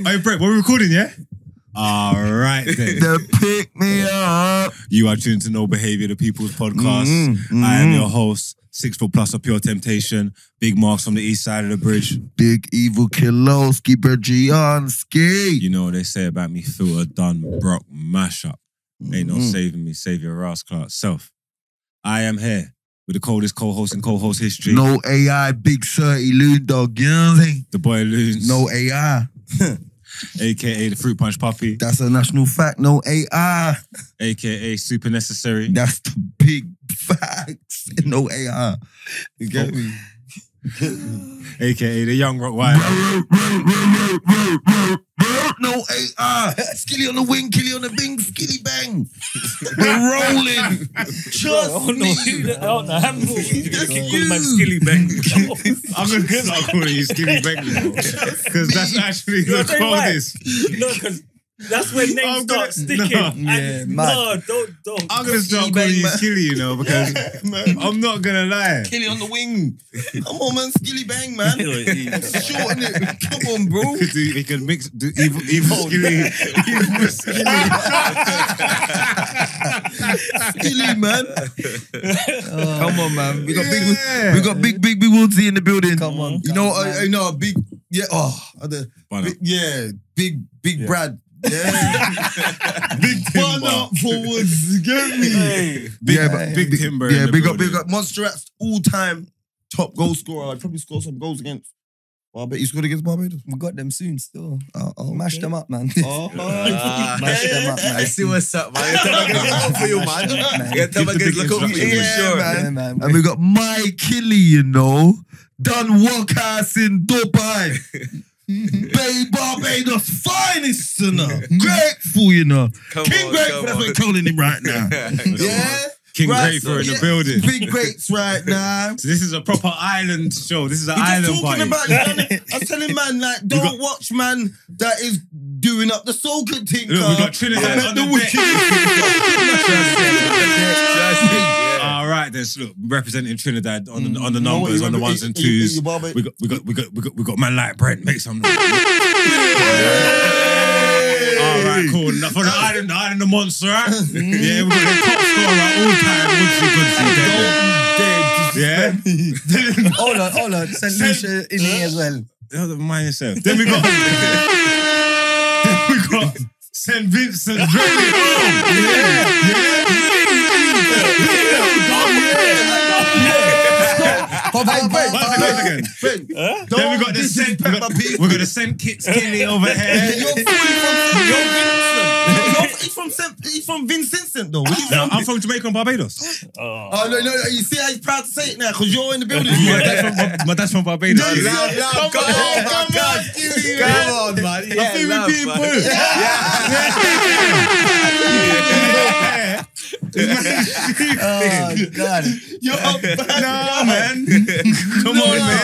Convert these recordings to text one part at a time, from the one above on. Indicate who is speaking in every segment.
Speaker 1: Hey, Brett, we're recording, yeah? All right, then.
Speaker 2: the pick me up.
Speaker 1: You are tuned to No Behavior, the People's Podcast.
Speaker 2: Mm,
Speaker 1: I am
Speaker 2: mm.
Speaker 1: your host, six foot plus of pure temptation, big marks from the east side of the bridge.
Speaker 2: Mm-hmm. Big evil Kilowski Bergianski.
Speaker 1: You know what they say about me, filter done, Brock mashup. Ain't no
Speaker 2: Mm.
Speaker 1: saving me, save your ass clout self. I am here with the coldest co-host in co-host history,
Speaker 2: No AI, Big Surty Loon Dog. You know what I'm saying?
Speaker 1: the boy Loons,
Speaker 2: No AI.
Speaker 1: aka the Fruit Punch Puppy,
Speaker 2: That's a national fact. No AI.
Speaker 1: aka Super Necessary.
Speaker 2: That's the big facts. No AI. You get me?
Speaker 1: aka the Young Rock Wild.
Speaker 2: No AI. Skilly on the wing, killy on the bing, skilly bang. We're rolling. Trust
Speaker 3: Oh no,
Speaker 2: me.
Speaker 3: oh no, I haven't thought of it.
Speaker 2: That's
Speaker 3: Call him
Speaker 2: you.
Speaker 3: a skilly bang.
Speaker 1: I'm gonna start calling you Skinny Begley because that's actually
Speaker 3: You're
Speaker 1: the
Speaker 3: saying right.
Speaker 1: coldest.
Speaker 3: no, because that's when names
Speaker 1: I'm gonna- Ah,
Speaker 3: start sticking.
Speaker 1: no.
Speaker 3: and
Speaker 2: Yeah, mad.
Speaker 3: no, don't, don't.
Speaker 1: I'm gonna start calling you Skinny, you know, because I'm not gonna lie.
Speaker 2: Killy on the wing. Come on, man. Skilly bang, man. Shorten it. Come on, bro.
Speaker 1: He could do- he could mix do evil, evil Skinny, evil Skinny.
Speaker 2: Skilly, man. Come on, man. We got
Speaker 1: Yeah.
Speaker 2: big. We got big, big, big Woodsy in the building.
Speaker 4: Come on,
Speaker 2: You know,
Speaker 4: guys,
Speaker 2: I,
Speaker 4: man.
Speaker 2: I know a big. Yeah. Oh, the,
Speaker 1: Why not?
Speaker 2: big, yeah. Big, big Brad. Yeah.
Speaker 1: Big
Speaker 2: Burn up for Woods. You Get me.
Speaker 1: Big,
Speaker 2: Yeah, but-
Speaker 1: big timber.
Speaker 2: Yeah,
Speaker 1: in the
Speaker 2: big up, big
Speaker 1: building.
Speaker 2: up. Monster Rats all time top goal scorer. I probably scored some goals against. Well, I bet you scored against Barbados.
Speaker 4: We got them soon still.
Speaker 2: Oh, oh.
Speaker 4: Mash them up, man.
Speaker 2: Oh,
Speaker 5: Ah,
Speaker 4: Mash them up,
Speaker 5: I
Speaker 4: man.
Speaker 5: see what's up, man. You're telling me look out for you, man.
Speaker 4: Man.
Speaker 5: You're telling me
Speaker 1: Give the
Speaker 5: look out for
Speaker 1: big
Speaker 5: you, for
Speaker 2: instructions. Yeah,
Speaker 5: sure.
Speaker 2: man.
Speaker 4: Yeah, man.
Speaker 2: And we got my Killy, you know. Done work ass in Dubai. Bay Barbados finest, you know. Grateful, you know.
Speaker 5: Come
Speaker 2: King Grateful,
Speaker 5: on,
Speaker 2: that's
Speaker 5: come
Speaker 2: what
Speaker 5: on.
Speaker 2: we're calling him right now. yeah.
Speaker 1: King
Speaker 2: Right,
Speaker 1: Grateful in the
Speaker 2: yeah.
Speaker 1: building.
Speaker 2: Big greats right now.
Speaker 1: So this is a proper island show. This is an
Speaker 2: He
Speaker 1: island
Speaker 2: just talking
Speaker 1: party.
Speaker 2: about it. I was telling man like, don't watch man that is doing up the soca thing.
Speaker 1: Look, we got
Speaker 2: cuz.
Speaker 1: Trinidad
Speaker 2: I'm at
Speaker 1: on
Speaker 2: the
Speaker 1: the
Speaker 2: wicket.
Speaker 1: All right, then. So look, representing Trinidad on the, on the
Speaker 2: Mm, You know what,
Speaker 1: numbers,
Speaker 2: you
Speaker 1: on the
Speaker 2: remember-
Speaker 1: ones and
Speaker 2: you- you-
Speaker 1: twos.
Speaker 2: you barba-
Speaker 1: We got, we got, we got, we got, we got man like Brent. Make some noise. All right, cool. Now for the island, the island of Monster, right?
Speaker 4: Mm-hmm.
Speaker 1: yeah, we got the top scorer all time. Woodsy, Goodsy, yeah.
Speaker 4: Hold on, hold on. St. Lucia in here as well.
Speaker 1: Yeah. Mind yourself. Then we got. then we got. St. Vincent, very Once again, once again. Then we got the Saint. We got, we got the Saint Kitts Kenny over here.
Speaker 2: He's from Saint- he's from Vincent though. What you-
Speaker 1: Now, I'm from Jamaica and Barbados.
Speaker 3: Oh.
Speaker 2: Oh no, no, no, you see how he's proud to say it now because you're in the building.
Speaker 1: My dad's from, Bar- my dad's from Barbados.
Speaker 2: No, no,
Speaker 5: Love, love,
Speaker 2: Come
Speaker 5: come
Speaker 2: on,
Speaker 5: on,
Speaker 2: come on,
Speaker 5: come on.
Speaker 2: give me
Speaker 5: Come on, man.
Speaker 1: My
Speaker 5: Yeah,
Speaker 1: favorite
Speaker 5: love,
Speaker 1: people.
Speaker 5: man.
Speaker 1: Yeah.
Speaker 4: Oh, God.
Speaker 2: You're
Speaker 1: Nah, man. Come on, man.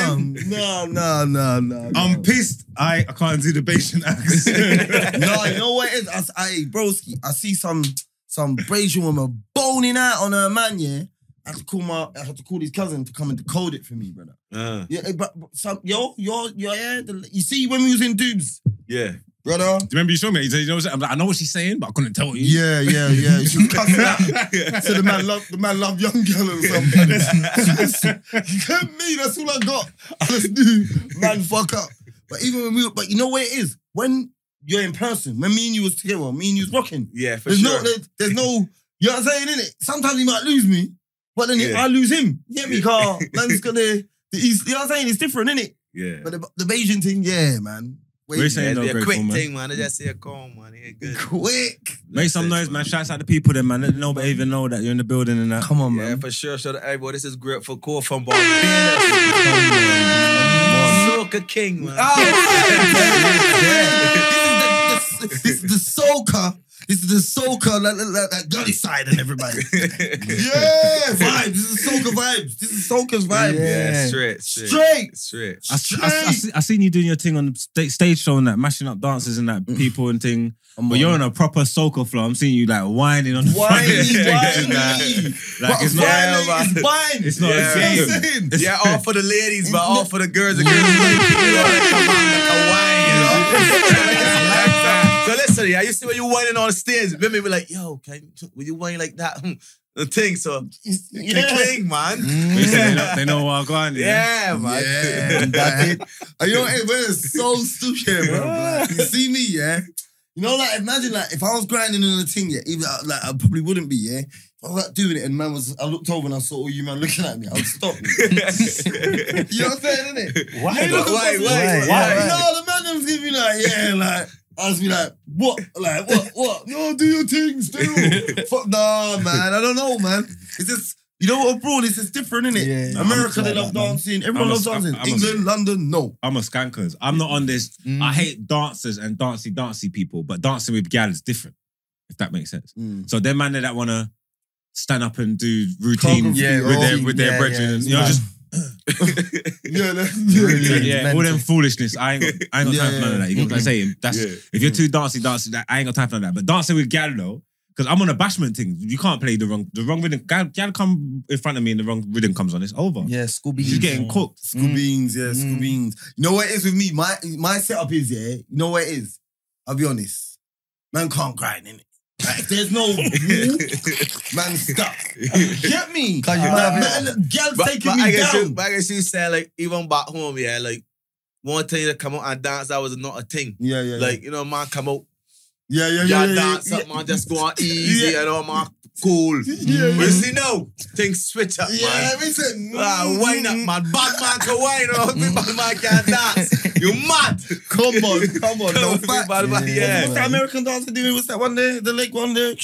Speaker 2: No, no, no, no.
Speaker 1: I'm pissed. I, I can't do the Bayesian accent.
Speaker 2: no, you know what it is? I, s- I broski, I see some some Brazilian woman boning out on her man, yeah. I had to call my I had to call his cousin to come and decode it for me, brother.
Speaker 5: Uh,
Speaker 2: Yeah, eh, but, but some yo, yo, yo, yeah. The, you see when we was in Dubes,
Speaker 5: yeah.
Speaker 2: brother?
Speaker 1: Do you remember you showed me? You said, you know what I'm saying? I'm like, I know what she's saying, but I couldn't tell you.
Speaker 2: Yeah, yeah, yeah. She was cussing out. So the man love the man love young girl or something. you get me? That's all I got. I just knew man fuck up. But even when we, but you know what it is when you're in person. When me and you was together, me and you was rocking.
Speaker 5: Yeah, for
Speaker 2: there's
Speaker 5: sure.
Speaker 2: no, there's, there's no. You know what I'm saying? In it, sometimes he might lose me, but then
Speaker 5: Yeah.
Speaker 2: I lose him. You get me?
Speaker 5: Yeah.
Speaker 2: Car man's gonna. The East, you know what I'm saying? It's different, innit?
Speaker 5: yeah.
Speaker 2: But the, the Beijing thing, yeah, man. Wait,
Speaker 1: We're saying
Speaker 5: Yeah,
Speaker 1: no
Speaker 5: it'd be a
Speaker 1: grateful,
Speaker 5: quick
Speaker 1: man.
Speaker 5: thing, man. I just say, come on, man. Yeah, good.
Speaker 2: quick.
Speaker 1: Make some noise, man. Shouts out to people, then, man. Let them know, but even know that you're in the building and that.
Speaker 2: Come on,
Speaker 5: Yeah,
Speaker 2: man.
Speaker 5: for sure. Shout out to everybody. This is great for Core from Barbados. Soca King, man.
Speaker 2: Oh, yeah. This is the- this- this is the soca. This is the soca, like, like, like, like gully side and everybody. yeah, vibes. This is soca vibes. This is soca's vibes.
Speaker 5: Yeah,
Speaker 4: Yeah.
Speaker 5: straight, straight.
Speaker 2: Straight.
Speaker 5: Straight.
Speaker 1: I, I, I, see- I seen you doing your thing on the sta- stage show and that, mashing up dances and
Speaker 2: Mm.
Speaker 1: that, people and thing. But you're on a proper soca floor. I'm seeing you like whining on the front of
Speaker 2: Whiny,
Speaker 1: the stage and that.
Speaker 2: whiny.
Speaker 1: Like, it's not,
Speaker 5: Yeah,
Speaker 2: Finally,
Speaker 5: man.
Speaker 2: it's mine.
Speaker 1: it's not
Speaker 5: Yeah.
Speaker 1: a game.
Speaker 2: It's in.
Speaker 5: Yeah, all for the ladies, but all for the girls. The girls, like, come on, like a wine, you know? so listen, yeah, I used to when you whining on the stairs. Women were like, "Yo, can you, will you whine like that?" hmm, The thing, so yeah. cling, man.
Speaker 2: Mm.
Speaker 1: They say they know- they know what I got on
Speaker 5: Yeah, man.
Speaker 2: Yeah, man. And you know, hey, we're so stupid, bro. Like, you see me, yeah. You know, like imagine, like if I was grinding on a thing, yeah, even uh, like I probably wouldn't be, yeah. If I was like, doing it, and man was, I looked over and I saw all you man looking at me, I would stop. you know what I'm saying, innit?
Speaker 3: Why?
Speaker 2: Hey, look at
Speaker 5: Why? Why?
Speaker 2: what's-
Speaker 5: Why?
Speaker 4: Why?
Speaker 5: Why?
Speaker 2: No, the man was giving me like, yeah, like. I was be like, what? Like, what? What? No, do your things, do. Fuck, nah, man. I don't know, man. It's just, you know, abroad, it's just different, isn't it?
Speaker 4: Yeah.
Speaker 2: America, they
Speaker 4: I'm
Speaker 2: love
Speaker 4: like that, man.
Speaker 2: dancing. Everyone
Speaker 1: I'm a-
Speaker 2: loves dancing.
Speaker 1: I'm- I'm a-
Speaker 2: England, London, no.
Speaker 1: I'm a skankers. I'm not on this.
Speaker 4: Mm.
Speaker 1: I hate dancers and dancey, dancey people, but dancing with gal is different, if that makes sense.
Speaker 2: Mm.
Speaker 1: So they're man that wanna stand up and do routine
Speaker 2: Choreography,
Speaker 1: yeah, with their with their
Speaker 4: yeah,
Speaker 1: brethren.
Speaker 4: yeah.
Speaker 1: and, you know, just
Speaker 2: Yeah, that's
Speaker 4: Yeah.
Speaker 1: yeah, all them foolishness. I ain't got, I ain't got time for none of that. You know what I'm
Speaker 2: Yeah.
Speaker 1: saying? That's if you're too dancey, dancey, that I ain't got time for none of that. But dancing with gal though, because I'm on a bashment thing. You can't play the wrong the wrong rhythm. Gal, gal come in front of me and the wrong rhythm comes on. It's over.
Speaker 4: Yeah, Scooby.
Speaker 1: She's getting cooked.
Speaker 2: School
Speaker 4: Mm.
Speaker 2: beans, yeah, school
Speaker 4: Mm.
Speaker 2: beans. You know what it is with me? My my setup is, yeah, you know what it is? I'll be honest. Man can't grind, innit? Like, if there's no rule, man stuck. Get me?
Speaker 4: Cause you
Speaker 2: Like,
Speaker 4: might have-
Speaker 2: man, girl's
Speaker 5: But,
Speaker 2: taking
Speaker 5: but
Speaker 2: me
Speaker 5: I guess you,
Speaker 2: down.
Speaker 5: but I guess you said like even back home, yeah, like one thing to come out and dance that was not a thing.
Speaker 2: yeah, yeah,
Speaker 5: Like you know, man, come out,
Speaker 2: yeah, yeah, yeah,
Speaker 5: y'all
Speaker 2: yeah,
Speaker 5: dance
Speaker 2: yeah,
Speaker 5: up, man, just go on easy,
Speaker 2: Yeah.
Speaker 5: you know, man, cool.
Speaker 2: yeah,
Speaker 5: But
Speaker 2: yeah.
Speaker 5: you see now, things switch up, man.
Speaker 2: Yeah, listen. mm,
Speaker 5: Ah, wine up, man. Bad man can wine up. Bad man can dance. You mad?
Speaker 2: mm, Come on, come on. No
Speaker 5: Bad
Speaker 2: fact.
Speaker 5: man, yeah.
Speaker 2: What's that American dancer doing? What's that one there? The leg one there?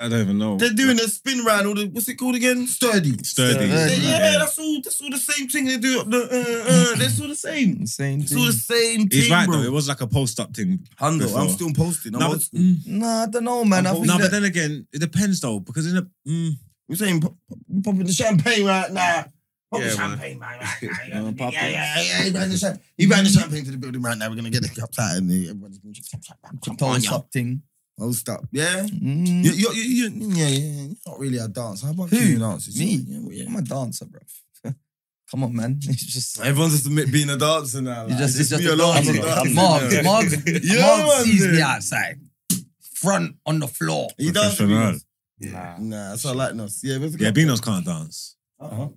Speaker 1: I don't even know.
Speaker 2: They're doing a spin round or the, what's it called again? Sturdy.
Speaker 1: sturdy.
Speaker 2: Yeah,
Speaker 4: Yeah,
Speaker 2: yeah, that's all. That's all the same thing they do. Up the, uh, uh, that's all the same.
Speaker 4: Same
Speaker 2: It's all the
Speaker 4: thing.
Speaker 2: same
Speaker 1: He's
Speaker 2: thing,
Speaker 1: right
Speaker 2: bro.
Speaker 1: though. It was like a post up thing.
Speaker 2: Hundo,
Speaker 1: before.
Speaker 2: I'm still posting. I'm
Speaker 1: No,
Speaker 2: old
Speaker 1: but-
Speaker 2: school.
Speaker 4: Nah, I don't know, man. I
Speaker 1: no,
Speaker 4: think
Speaker 1: but
Speaker 4: that,
Speaker 1: then again, it depends though because in the mm,
Speaker 2: We're saying pop- pop- popping the champagne right now. Pop
Speaker 5: Yeah,
Speaker 2: the
Speaker 5: man.
Speaker 2: champagne, man. Right now.
Speaker 4: Uh,
Speaker 2: yeah,
Speaker 4: pop
Speaker 2: yeah,
Speaker 4: it.
Speaker 2: yeah, yeah. He ran the champagne. He ran the champagne to the building right now. We're gonna get the cups out and everybody's gonna just
Speaker 4: don't stop thing.
Speaker 2: Oh, stop. Yeah.
Speaker 4: Mm.
Speaker 2: You, you, you, you, yeah, yeah, yeah. You're not really a dancer. How about
Speaker 4: Who?
Speaker 2: you dancers?
Speaker 4: Me?
Speaker 2: Yeah, well, yeah.
Speaker 4: I'm a dancer, bro. Come on, man. It's just.
Speaker 2: Everyone's just admit being a dancer now.
Speaker 4: It's just, it's just
Speaker 2: be
Speaker 4: a
Speaker 2: dancer,
Speaker 4: dancer.
Speaker 2: dancer,
Speaker 4: Mark,
Speaker 2: yeah.
Speaker 4: Mark,
Speaker 2: You know what
Speaker 4: Mark
Speaker 2: I'm
Speaker 4: sees
Speaker 2: saying?
Speaker 4: me outside, front on the floor.
Speaker 2: You dancing?
Speaker 1: Professional.
Speaker 2: Beanos? Nah, that's what I like. Nos. Yeah, where's the
Speaker 1: Yeah,
Speaker 2: cup?
Speaker 1: Beanos can't dance,
Speaker 2: Uh-huh.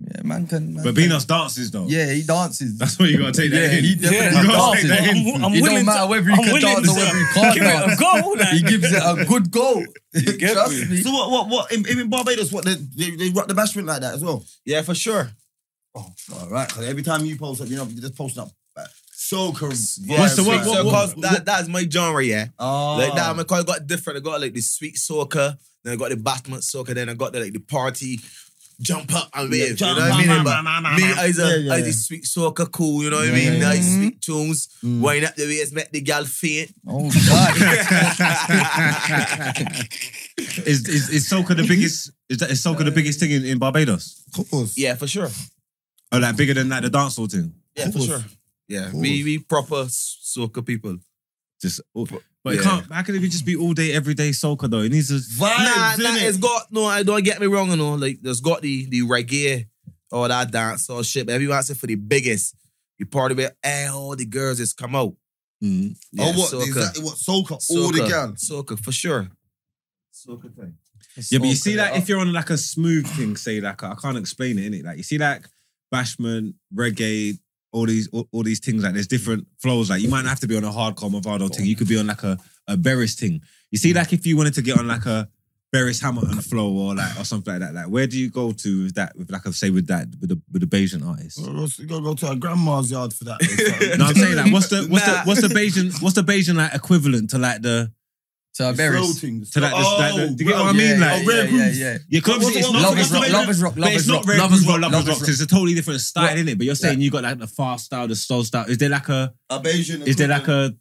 Speaker 4: Yeah, man can. Man
Speaker 1: but
Speaker 4: can.
Speaker 1: Beanos dances though.
Speaker 4: Yeah, he dances.
Speaker 1: that's what you gotta take that
Speaker 4: yeah,
Speaker 1: in.
Speaker 4: he
Speaker 3: Yeah,
Speaker 4: definitely
Speaker 1: you gotta take
Speaker 4: dances.
Speaker 1: that in.
Speaker 3: I'm, I'm
Speaker 4: it
Speaker 3: willing
Speaker 4: don't matter
Speaker 3: to
Speaker 4: whether he
Speaker 3: I'm
Speaker 4: can
Speaker 3: willing
Speaker 4: dance or
Speaker 3: to
Speaker 4: whether he can't
Speaker 3: give it a
Speaker 4: dance.
Speaker 3: go. Like.
Speaker 4: He gives it a good go.
Speaker 3: get
Speaker 4: Trust me.
Speaker 2: Uh-huh. So what? What? What? In, in Barbados, what they they, they rock the bashment like that as well.
Speaker 5: Yeah, for sure.
Speaker 2: Oh, all right. 'cause every time you post up, you know, you're just posting up. like, So correct.
Speaker 1: What's the what-
Speaker 5: So,
Speaker 1: what-
Speaker 5: cause
Speaker 1: what-
Speaker 5: that, that's my genre, yeah.
Speaker 2: Oh,
Speaker 5: Like
Speaker 4: Ah.
Speaker 5: that, my car got different. I got like the sweet soccer, then I got the basement soccer, then I got the like the party jump up and wave. you know what I mean? But me, I
Speaker 2: Yeah,
Speaker 5: a,
Speaker 2: yeah,
Speaker 5: I
Speaker 2: yeah.
Speaker 5: the sweet soccer cool. You know what
Speaker 2: Yeah,
Speaker 5: I mean?
Speaker 2: yeah,
Speaker 5: Nice
Speaker 4: yeah.
Speaker 5: sweet tunes.
Speaker 2: Mm.
Speaker 5: Wind up the waist, make the gal faint.
Speaker 4: Oh God.
Speaker 1: uh, Is is is soca the biggest? Is that is soca the biggest thing in, in Barbados?
Speaker 2: Of course.
Speaker 5: yeah, for sure.
Speaker 1: Or like bigger than like the dancehall thing?
Speaker 5: Yeah, for
Speaker 2: Course.
Speaker 5: sure. Yeah,
Speaker 2: Course.
Speaker 5: we we proper soccer people.
Speaker 1: Just oh, but it
Speaker 5: Yeah.
Speaker 1: can't. How can it be just be all day, every day soca though? It needs to.
Speaker 5: Nah,
Speaker 2: Vibes,
Speaker 5: nah,
Speaker 2: innit?
Speaker 5: it's got no. I don't get me wrong, you know. Like there's got the the reggae or that dance or shit. But everyone said for the biggest, the party where eh, all the girls is come out.
Speaker 1: Mm.
Speaker 5: Yeah,
Speaker 2: oh, what?
Speaker 5: soca.
Speaker 2: Exactly what? Soca.
Speaker 5: soca,
Speaker 2: All the girls.
Speaker 5: soca for sure. Soca thing.
Speaker 1: Yeah, but you see that if you're on like a smooth thing, say like I can't explain it, innit? Like you see like bashment, reggae, all these all, all these things. Like there's different flows. Like you might not have to be on a hardcore Movado thing. You could be on like a a Beres thing. You see, like if you wanted to get on like a Beres Hamilton flow or like or something like that. Like where do you go to with that? With like I say with that with the with the Bayesian artist.
Speaker 2: You gotta go to our grandma's yard for that.
Speaker 1: No, I'm saying like what's the what's
Speaker 5: Nah.
Speaker 1: the what's the Bayesian what's the Bayesian like equivalent to like the
Speaker 4: so embarrassed.
Speaker 1: to like, this, like the, do you get what I mean? Like
Speaker 2: oh, Rare
Speaker 4: yeah, yeah,
Speaker 2: Grooves.
Speaker 4: yeah.
Speaker 1: yeah, 'cause obviously it's not
Speaker 4: Love
Speaker 1: it's
Speaker 4: is
Speaker 1: not
Speaker 4: rock,
Speaker 1: Rare
Speaker 4: love is rock,
Speaker 1: But
Speaker 4: love
Speaker 1: it's
Speaker 4: is
Speaker 1: not
Speaker 4: rock,
Speaker 1: Red
Speaker 4: love is
Speaker 1: Room or
Speaker 4: rock,
Speaker 1: Love is Rock. 'cause It's a totally different style,
Speaker 4: Yeah.
Speaker 1: innit? But you're saying you got like the fast style, the slow style. Is there like a
Speaker 2: A Bayesian.
Speaker 1: is there like a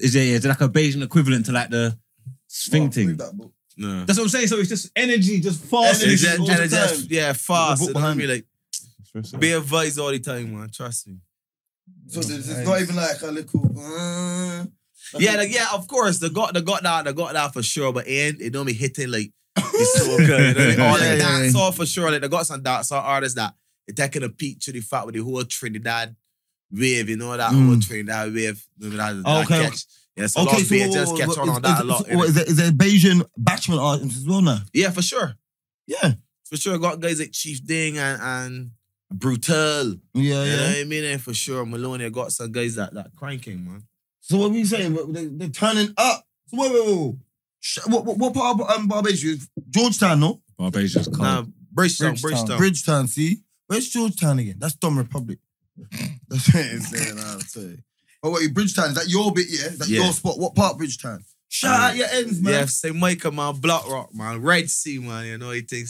Speaker 1: is there is there like a Bayesian equivalent to like the Sphinx thing?
Speaker 5: No.
Speaker 1: That's what I'm saying. So it's just energy, just fast.
Speaker 2: Energy.
Speaker 1: Energy.
Speaker 5: It's that,
Speaker 2: all the
Speaker 5: and it's
Speaker 2: time.
Speaker 5: just, yeah,
Speaker 2: Put
Speaker 5: fast.
Speaker 2: the
Speaker 5: You
Speaker 2: book
Speaker 5: know what I
Speaker 2: behind
Speaker 5: mean? Like, be advised all the time, man. Trust me.
Speaker 2: So it's it's not even like a little. uh, like a-
Speaker 5: Yeah, like, yeah, of course. They got, they got that, they got that for sure. But and it don't be hitting like the soca. You know, like, all
Speaker 4: Yeah,
Speaker 5: like
Speaker 4: yeah, yeah.
Speaker 5: dance all for sure. Like they got some dance all artists that it taking a peak to the fact with the whole Trinidad wave, you know, that
Speaker 2: Mm.
Speaker 5: old train, that wave, you know, that, that
Speaker 2: Okay.
Speaker 5: catch. Yeah, so a lot of beer just catch on on that a lot.
Speaker 2: Is, what,
Speaker 5: innit?
Speaker 2: is, there, is there Bayesian bachelor artists as well now?
Speaker 5: Yeah, for sure.
Speaker 2: Yeah.
Speaker 5: For sure. Got guys like Chief Ding and, and Brutal.
Speaker 2: Yeah,
Speaker 5: You know
Speaker 2: yeah.
Speaker 5: what I mean? And for sure, Maloney I got some guys that that cranking, man.
Speaker 2: So what we saying? What- They, they're turning up. So wait, wait, wait, wait. Sh- What, what, what part of um, Barbados? Georgetown, no?
Speaker 1: Barbadians can't.
Speaker 5: Nah, Bridgetown,
Speaker 4: Bridgetown.
Speaker 5: Bridgetown.
Speaker 2: Bridgetown, see? Where's Georgetown again? That's Dom Republic. That's what it's saying, I'll tell you. Oh, wait, Bridgetown, is that your bit, yeah? Is that
Speaker 5: Yeah.
Speaker 2: your spot? What part of Bridgetown? Shout out your ends, man.
Speaker 5: Yeah, St. Michael, man, Block Rock, man, Red Sea, man. You know, he thinks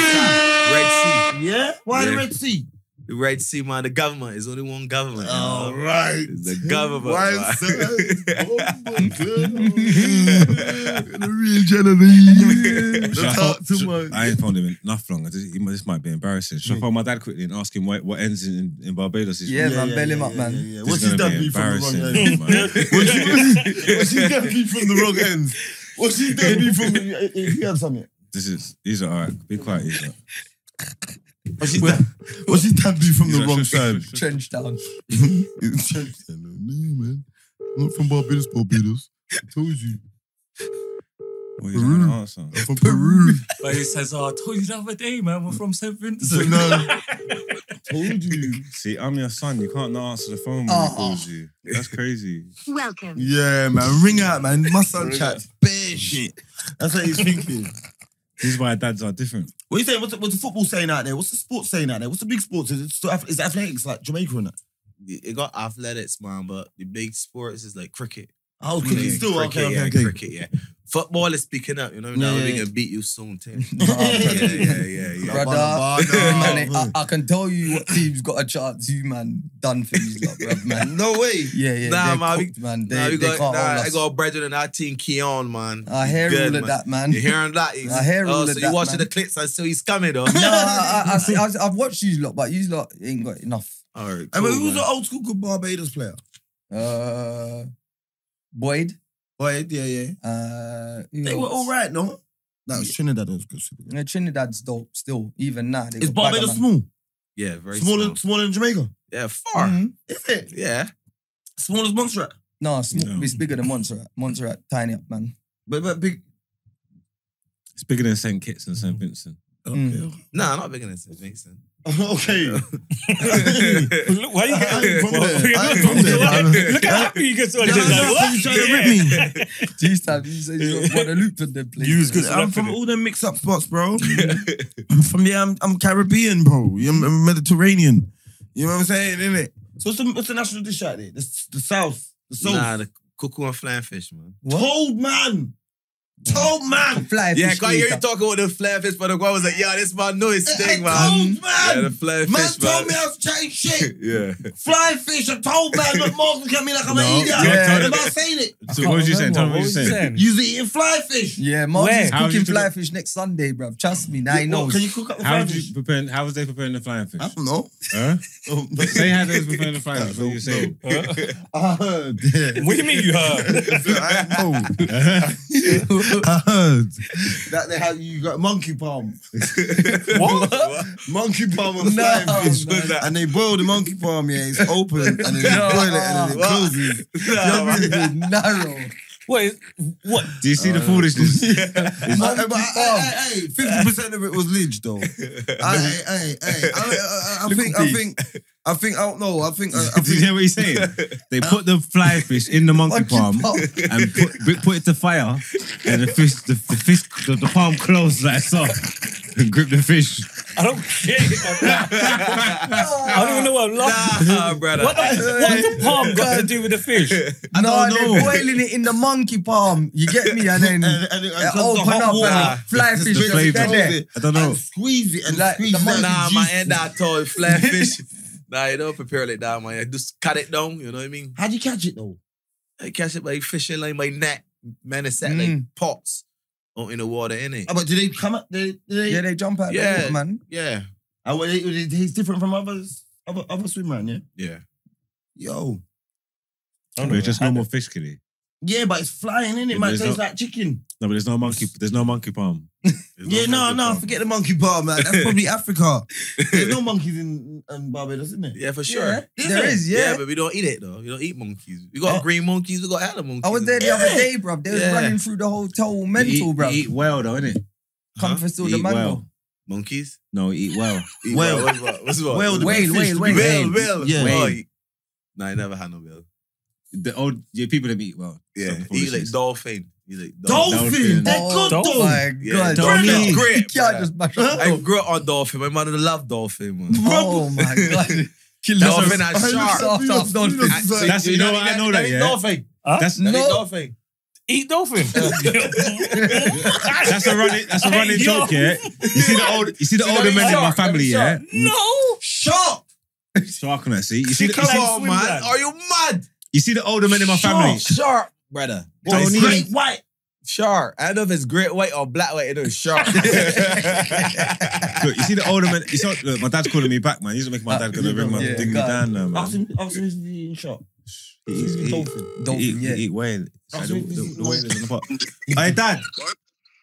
Speaker 5: Red Sea.
Speaker 2: Yeah? Why the
Speaker 5: Yeah.
Speaker 2: Red Sea?
Speaker 5: The Red Sea, man, the government. is only one government. you know?
Speaker 2: right.
Speaker 5: The government.
Speaker 2: Why is
Speaker 5: man.
Speaker 2: that? Oh my God. The real gentleman.
Speaker 1: Should I
Speaker 2: Don't talk
Speaker 1: phone-
Speaker 2: too
Speaker 1: should-
Speaker 2: much.
Speaker 1: I ain't phoned him enough long. I just- he might- This might be embarrassing. Should I phone my dad quickly and ask him what, what ends in, in Barbados? Is
Speaker 4: Yeah, man, bell him up, man.
Speaker 2: yeah, yeah.
Speaker 1: This
Speaker 2: What's
Speaker 1: is
Speaker 2: his
Speaker 1: gonna
Speaker 2: dad
Speaker 1: be
Speaker 2: be from the wrong
Speaker 1: embarrassing,
Speaker 2: end?
Speaker 1: man.
Speaker 2: What's his- what's his dad be from the wrong end? What's his dad be from the... If you have something.
Speaker 1: This is these are all right. Be quiet, these are.
Speaker 2: What's his dad, what's his dad be from the wrong side?
Speaker 4: Trench down.
Speaker 2: man. I'm not from Barbados, Barbados. I told you.
Speaker 1: What you gonna answer?
Speaker 2: I'm from Peru.
Speaker 3: But he says, oh, I told you the other day, man, we're from St.
Speaker 2: So
Speaker 3: Vincent.
Speaker 2: now, told you.
Speaker 1: See, I'm your son. You can't not answer the phone when he
Speaker 4: Oh.
Speaker 1: calls you. That's crazy.
Speaker 6: Welcome.
Speaker 2: Yeah, man. Ring out, man. My son chats bare shit. That's what he's thinking.
Speaker 1: These why dads are different.
Speaker 2: What you saying? What's the, what's the football saying out there? What's the sports saying out there? What's the big sports? Is it, still, ath- is it athletics like Jamaica and that?
Speaker 5: It got athletics, man, but the big sports is like cricket.
Speaker 2: Oh,
Speaker 5: Yeah,
Speaker 2: cricket still.
Speaker 5: cricket,
Speaker 2: okay,
Speaker 5: yeah,
Speaker 2: okay, okay.
Speaker 5: cricket, yeah. Football is picking up, you know. Now
Speaker 2: Yeah,
Speaker 5: we
Speaker 2: yeah.
Speaker 5: gonna beat you soon, Tim. yeah,
Speaker 2: Yeah,
Speaker 5: yeah, yeah, yeah.
Speaker 4: Brother,
Speaker 2: Barnum, Barnum.
Speaker 4: man, I, I can tell you what team's got a chance. You man, done for you, lot, bruv, man.
Speaker 5: No way.
Speaker 4: Yeah, yeah,
Speaker 5: Nah,
Speaker 4: they're
Speaker 5: man, we-
Speaker 4: cooked, man. They,
Speaker 5: nah, we
Speaker 4: they
Speaker 5: got,
Speaker 4: can't
Speaker 5: nah,
Speaker 4: hold
Speaker 5: I
Speaker 4: us.
Speaker 5: got a brethren in our team, Keon, man.
Speaker 4: I hear
Speaker 5: Good,
Speaker 4: all
Speaker 5: man.
Speaker 4: of that, man.
Speaker 5: You hearing that? He's-
Speaker 4: I hear
Speaker 5: oh,
Speaker 4: all
Speaker 5: so
Speaker 4: of
Speaker 5: you
Speaker 4: that,
Speaker 5: watching the
Speaker 4: man.
Speaker 5: clips and so he's coming, though.
Speaker 4: no, I, I, I see, I, I've watched you lot, but you lot ain't got enough.
Speaker 5: All right,
Speaker 2: I mean,
Speaker 5: cool,
Speaker 2: who's
Speaker 5: man.
Speaker 2: the old school good Barbados player?
Speaker 4: Uh, Boyd.
Speaker 2: Boyd, yeah, yeah.
Speaker 4: Uh, who
Speaker 2: They were
Speaker 4: else?
Speaker 2: all right, no? That was Trinidad. That was good. Super good.
Speaker 4: Yeah, Trinidad's dope still, even now. they
Speaker 2: Is
Speaker 4: got bad
Speaker 2: Barbados
Speaker 4: man.
Speaker 2: small?
Speaker 5: yeah, very
Speaker 2: Smaller,
Speaker 5: small.
Speaker 2: smaller than Jamaica.
Speaker 5: Yeah, far.
Speaker 4: Mhm.
Speaker 2: Is it?
Speaker 5: Yeah,
Speaker 2: Small as Montserrat.
Speaker 4: No, small,
Speaker 1: No.
Speaker 4: it's bigger than Montserrat. Montserrat, tiny up, man.
Speaker 2: But, but big.
Speaker 1: It's bigger than St. Kitts and St. Vincent.
Speaker 4: Mm.
Speaker 5: nah, not bigger than St. Vincent.
Speaker 2: Oh, Okay.
Speaker 3: Look, why you
Speaker 2: I ain't
Speaker 3: getting
Speaker 2: from there. I ain't from
Speaker 3: Look
Speaker 2: there.
Speaker 3: at-
Speaker 2: I don't-
Speaker 3: Look at how you get so
Speaker 2: Yeah, I know, so you trying
Speaker 3: like, what?
Speaker 2: to rip me.
Speaker 4: Jeez, Tab, you say you got Guadeloupe in the place.
Speaker 3: You was good.
Speaker 2: I'm from all them mix up spots, bro. I'm from yeah, I'm, I'm Caribbean, bro. I'm, I'm Mediterranean. You know what I'm saying, innit? So what's the, what's the national dish out there? The, s- the South, the South.
Speaker 5: nah, the cuckoo and flying fish, man.
Speaker 2: Told man, told man,
Speaker 4: Fly
Speaker 5: Yeah,
Speaker 4: fish
Speaker 5: cause you
Speaker 4: eater.
Speaker 5: talking about the flare fish, but the guy was like, yeah, this man know his thing, man.
Speaker 2: told
Speaker 5: Yeah, the
Speaker 2: man.
Speaker 5: flare
Speaker 2: Man
Speaker 5: fish,
Speaker 2: told
Speaker 5: man.
Speaker 2: me I was chatting shit.
Speaker 5: yeah.
Speaker 2: Fly fish, I told man. Look, Mark look at me like I'm
Speaker 1: No,
Speaker 2: an idiot.
Speaker 1: yeah,
Speaker 2: Yeah,
Speaker 1: tell-
Speaker 2: about saying it.
Speaker 1: So what was you saying? Tell me what
Speaker 3: What
Speaker 1: you
Speaker 3: was you
Speaker 1: saying.
Speaker 3: saying?
Speaker 2: You was eating fly fish.
Speaker 4: Yeah,
Speaker 3: Where?
Speaker 4: Martin's
Speaker 1: How
Speaker 4: cooking
Speaker 1: you doing
Speaker 4: fly
Speaker 1: it?
Speaker 4: fish next Sunday, bruv. Trust me, now he
Speaker 2: What,
Speaker 4: knows.
Speaker 2: Can you cook up the
Speaker 1: How
Speaker 2: fly
Speaker 1: did
Speaker 2: fish?
Speaker 1: you preparing? How was they preparing the flying fish?
Speaker 2: I don't know.
Speaker 1: Huh?
Speaker 2: Oh, no.
Speaker 1: Say how they was preparing the flying fish. What were you saying?
Speaker 2: I heard. yeah.
Speaker 3: What do you mean you heard?
Speaker 2: I know. I heard that they have you got monkey palm,
Speaker 3: What?
Speaker 2: monkey palm and
Speaker 4: No,
Speaker 2: flying fish,
Speaker 4: man.
Speaker 2: and they boil the monkey palm. Yeah, it's open, and then they
Speaker 4: No.
Speaker 2: boil it, and then it
Speaker 5: What?
Speaker 2: closes.
Speaker 4: You're really narrow.
Speaker 3: What? Is, what?
Speaker 1: Do you see the foolishness?
Speaker 2: Hey, but
Speaker 4: um,
Speaker 2: I- Hey, fifty percent of it was lidge, though. I, hey, hey, hey, I, I, I, I think, I think, I think, I don't know. I think, I, I
Speaker 1: Did you
Speaker 2: think.
Speaker 1: hear what he's saying? They put the fly fish in the monkey palm and put, put it to fire, and the fish, the, the fish, the, the palm closed like so, and grip the fish.
Speaker 3: I don't care. I don't even know what I'm laughing
Speaker 5: Nah, brother.
Speaker 3: What, the- what the palm got to do with the fish?
Speaker 4: I no,
Speaker 1: don't
Speaker 4: they're
Speaker 1: know.
Speaker 4: boiling it in the monkey palm. You get me? And
Speaker 2: and-
Speaker 4: then it
Speaker 2: and- and close the
Speaker 4: open
Speaker 2: hot
Speaker 4: up
Speaker 2: water.
Speaker 4: and fly
Speaker 1: Just
Speaker 4: fish
Speaker 1: the
Speaker 4: just
Speaker 1: flavour.
Speaker 4: dead there.
Speaker 2: it.
Speaker 1: I don't know.
Speaker 2: And squeeze it and
Speaker 4: Like
Speaker 2: squeeze
Speaker 4: the
Speaker 2: it.
Speaker 4: monkey
Speaker 5: nah,
Speaker 2: Nah,
Speaker 5: man, ain't that tall flare fish. Nah, you don't prepare like that, man. You Just cut it down, you know what I mean?
Speaker 2: How'd you catch it though?
Speaker 5: I catch it by fishing line, by net. Man, it's set like
Speaker 4: Mm.
Speaker 5: pots out in the water, innit?
Speaker 2: Oh, but do they come up? They, do they,
Speaker 4: Yeah, they jump out.
Speaker 5: Yeah.
Speaker 4: Yeah, man.
Speaker 5: Yeah.
Speaker 2: Oh, well, it, it, he's different from others, other, other swimmer, yeah?
Speaker 5: Yeah.
Speaker 2: Yo.
Speaker 1: We're just normal fish, kiddie.
Speaker 2: Yeah, but it's flying in it, man.
Speaker 1: There's
Speaker 2: Tastes
Speaker 1: no-
Speaker 2: like chicken.
Speaker 1: No, but there's no monkey. There's no monkey palm. There's
Speaker 2: yeah, no,
Speaker 1: monkey
Speaker 2: no,
Speaker 1: palm.
Speaker 2: forget the monkey bar, man. That's probably Africa. There's no monkeys in um, Barbados, isn't it?
Speaker 5: Yeah, for sure.
Speaker 4: Yeah,
Speaker 2: Is
Speaker 4: there
Speaker 2: it?
Speaker 4: is,
Speaker 5: Yeah.
Speaker 4: yeah.
Speaker 5: but we don't eat it though. We don't eat monkeys. We got
Speaker 4: Oh.
Speaker 5: green monkeys. We got hella monkeys.
Speaker 4: I was there the
Speaker 5: Yeah.
Speaker 4: other day, bruv. They was
Speaker 5: Yeah.
Speaker 4: running through the hotel
Speaker 1: You
Speaker 4: mental,
Speaker 1: eat,
Speaker 4: bruv.
Speaker 1: you eat well though, inn't it?
Speaker 4: Come
Speaker 5: Huh?
Speaker 4: for still
Speaker 1: You
Speaker 4: the
Speaker 1: eat
Speaker 4: mango.
Speaker 1: well.
Speaker 5: Monkeys.
Speaker 1: No, you eat well.
Speaker 5: Eat
Speaker 2: Whale.
Speaker 5: What's what? What's what?
Speaker 2: Whale, the
Speaker 4: Whale,
Speaker 2: big fish,
Speaker 4: whale,
Speaker 2: the
Speaker 4: whale.
Speaker 2: big-
Speaker 5: Whale, whale.
Speaker 2: Yeah.
Speaker 5: Oh,
Speaker 1: Whale.
Speaker 5: No, I never had no whale.
Speaker 1: The old yeah, people that eat well.
Speaker 5: Yeah,
Speaker 1: Some
Speaker 5: eat like
Speaker 1: foolishness.
Speaker 5: dolphin. Eat like
Speaker 2: Dolphin.
Speaker 1: Dolphin.
Speaker 2: They're
Speaker 4: Oh,
Speaker 2: good though.
Speaker 4: my
Speaker 5: Yeah,
Speaker 4: god.
Speaker 5: dolphin.
Speaker 4: Dolphin.
Speaker 5: Dolphin.
Speaker 4: You
Speaker 5: Great,
Speaker 4: can't
Speaker 5: bruh.
Speaker 4: just mash up.
Speaker 5: I grew up on dolphin. My mother loved dolphin, man.
Speaker 4: Oh my god. Kill
Speaker 5: Dolphin
Speaker 4: yourself.
Speaker 5: and shark.
Speaker 4: Soft ass dolphin.
Speaker 5: I- so
Speaker 1: That's- you know
Speaker 5: don't
Speaker 1: what,
Speaker 5: eat
Speaker 1: I know that,
Speaker 5: eat
Speaker 1: yeah.
Speaker 5: Dolphin.
Speaker 1: That's
Speaker 5: Don't
Speaker 4: No.
Speaker 5: Eat dolphin.
Speaker 3: Eat dolphin.
Speaker 1: that's a running that's a running
Speaker 3: Yo.
Speaker 1: joke, yeah. You see the old you see the
Speaker 5: See,
Speaker 1: older
Speaker 5: don't
Speaker 1: men in
Speaker 5: eat
Speaker 1: my
Speaker 5: shark, don't
Speaker 1: family,
Speaker 5: eat
Speaker 1: yeah.
Speaker 5: shark.
Speaker 3: no.
Speaker 5: Shark.
Speaker 1: Shark on that. See, you see, the,
Speaker 5: Come
Speaker 1: you see-
Speaker 5: on,
Speaker 3: swim
Speaker 5: man.
Speaker 3: that.
Speaker 5: Are you mad?
Speaker 1: you see the older men in my family.
Speaker 5: Shark, Shark, brother.
Speaker 1: What,
Speaker 5: Don't
Speaker 1: it's
Speaker 5: eat-
Speaker 1: great
Speaker 5: white. Shark. I don't know if it's great white or black white. It is shark.
Speaker 1: Look, you see the older men. You saw, look, my dad's calling me back, man. He's making my dad gonna ring my
Speaker 4: Yeah,
Speaker 1: ding me
Speaker 4: God.
Speaker 1: down now, man.
Speaker 2: Ask him, ask him if he's eating shark.
Speaker 1: He
Speaker 2: Ask
Speaker 1: eats-
Speaker 2: him
Speaker 1: he eat-
Speaker 2: if he's dolphin.
Speaker 1: he eat-
Speaker 4: Dolphin,
Speaker 1: he
Speaker 4: yeah.
Speaker 1: eat whale. It's like
Speaker 2: That's
Speaker 1: the,
Speaker 2: what
Speaker 1: the,
Speaker 2: this is
Speaker 1: the whale is on the pot. hey, dad,
Speaker 6: What's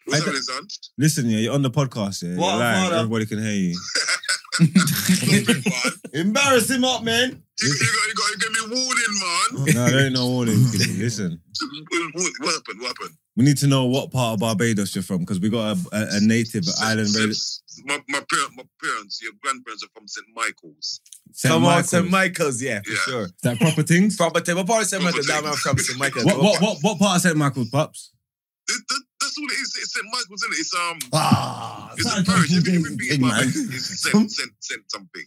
Speaker 1: I
Speaker 6: happening, son?
Speaker 1: listen, yeah, you're on the podcast, yeah. You're
Speaker 2: What a
Speaker 1: live.
Speaker 2: father.
Speaker 1: Everybody can hear you.
Speaker 6: Stop it, man.
Speaker 2: Embarrass him up, man.
Speaker 6: You, you, got, you got to give me warning,
Speaker 1: No, there ain't no warning. Listen,
Speaker 6: man. What, what happened? What happened?
Speaker 1: we need to know what part of Barbados you're from because we got a, a, a native island.
Speaker 6: So-
Speaker 1: very-
Speaker 6: so My, my, parent, my parents, your grandparents are from St. Michael's.
Speaker 1: Saint
Speaker 5: Come on,
Speaker 1: Michael's.
Speaker 5: St. Michael's. Yeah, for
Speaker 6: Yeah.
Speaker 5: sure.
Speaker 1: That proper things.
Speaker 5: Proper table. Probably St. Michael's. That man from St. Michael's.
Speaker 1: What what what what part of St Michael's, pops?
Speaker 6: Th- th- that's all it is. It's St. Michael's, isn't it? It's, um,
Speaker 2: Ah,
Speaker 6: it's
Speaker 2: such
Speaker 6: a parish. If you- if you
Speaker 2: good
Speaker 6: beat
Speaker 2: thing,
Speaker 6: my-
Speaker 2: man.
Speaker 6: It's St. St. St. something.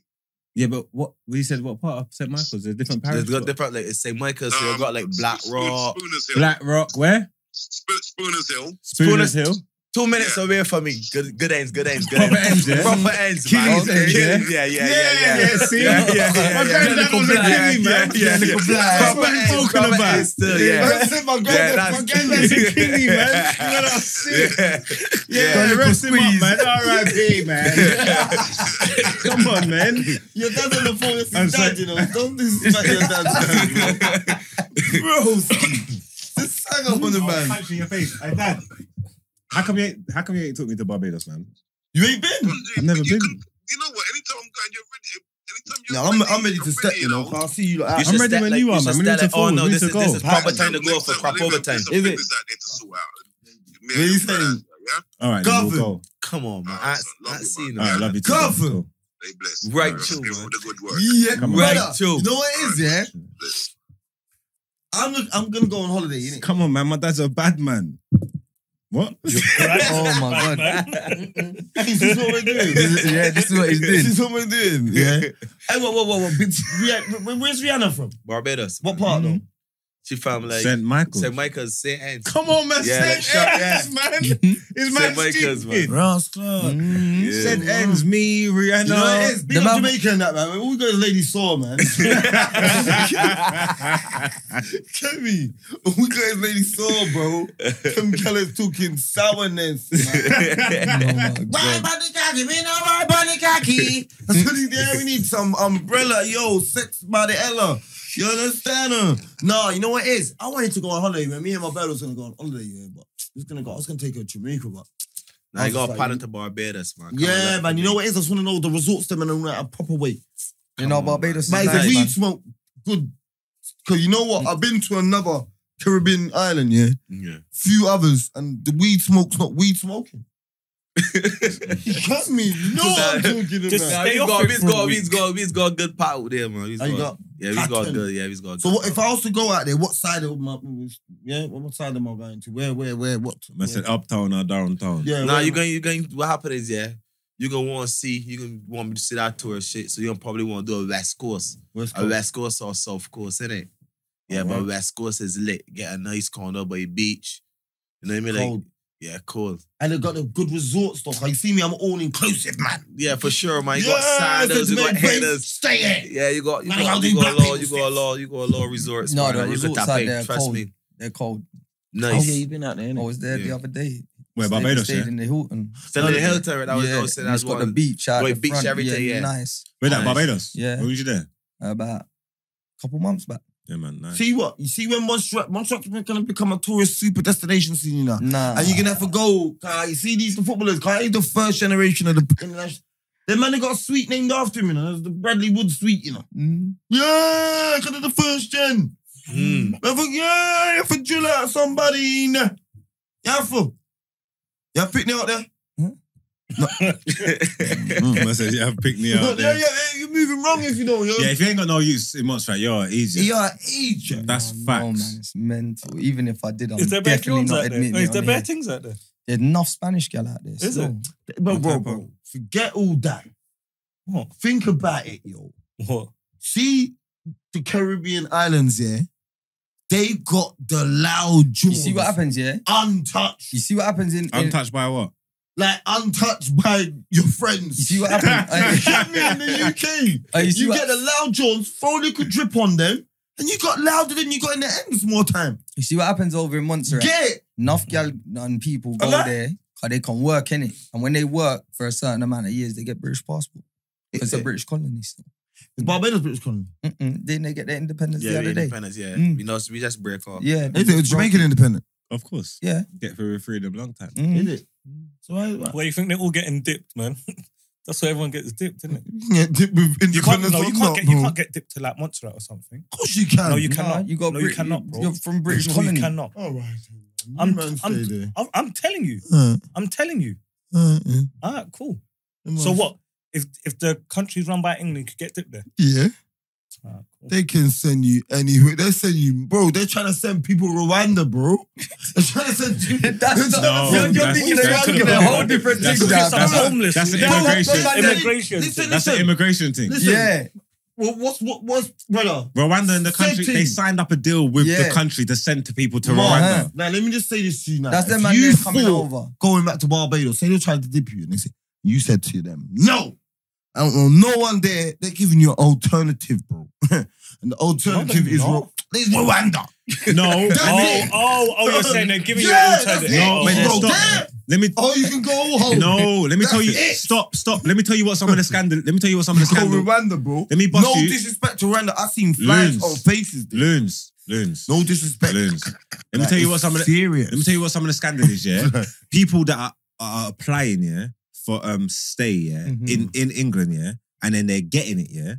Speaker 1: Yeah, but what we said, what part of St Michael's? There's different
Speaker 5: There's
Speaker 1: parishes.
Speaker 5: got different like it's St. Michael's. so
Speaker 6: Um,
Speaker 5: you've got like Black
Speaker 6: Spoon-
Speaker 5: Rock.
Speaker 6: Spooner's Hill.
Speaker 1: Black Rock, where?
Speaker 6: Sp- Spooner's Hill.
Speaker 1: Spooners Hill.
Speaker 5: Two minutes
Speaker 6: Yeah.
Speaker 5: away from me. Good, good ends, good ends, good
Speaker 1: Proper ends,
Speaker 5: ends.
Speaker 1: yeah?
Speaker 5: Proper ends,
Speaker 1: Killies
Speaker 5: man.
Speaker 1: ends, yeah?
Speaker 5: Killies, yeah, yeah, yeah, yeah,
Speaker 1: see?
Speaker 5: Yeah, yeah, yeah, yeah,
Speaker 1: My granddad was a
Speaker 5: yeah, yeah,
Speaker 1: Killie, man.
Speaker 5: yeah, yeah, yeah.
Speaker 1: Little black. That's what
Speaker 5: Proper
Speaker 1: we're
Speaker 5: ends,
Speaker 1: talking
Speaker 5: proper
Speaker 1: about.
Speaker 5: ends still, yeah.
Speaker 2: That's it, my
Speaker 5: Yeah,
Speaker 2: granddad-
Speaker 5: that's-
Speaker 2: my granddad's a king.
Speaker 1: Killie, man. You know what I'm saying?
Speaker 5: Yeah.
Speaker 1: Yeah,
Speaker 5: Yeah.
Speaker 1: rest him up, man. R.I.P., man. Come on, man.
Speaker 2: Your dad's on the phone. That's
Speaker 1: I'm
Speaker 2: his dad,
Speaker 1: sorry.
Speaker 2: you know. Don't disrespect your dad. Bro, just sang up on the man.
Speaker 1: in your face. Hey, Dad. How come you ain't, how come you ain't took me to Barbados, man?
Speaker 2: You ain't been.
Speaker 1: I've never
Speaker 6: you
Speaker 1: been.
Speaker 6: can- you know what? Anytime I'm going, you're ready. Anytime
Speaker 2: No,
Speaker 6: you're
Speaker 2: I'm,
Speaker 6: ready,
Speaker 2: I'm ready to
Speaker 6: you're
Speaker 2: step, you know. 'cause I see you like,
Speaker 5: You should
Speaker 1: ready
Speaker 5: step
Speaker 1: when
Speaker 5: like-
Speaker 1: you are, man.
Speaker 5: should
Speaker 1: We need
Speaker 5: step
Speaker 1: to
Speaker 5: like, oh
Speaker 1: forward.
Speaker 5: no,
Speaker 1: We need
Speaker 5: this
Speaker 1: to
Speaker 5: is this
Speaker 1: go.
Speaker 5: is proper
Speaker 6: Next
Speaker 5: time to go
Speaker 6: next
Speaker 5: for
Speaker 6: time,
Speaker 5: crop
Speaker 6: we'll leave
Speaker 5: over
Speaker 6: it-
Speaker 5: time.
Speaker 6: there's some
Speaker 2: Is it?
Speaker 6: business out there to sort out. Me
Speaker 2: What
Speaker 6: and
Speaker 2: you
Speaker 6: your
Speaker 2: saying?
Speaker 6: friends, Yeah,
Speaker 1: All right, then we'll
Speaker 2: Govern.
Speaker 1: go.
Speaker 5: Come on, man. I, I seen
Speaker 1: All right,
Speaker 5: it.
Speaker 1: love you too.
Speaker 2: Govern.
Speaker 1: That's cool.
Speaker 6: they bless.
Speaker 5: Right,
Speaker 6: Bless
Speaker 5: too,
Speaker 6: people
Speaker 5: man.
Speaker 6: with the good work.
Speaker 2: yeah,
Speaker 1: Come on.
Speaker 2: brother.
Speaker 5: Right, too.
Speaker 2: You know what it is, yeah?
Speaker 6: Bless.
Speaker 2: I'm, look, I'm gonna go on holiday, innit?
Speaker 1: Come on, man. My dad's a bad man. What?
Speaker 4: Oh my god.
Speaker 2: this is what we're doing.
Speaker 4: This is- yeah, this is what he's doing.
Speaker 2: This is what we're doing. Yeah. hey, whoa, whoa, whoa, whoa. bitch, Rih- where- Where's Rihanna from?
Speaker 5: Barbados.
Speaker 2: What part though?
Speaker 5: She from like
Speaker 1: St. Michael.
Speaker 5: St. Michael's, St. Anne's.
Speaker 1: Come on, man.
Speaker 5: Yeah, like shot, yeah.
Speaker 1: man. It's
Speaker 5: St. Michael's, man.
Speaker 2: Ross
Speaker 4: Mm.
Speaker 5: Yeah.
Speaker 1: Said ends, me, Rihanna.
Speaker 2: You know what it is? Big
Speaker 4: The
Speaker 2: up
Speaker 4: man-
Speaker 2: Jamaica and that, man. All we got is Lady Saw, man. Get me? All we got is Lady Saw, bro. Them colors talking sourness, man.
Speaker 4: Oh my god.
Speaker 2: bunny khaki? We know why bunny khaki. yeah, we need some umbrella, yo, sex by the Ella. You understand? Her? No, you know what it is? I wanted to go on holiday, man. Me and my brother was gonna go on holiday, yeah, but it's gonna go. I was gonna take her to Jamaica, but
Speaker 5: Now you got a pattern to Barbados, man. Come on,
Speaker 2: yeah,
Speaker 5: look.
Speaker 2: man. You know what it is? I just wanna know the resorts them and all that a proper way.
Speaker 4: You know, Barbados is
Speaker 2: Man, if the
Speaker 4: nice,
Speaker 2: weed
Speaker 4: man.
Speaker 2: smoke good. Cause you know what? I've been to another Caribbean island, yeah.
Speaker 5: Yeah.
Speaker 2: Few others, and the weed smoke's not weed smoking. you got me. You know what I'm talking about.
Speaker 3: Just
Speaker 5: Nah,
Speaker 3: Stay
Speaker 5: we
Speaker 3: off
Speaker 5: got,
Speaker 3: it
Speaker 5: we
Speaker 3: for a
Speaker 5: got, we
Speaker 3: week.
Speaker 5: got, we got good pot out there, man. We
Speaker 2: And you
Speaker 5: got, yeah, we got
Speaker 2: pattern.
Speaker 5: good, yeah, we got.
Speaker 2: So
Speaker 5: good
Speaker 2: what if
Speaker 5: pot.
Speaker 2: I was to go out there? What side of my yeah? What side am I going to? Where, where, where? What?
Speaker 1: Man said uptown or downtown.
Speaker 2: yeah.
Speaker 5: Now
Speaker 2: where-
Speaker 5: you're going, you're going. What happened is, yeah, you're gonna want to see, you're gonna want me to see that tour shit. So you're gonna probably want to do a West Coast,
Speaker 2: West
Speaker 5: a
Speaker 4: Oh.
Speaker 2: Coast.
Speaker 5: West Coast or South Coast, innit? Yeah,
Speaker 1: Alright.
Speaker 4: Uh-huh.
Speaker 5: but West Coast is lit. Get a nice corner by the beach. You know what I mean? Like,
Speaker 2: Cold.
Speaker 5: yeah, cold.
Speaker 2: and they got the good resort stuff. Like, you see me, I'm all inclusive, man.
Speaker 5: Yeah, for sure, man. You
Speaker 2: Yes,
Speaker 5: got sandals, you
Speaker 2: it's
Speaker 5: got
Speaker 2: my place.
Speaker 5: headers.
Speaker 2: Stay here.
Speaker 5: Yeah, you got, you
Speaker 2: Man, I
Speaker 5: got,
Speaker 2: gotta
Speaker 5: you
Speaker 2: do
Speaker 5: got a
Speaker 2: black
Speaker 5: lot, you
Speaker 2: people
Speaker 5: got a lot, you got a lot of resorts.
Speaker 4: No,
Speaker 5: man,
Speaker 4: the
Speaker 5: that you could
Speaker 4: resorts
Speaker 5: tap
Speaker 4: out
Speaker 5: in,
Speaker 4: there are
Speaker 5: Trust
Speaker 4: cold. Oh,
Speaker 5: me,
Speaker 4: They're cold.
Speaker 5: nice.
Speaker 2: been out there,
Speaker 4: I was there the
Speaker 5: Yeah.
Speaker 4: other day.
Speaker 1: Where,
Speaker 4: Stayed-
Speaker 1: Barbados,
Speaker 4: Stayed
Speaker 1: yeah?
Speaker 4: in the Hilton.
Speaker 5: So the hill turret, that was
Speaker 4: yeah,
Speaker 5: yeah, saying
Speaker 4: and
Speaker 5: that's
Speaker 4: it's got
Speaker 5: what.
Speaker 4: the beach out
Speaker 5: Wait,
Speaker 4: the
Speaker 5: beach,
Speaker 4: front.
Speaker 5: everything, yeah.
Speaker 4: nice.
Speaker 1: Where that,
Speaker 5: Nice.
Speaker 1: Barbados?
Speaker 4: Yeah.
Speaker 1: Where was you there?
Speaker 4: About a couple months back.
Speaker 1: Yeah, man. Nice.
Speaker 2: See what? You see when Montserrat, Montserrat is going to become a tourist super destination soon, you know?
Speaker 4: Nah.
Speaker 2: And you're going to have to go. Kai. You see these footballers, Kai, the first generation of the international. The man that got a sweet named after him, you know? That's the Bradley Wood sweet, you know?
Speaker 4: Mm.
Speaker 2: Yeah, because of the first gen.
Speaker 5: Mm.
Speaker 2: I think, yeah, you have to drill out somebody in there. You have to. You have to pick me out there.
Speaker 1: Mm, Man says, yeah, pick me
Speaker 2: Yeah,
Speaker 1: out.
Speaker 2: yeah,
Speaker 1: there.
Speaker 2: yeah, you're moving wrong if you don't. You're,
Speaker 1: Yeah, if you ain't got no use in Montserrat, you're easy.
Speaker 2: You're Egypt.
Speaker 1: That's
Speaker 4: no,
Speaker 1: facts.
Speaker 4: No, man, it's mental. Even if I did, I'm
Speaker 3: Is there better
Speaker 4: definitely
Speaker 3: films out
Speaker 4: not
Speaker 3: there?
Speaker 4: admitting it.
Speaker 3: Is there
Speaker 4: on
Speaker 3: better
Speaker 4: here.
Speaker 3: things out there?
Speaker 4: There's enough Spanish gal out there.
Speaker 3: Is
Speaker 4: still.
Speaker 2: Bro, bro,
Speaker 1: Okay,
Speaker 2: bro, forget all that.
Speaker 3: What?
Speaker 2: Think about it, yo.
Speaker 3: What?
Speaker 2: See the Caribbean islands, yeah? They got the loud
Speaker 4: You
Speaker 2: jaws.
Speaker 4: see what happens, yeah?
Speaker 2: Untouched.
Speaker 4: You see what happens in. in
Speaker 1: Untouched by what?
Speaker 2: Like, untouched by your friends.
Speaker 4: you see what happens.
Speaker 2: You get me in the UK.
Speaker 4: Uh, you see
Speaker 2: You
Speaker 4: what-
Speaker 2: get the loud jaws, throw a little drip on them, and you got louder than you got in the ends more time.
Speaker 4: You see what happens over in Montserrat?
Speaker 2: Get it?
Speaker 4: Enough gal
Speaker 1: Mm-hmm.
Speaker 4: and people go
Speaker 2: Alright.
Speaker 4: there because they can work in it, and when they work for a certain amount of years, they get British passport. It's a
Speaker 2: Yeah.
Speaker 4: British colony still.
Speaker 2: It's Barbados British colony.
Speaker 4: Mm-mm. Didn't they get their independence the
Speaker 5: Yeah,
Speaker 4: other
Speaker 5: we
Speaker 4: day?
Speaker 5: independence. Yeah,
Speaker 4: Mm.
Speaker 5: we know we just break off.
Speaker 4: Yeah,
Speaker 2: Is it? It's Jamaican independent.
Speaker 1: Of course.
Speaker 4: Yeah.
Speaker 1: Get through with freedom long time.
Speaker 4: Mm.
Speaker 2: it? So I, I
Speaker 3: Well, you think they're all getting dipped, man. That's why everyone gets dipped, isn't it?
Speaker 2: yeah, dip with
Speaker 3: You can't,
Speaker 2: independence.
Speaker 3: no, you
Speaker 2: I'm
Speaker 3: can't
Speaker 2: not,
Speaker 3: get you
Speaker 2: bro.
Speaker 3: can't get dipped to like Montserrat or something.
Speaker 2: Of course you can.
Speaker 3: No, you
Speaker 4: Nah,
Speaker 3: cannot.
Speaker 4: You got
Speaker 3: no,
Speaker 4: Brit-
Speaker 3: you cannot, bro.
Speaker 4: You're from British
Speaker 3: No,
Speaker 4: colony.
Speaker 3: you cannot.
Speaker 2: All right.
Speaker 3: I'm-
Speaker 2: man
Speaker 3: I'm-
Speaker 2: stay there.
Speaker 3: I'm, I'm telling you.
Speaker 2: Uh,
Speaker 3: I'm telling you.
Speaker 2: uh, yeah.
Speaker 3: All right, cool.
Speaker 2: Come
Speaker 3: So
Speaker 2: on.
Speaker 3: what? If if the country's run by England, could get dipped there.
Speaker 2: Yeah,
Speaker 3: All right, cool.
Speaker 2: they can send you anywhere. They send you, bro. They're trying to send people Rwanda, bro. They're trying to send you.
Speaker 4: That's
Speaker 2: No,
Speaker 4: not. You're, you're
Speaker 1: that's-
Speaker 4: thinking
Speaker 1: that's
Speaker 4: about
Speaker 1: could've
Speaker 4: a
Speaker 1: been-
Speaker 4: whole different
Speaker 1: that's-
Speaker 4: thing.
Speaker 3: that's-
Speaker 4: Dad.
Speaker 3: that's-
Speaker 4: That's-
Speaker 3: homeless.
Speaker 1: That's an
Speaker 3: No,
Speaker 1: immigration
Speaker 2: that's-
Speaker 1: thing.
Speaker 2: that's-
Speaker 3: Immigration.
Speaker 2: Listen,
Speaker 1: That's an
Speaker 2: listen.
Speaker 1: immigration thing.
Speaker 2: Listen.
Speaker 4: Yeah,
Speaker 2: Well, what's what what's brother?
Speaker 1: Rwanda and the country,
Speaker 2: Setting.
Speaker 1: they signed up a deal with the
Speaker 4: Yeah.
Speaker 1: country to send to people to
Speaker 4: Right,
Speaker 1: Rwanda.
Speaker 4: huh?
Speaker 2: Now let me just say this to you now.
Speaker 4: that's
Speaker 2: If
Speaker 4: them man
Speaker 2: you
Speaker 4: there coming
Speaker 2: thought
Speaker 4: over.
Speaker 2: Going back to Barbados, say they tried to dip you, and they said you said to them, no. I don't know. No one there. They're giving you an alternative, bro. and the alternative is,
Speaker 3: not.
Speaker 2: Ro- is Rwanda.
Speaker 1: No,
Speaker 2: That's
Speaker 3: Oh,
Speaker 2: it.
Speaker 3: oh, oh! You're saying they're giving
Speaker 2: Yeah,
Speaker 3: you an alternative.
Speaker 2: that's it.
Speaker 3: Oh,
Speaker 1: Wait,
Speaker 3: oh,
Speaker 2: bro,
Speaker 1: stop.
Speaker 2: there-
Speaker 1: let me.
Speaker 2: Or Oh, you can go home.
Speaker 1: No, let me
Speaker 2: That's
Speaker 1: tell you.
Speaker 2: it.
Speaker 1: Stop, stop. Let me tell you what some of the scandal. Let me tell you what some of the
Speaker 2: Go
Speaker 1: scandal.
Speaker 2: Rwanda, bro.
Speaker 1: Let me bust
Speaker 2: no
Speaker 1: you.
Speaker 2: disrespect to Rwanda. I've seen flags
Speaker 1: Loons.
Speaker 2: on faces. dude.
Speaker 1: Loons, loons,
Speaker 2: No disrespect.
Speaker 1: loons. Let me tell you what some of the.
Speaker 2: serious.
Speaker 1: Let me tell you what some of the scandal is, yeah? People that are, are applying, yeah, for um stay, yeah,
Speaker 2: Mm-hmm.
Speaker 4: Mhm.
Speaker 1: in, in England, yeah, and then they're getting it, yeah,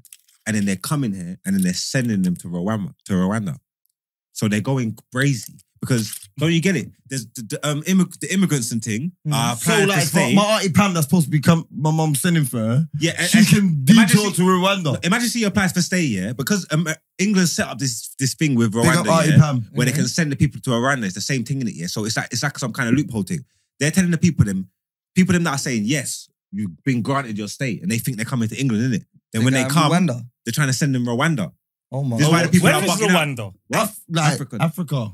Speaker 1: and then they're coming here and then they're sending them to Rwanda, to Rwanda. So they're going crazy because don't you get it? There's the, the, um, immig- the immigrants and thing are
Speaker 2: Mm-hmm. So
Speaker 1: applying
Speaker 2: like
Speaker 1: for
Speaker 2: for
Speaker 1: stay.
Speaker 2: my auntie Pam that's supposed to become my mum sending for her.
Speaker 1: yeah, and-
Speaker 2: she
Speaker 1: and-
Speaker 2: can
Speaker 1: Eh, imagine
Speaker 2: detour
Speaker 1: she-
Speaker 2: to Rwanda.
Speaker 1: imagine she applies for stay, yeah, because um, England set up this this thing with
Speaker 2: Big up
Speaker 1: Rwanda,
Speaker 2: auntie
Speaker 1: yeah,
Speaker 2: Pam.
Speaker 1: where they can send the people to Iran. It's the same thing in it, yeah. So it's like it's like some kind of loophole thing. They're telling the people them, people them that are saying yes, you've been granted your stay, and they think they're coming to England, innit? Then when
Speaker 4: guy
Speaker 1: they
Speaker 4: in
Speaker 1: come,
Speaker 4: Rwanda.
Speaker 1: they're trying to send them Rwanda.
Speaker 4: Oh my
Speaker 1: This is why the
Speaker 4: god.
Speaker 1: people
Speaker 3: Where
Speaker 1: are
Speaker 3: is
Speaker 1: bucking up.
Speaker 3: Rwanda?
Speaker 2: Af- like,
Speaker 1: Africa.
Speaker 2: Africa.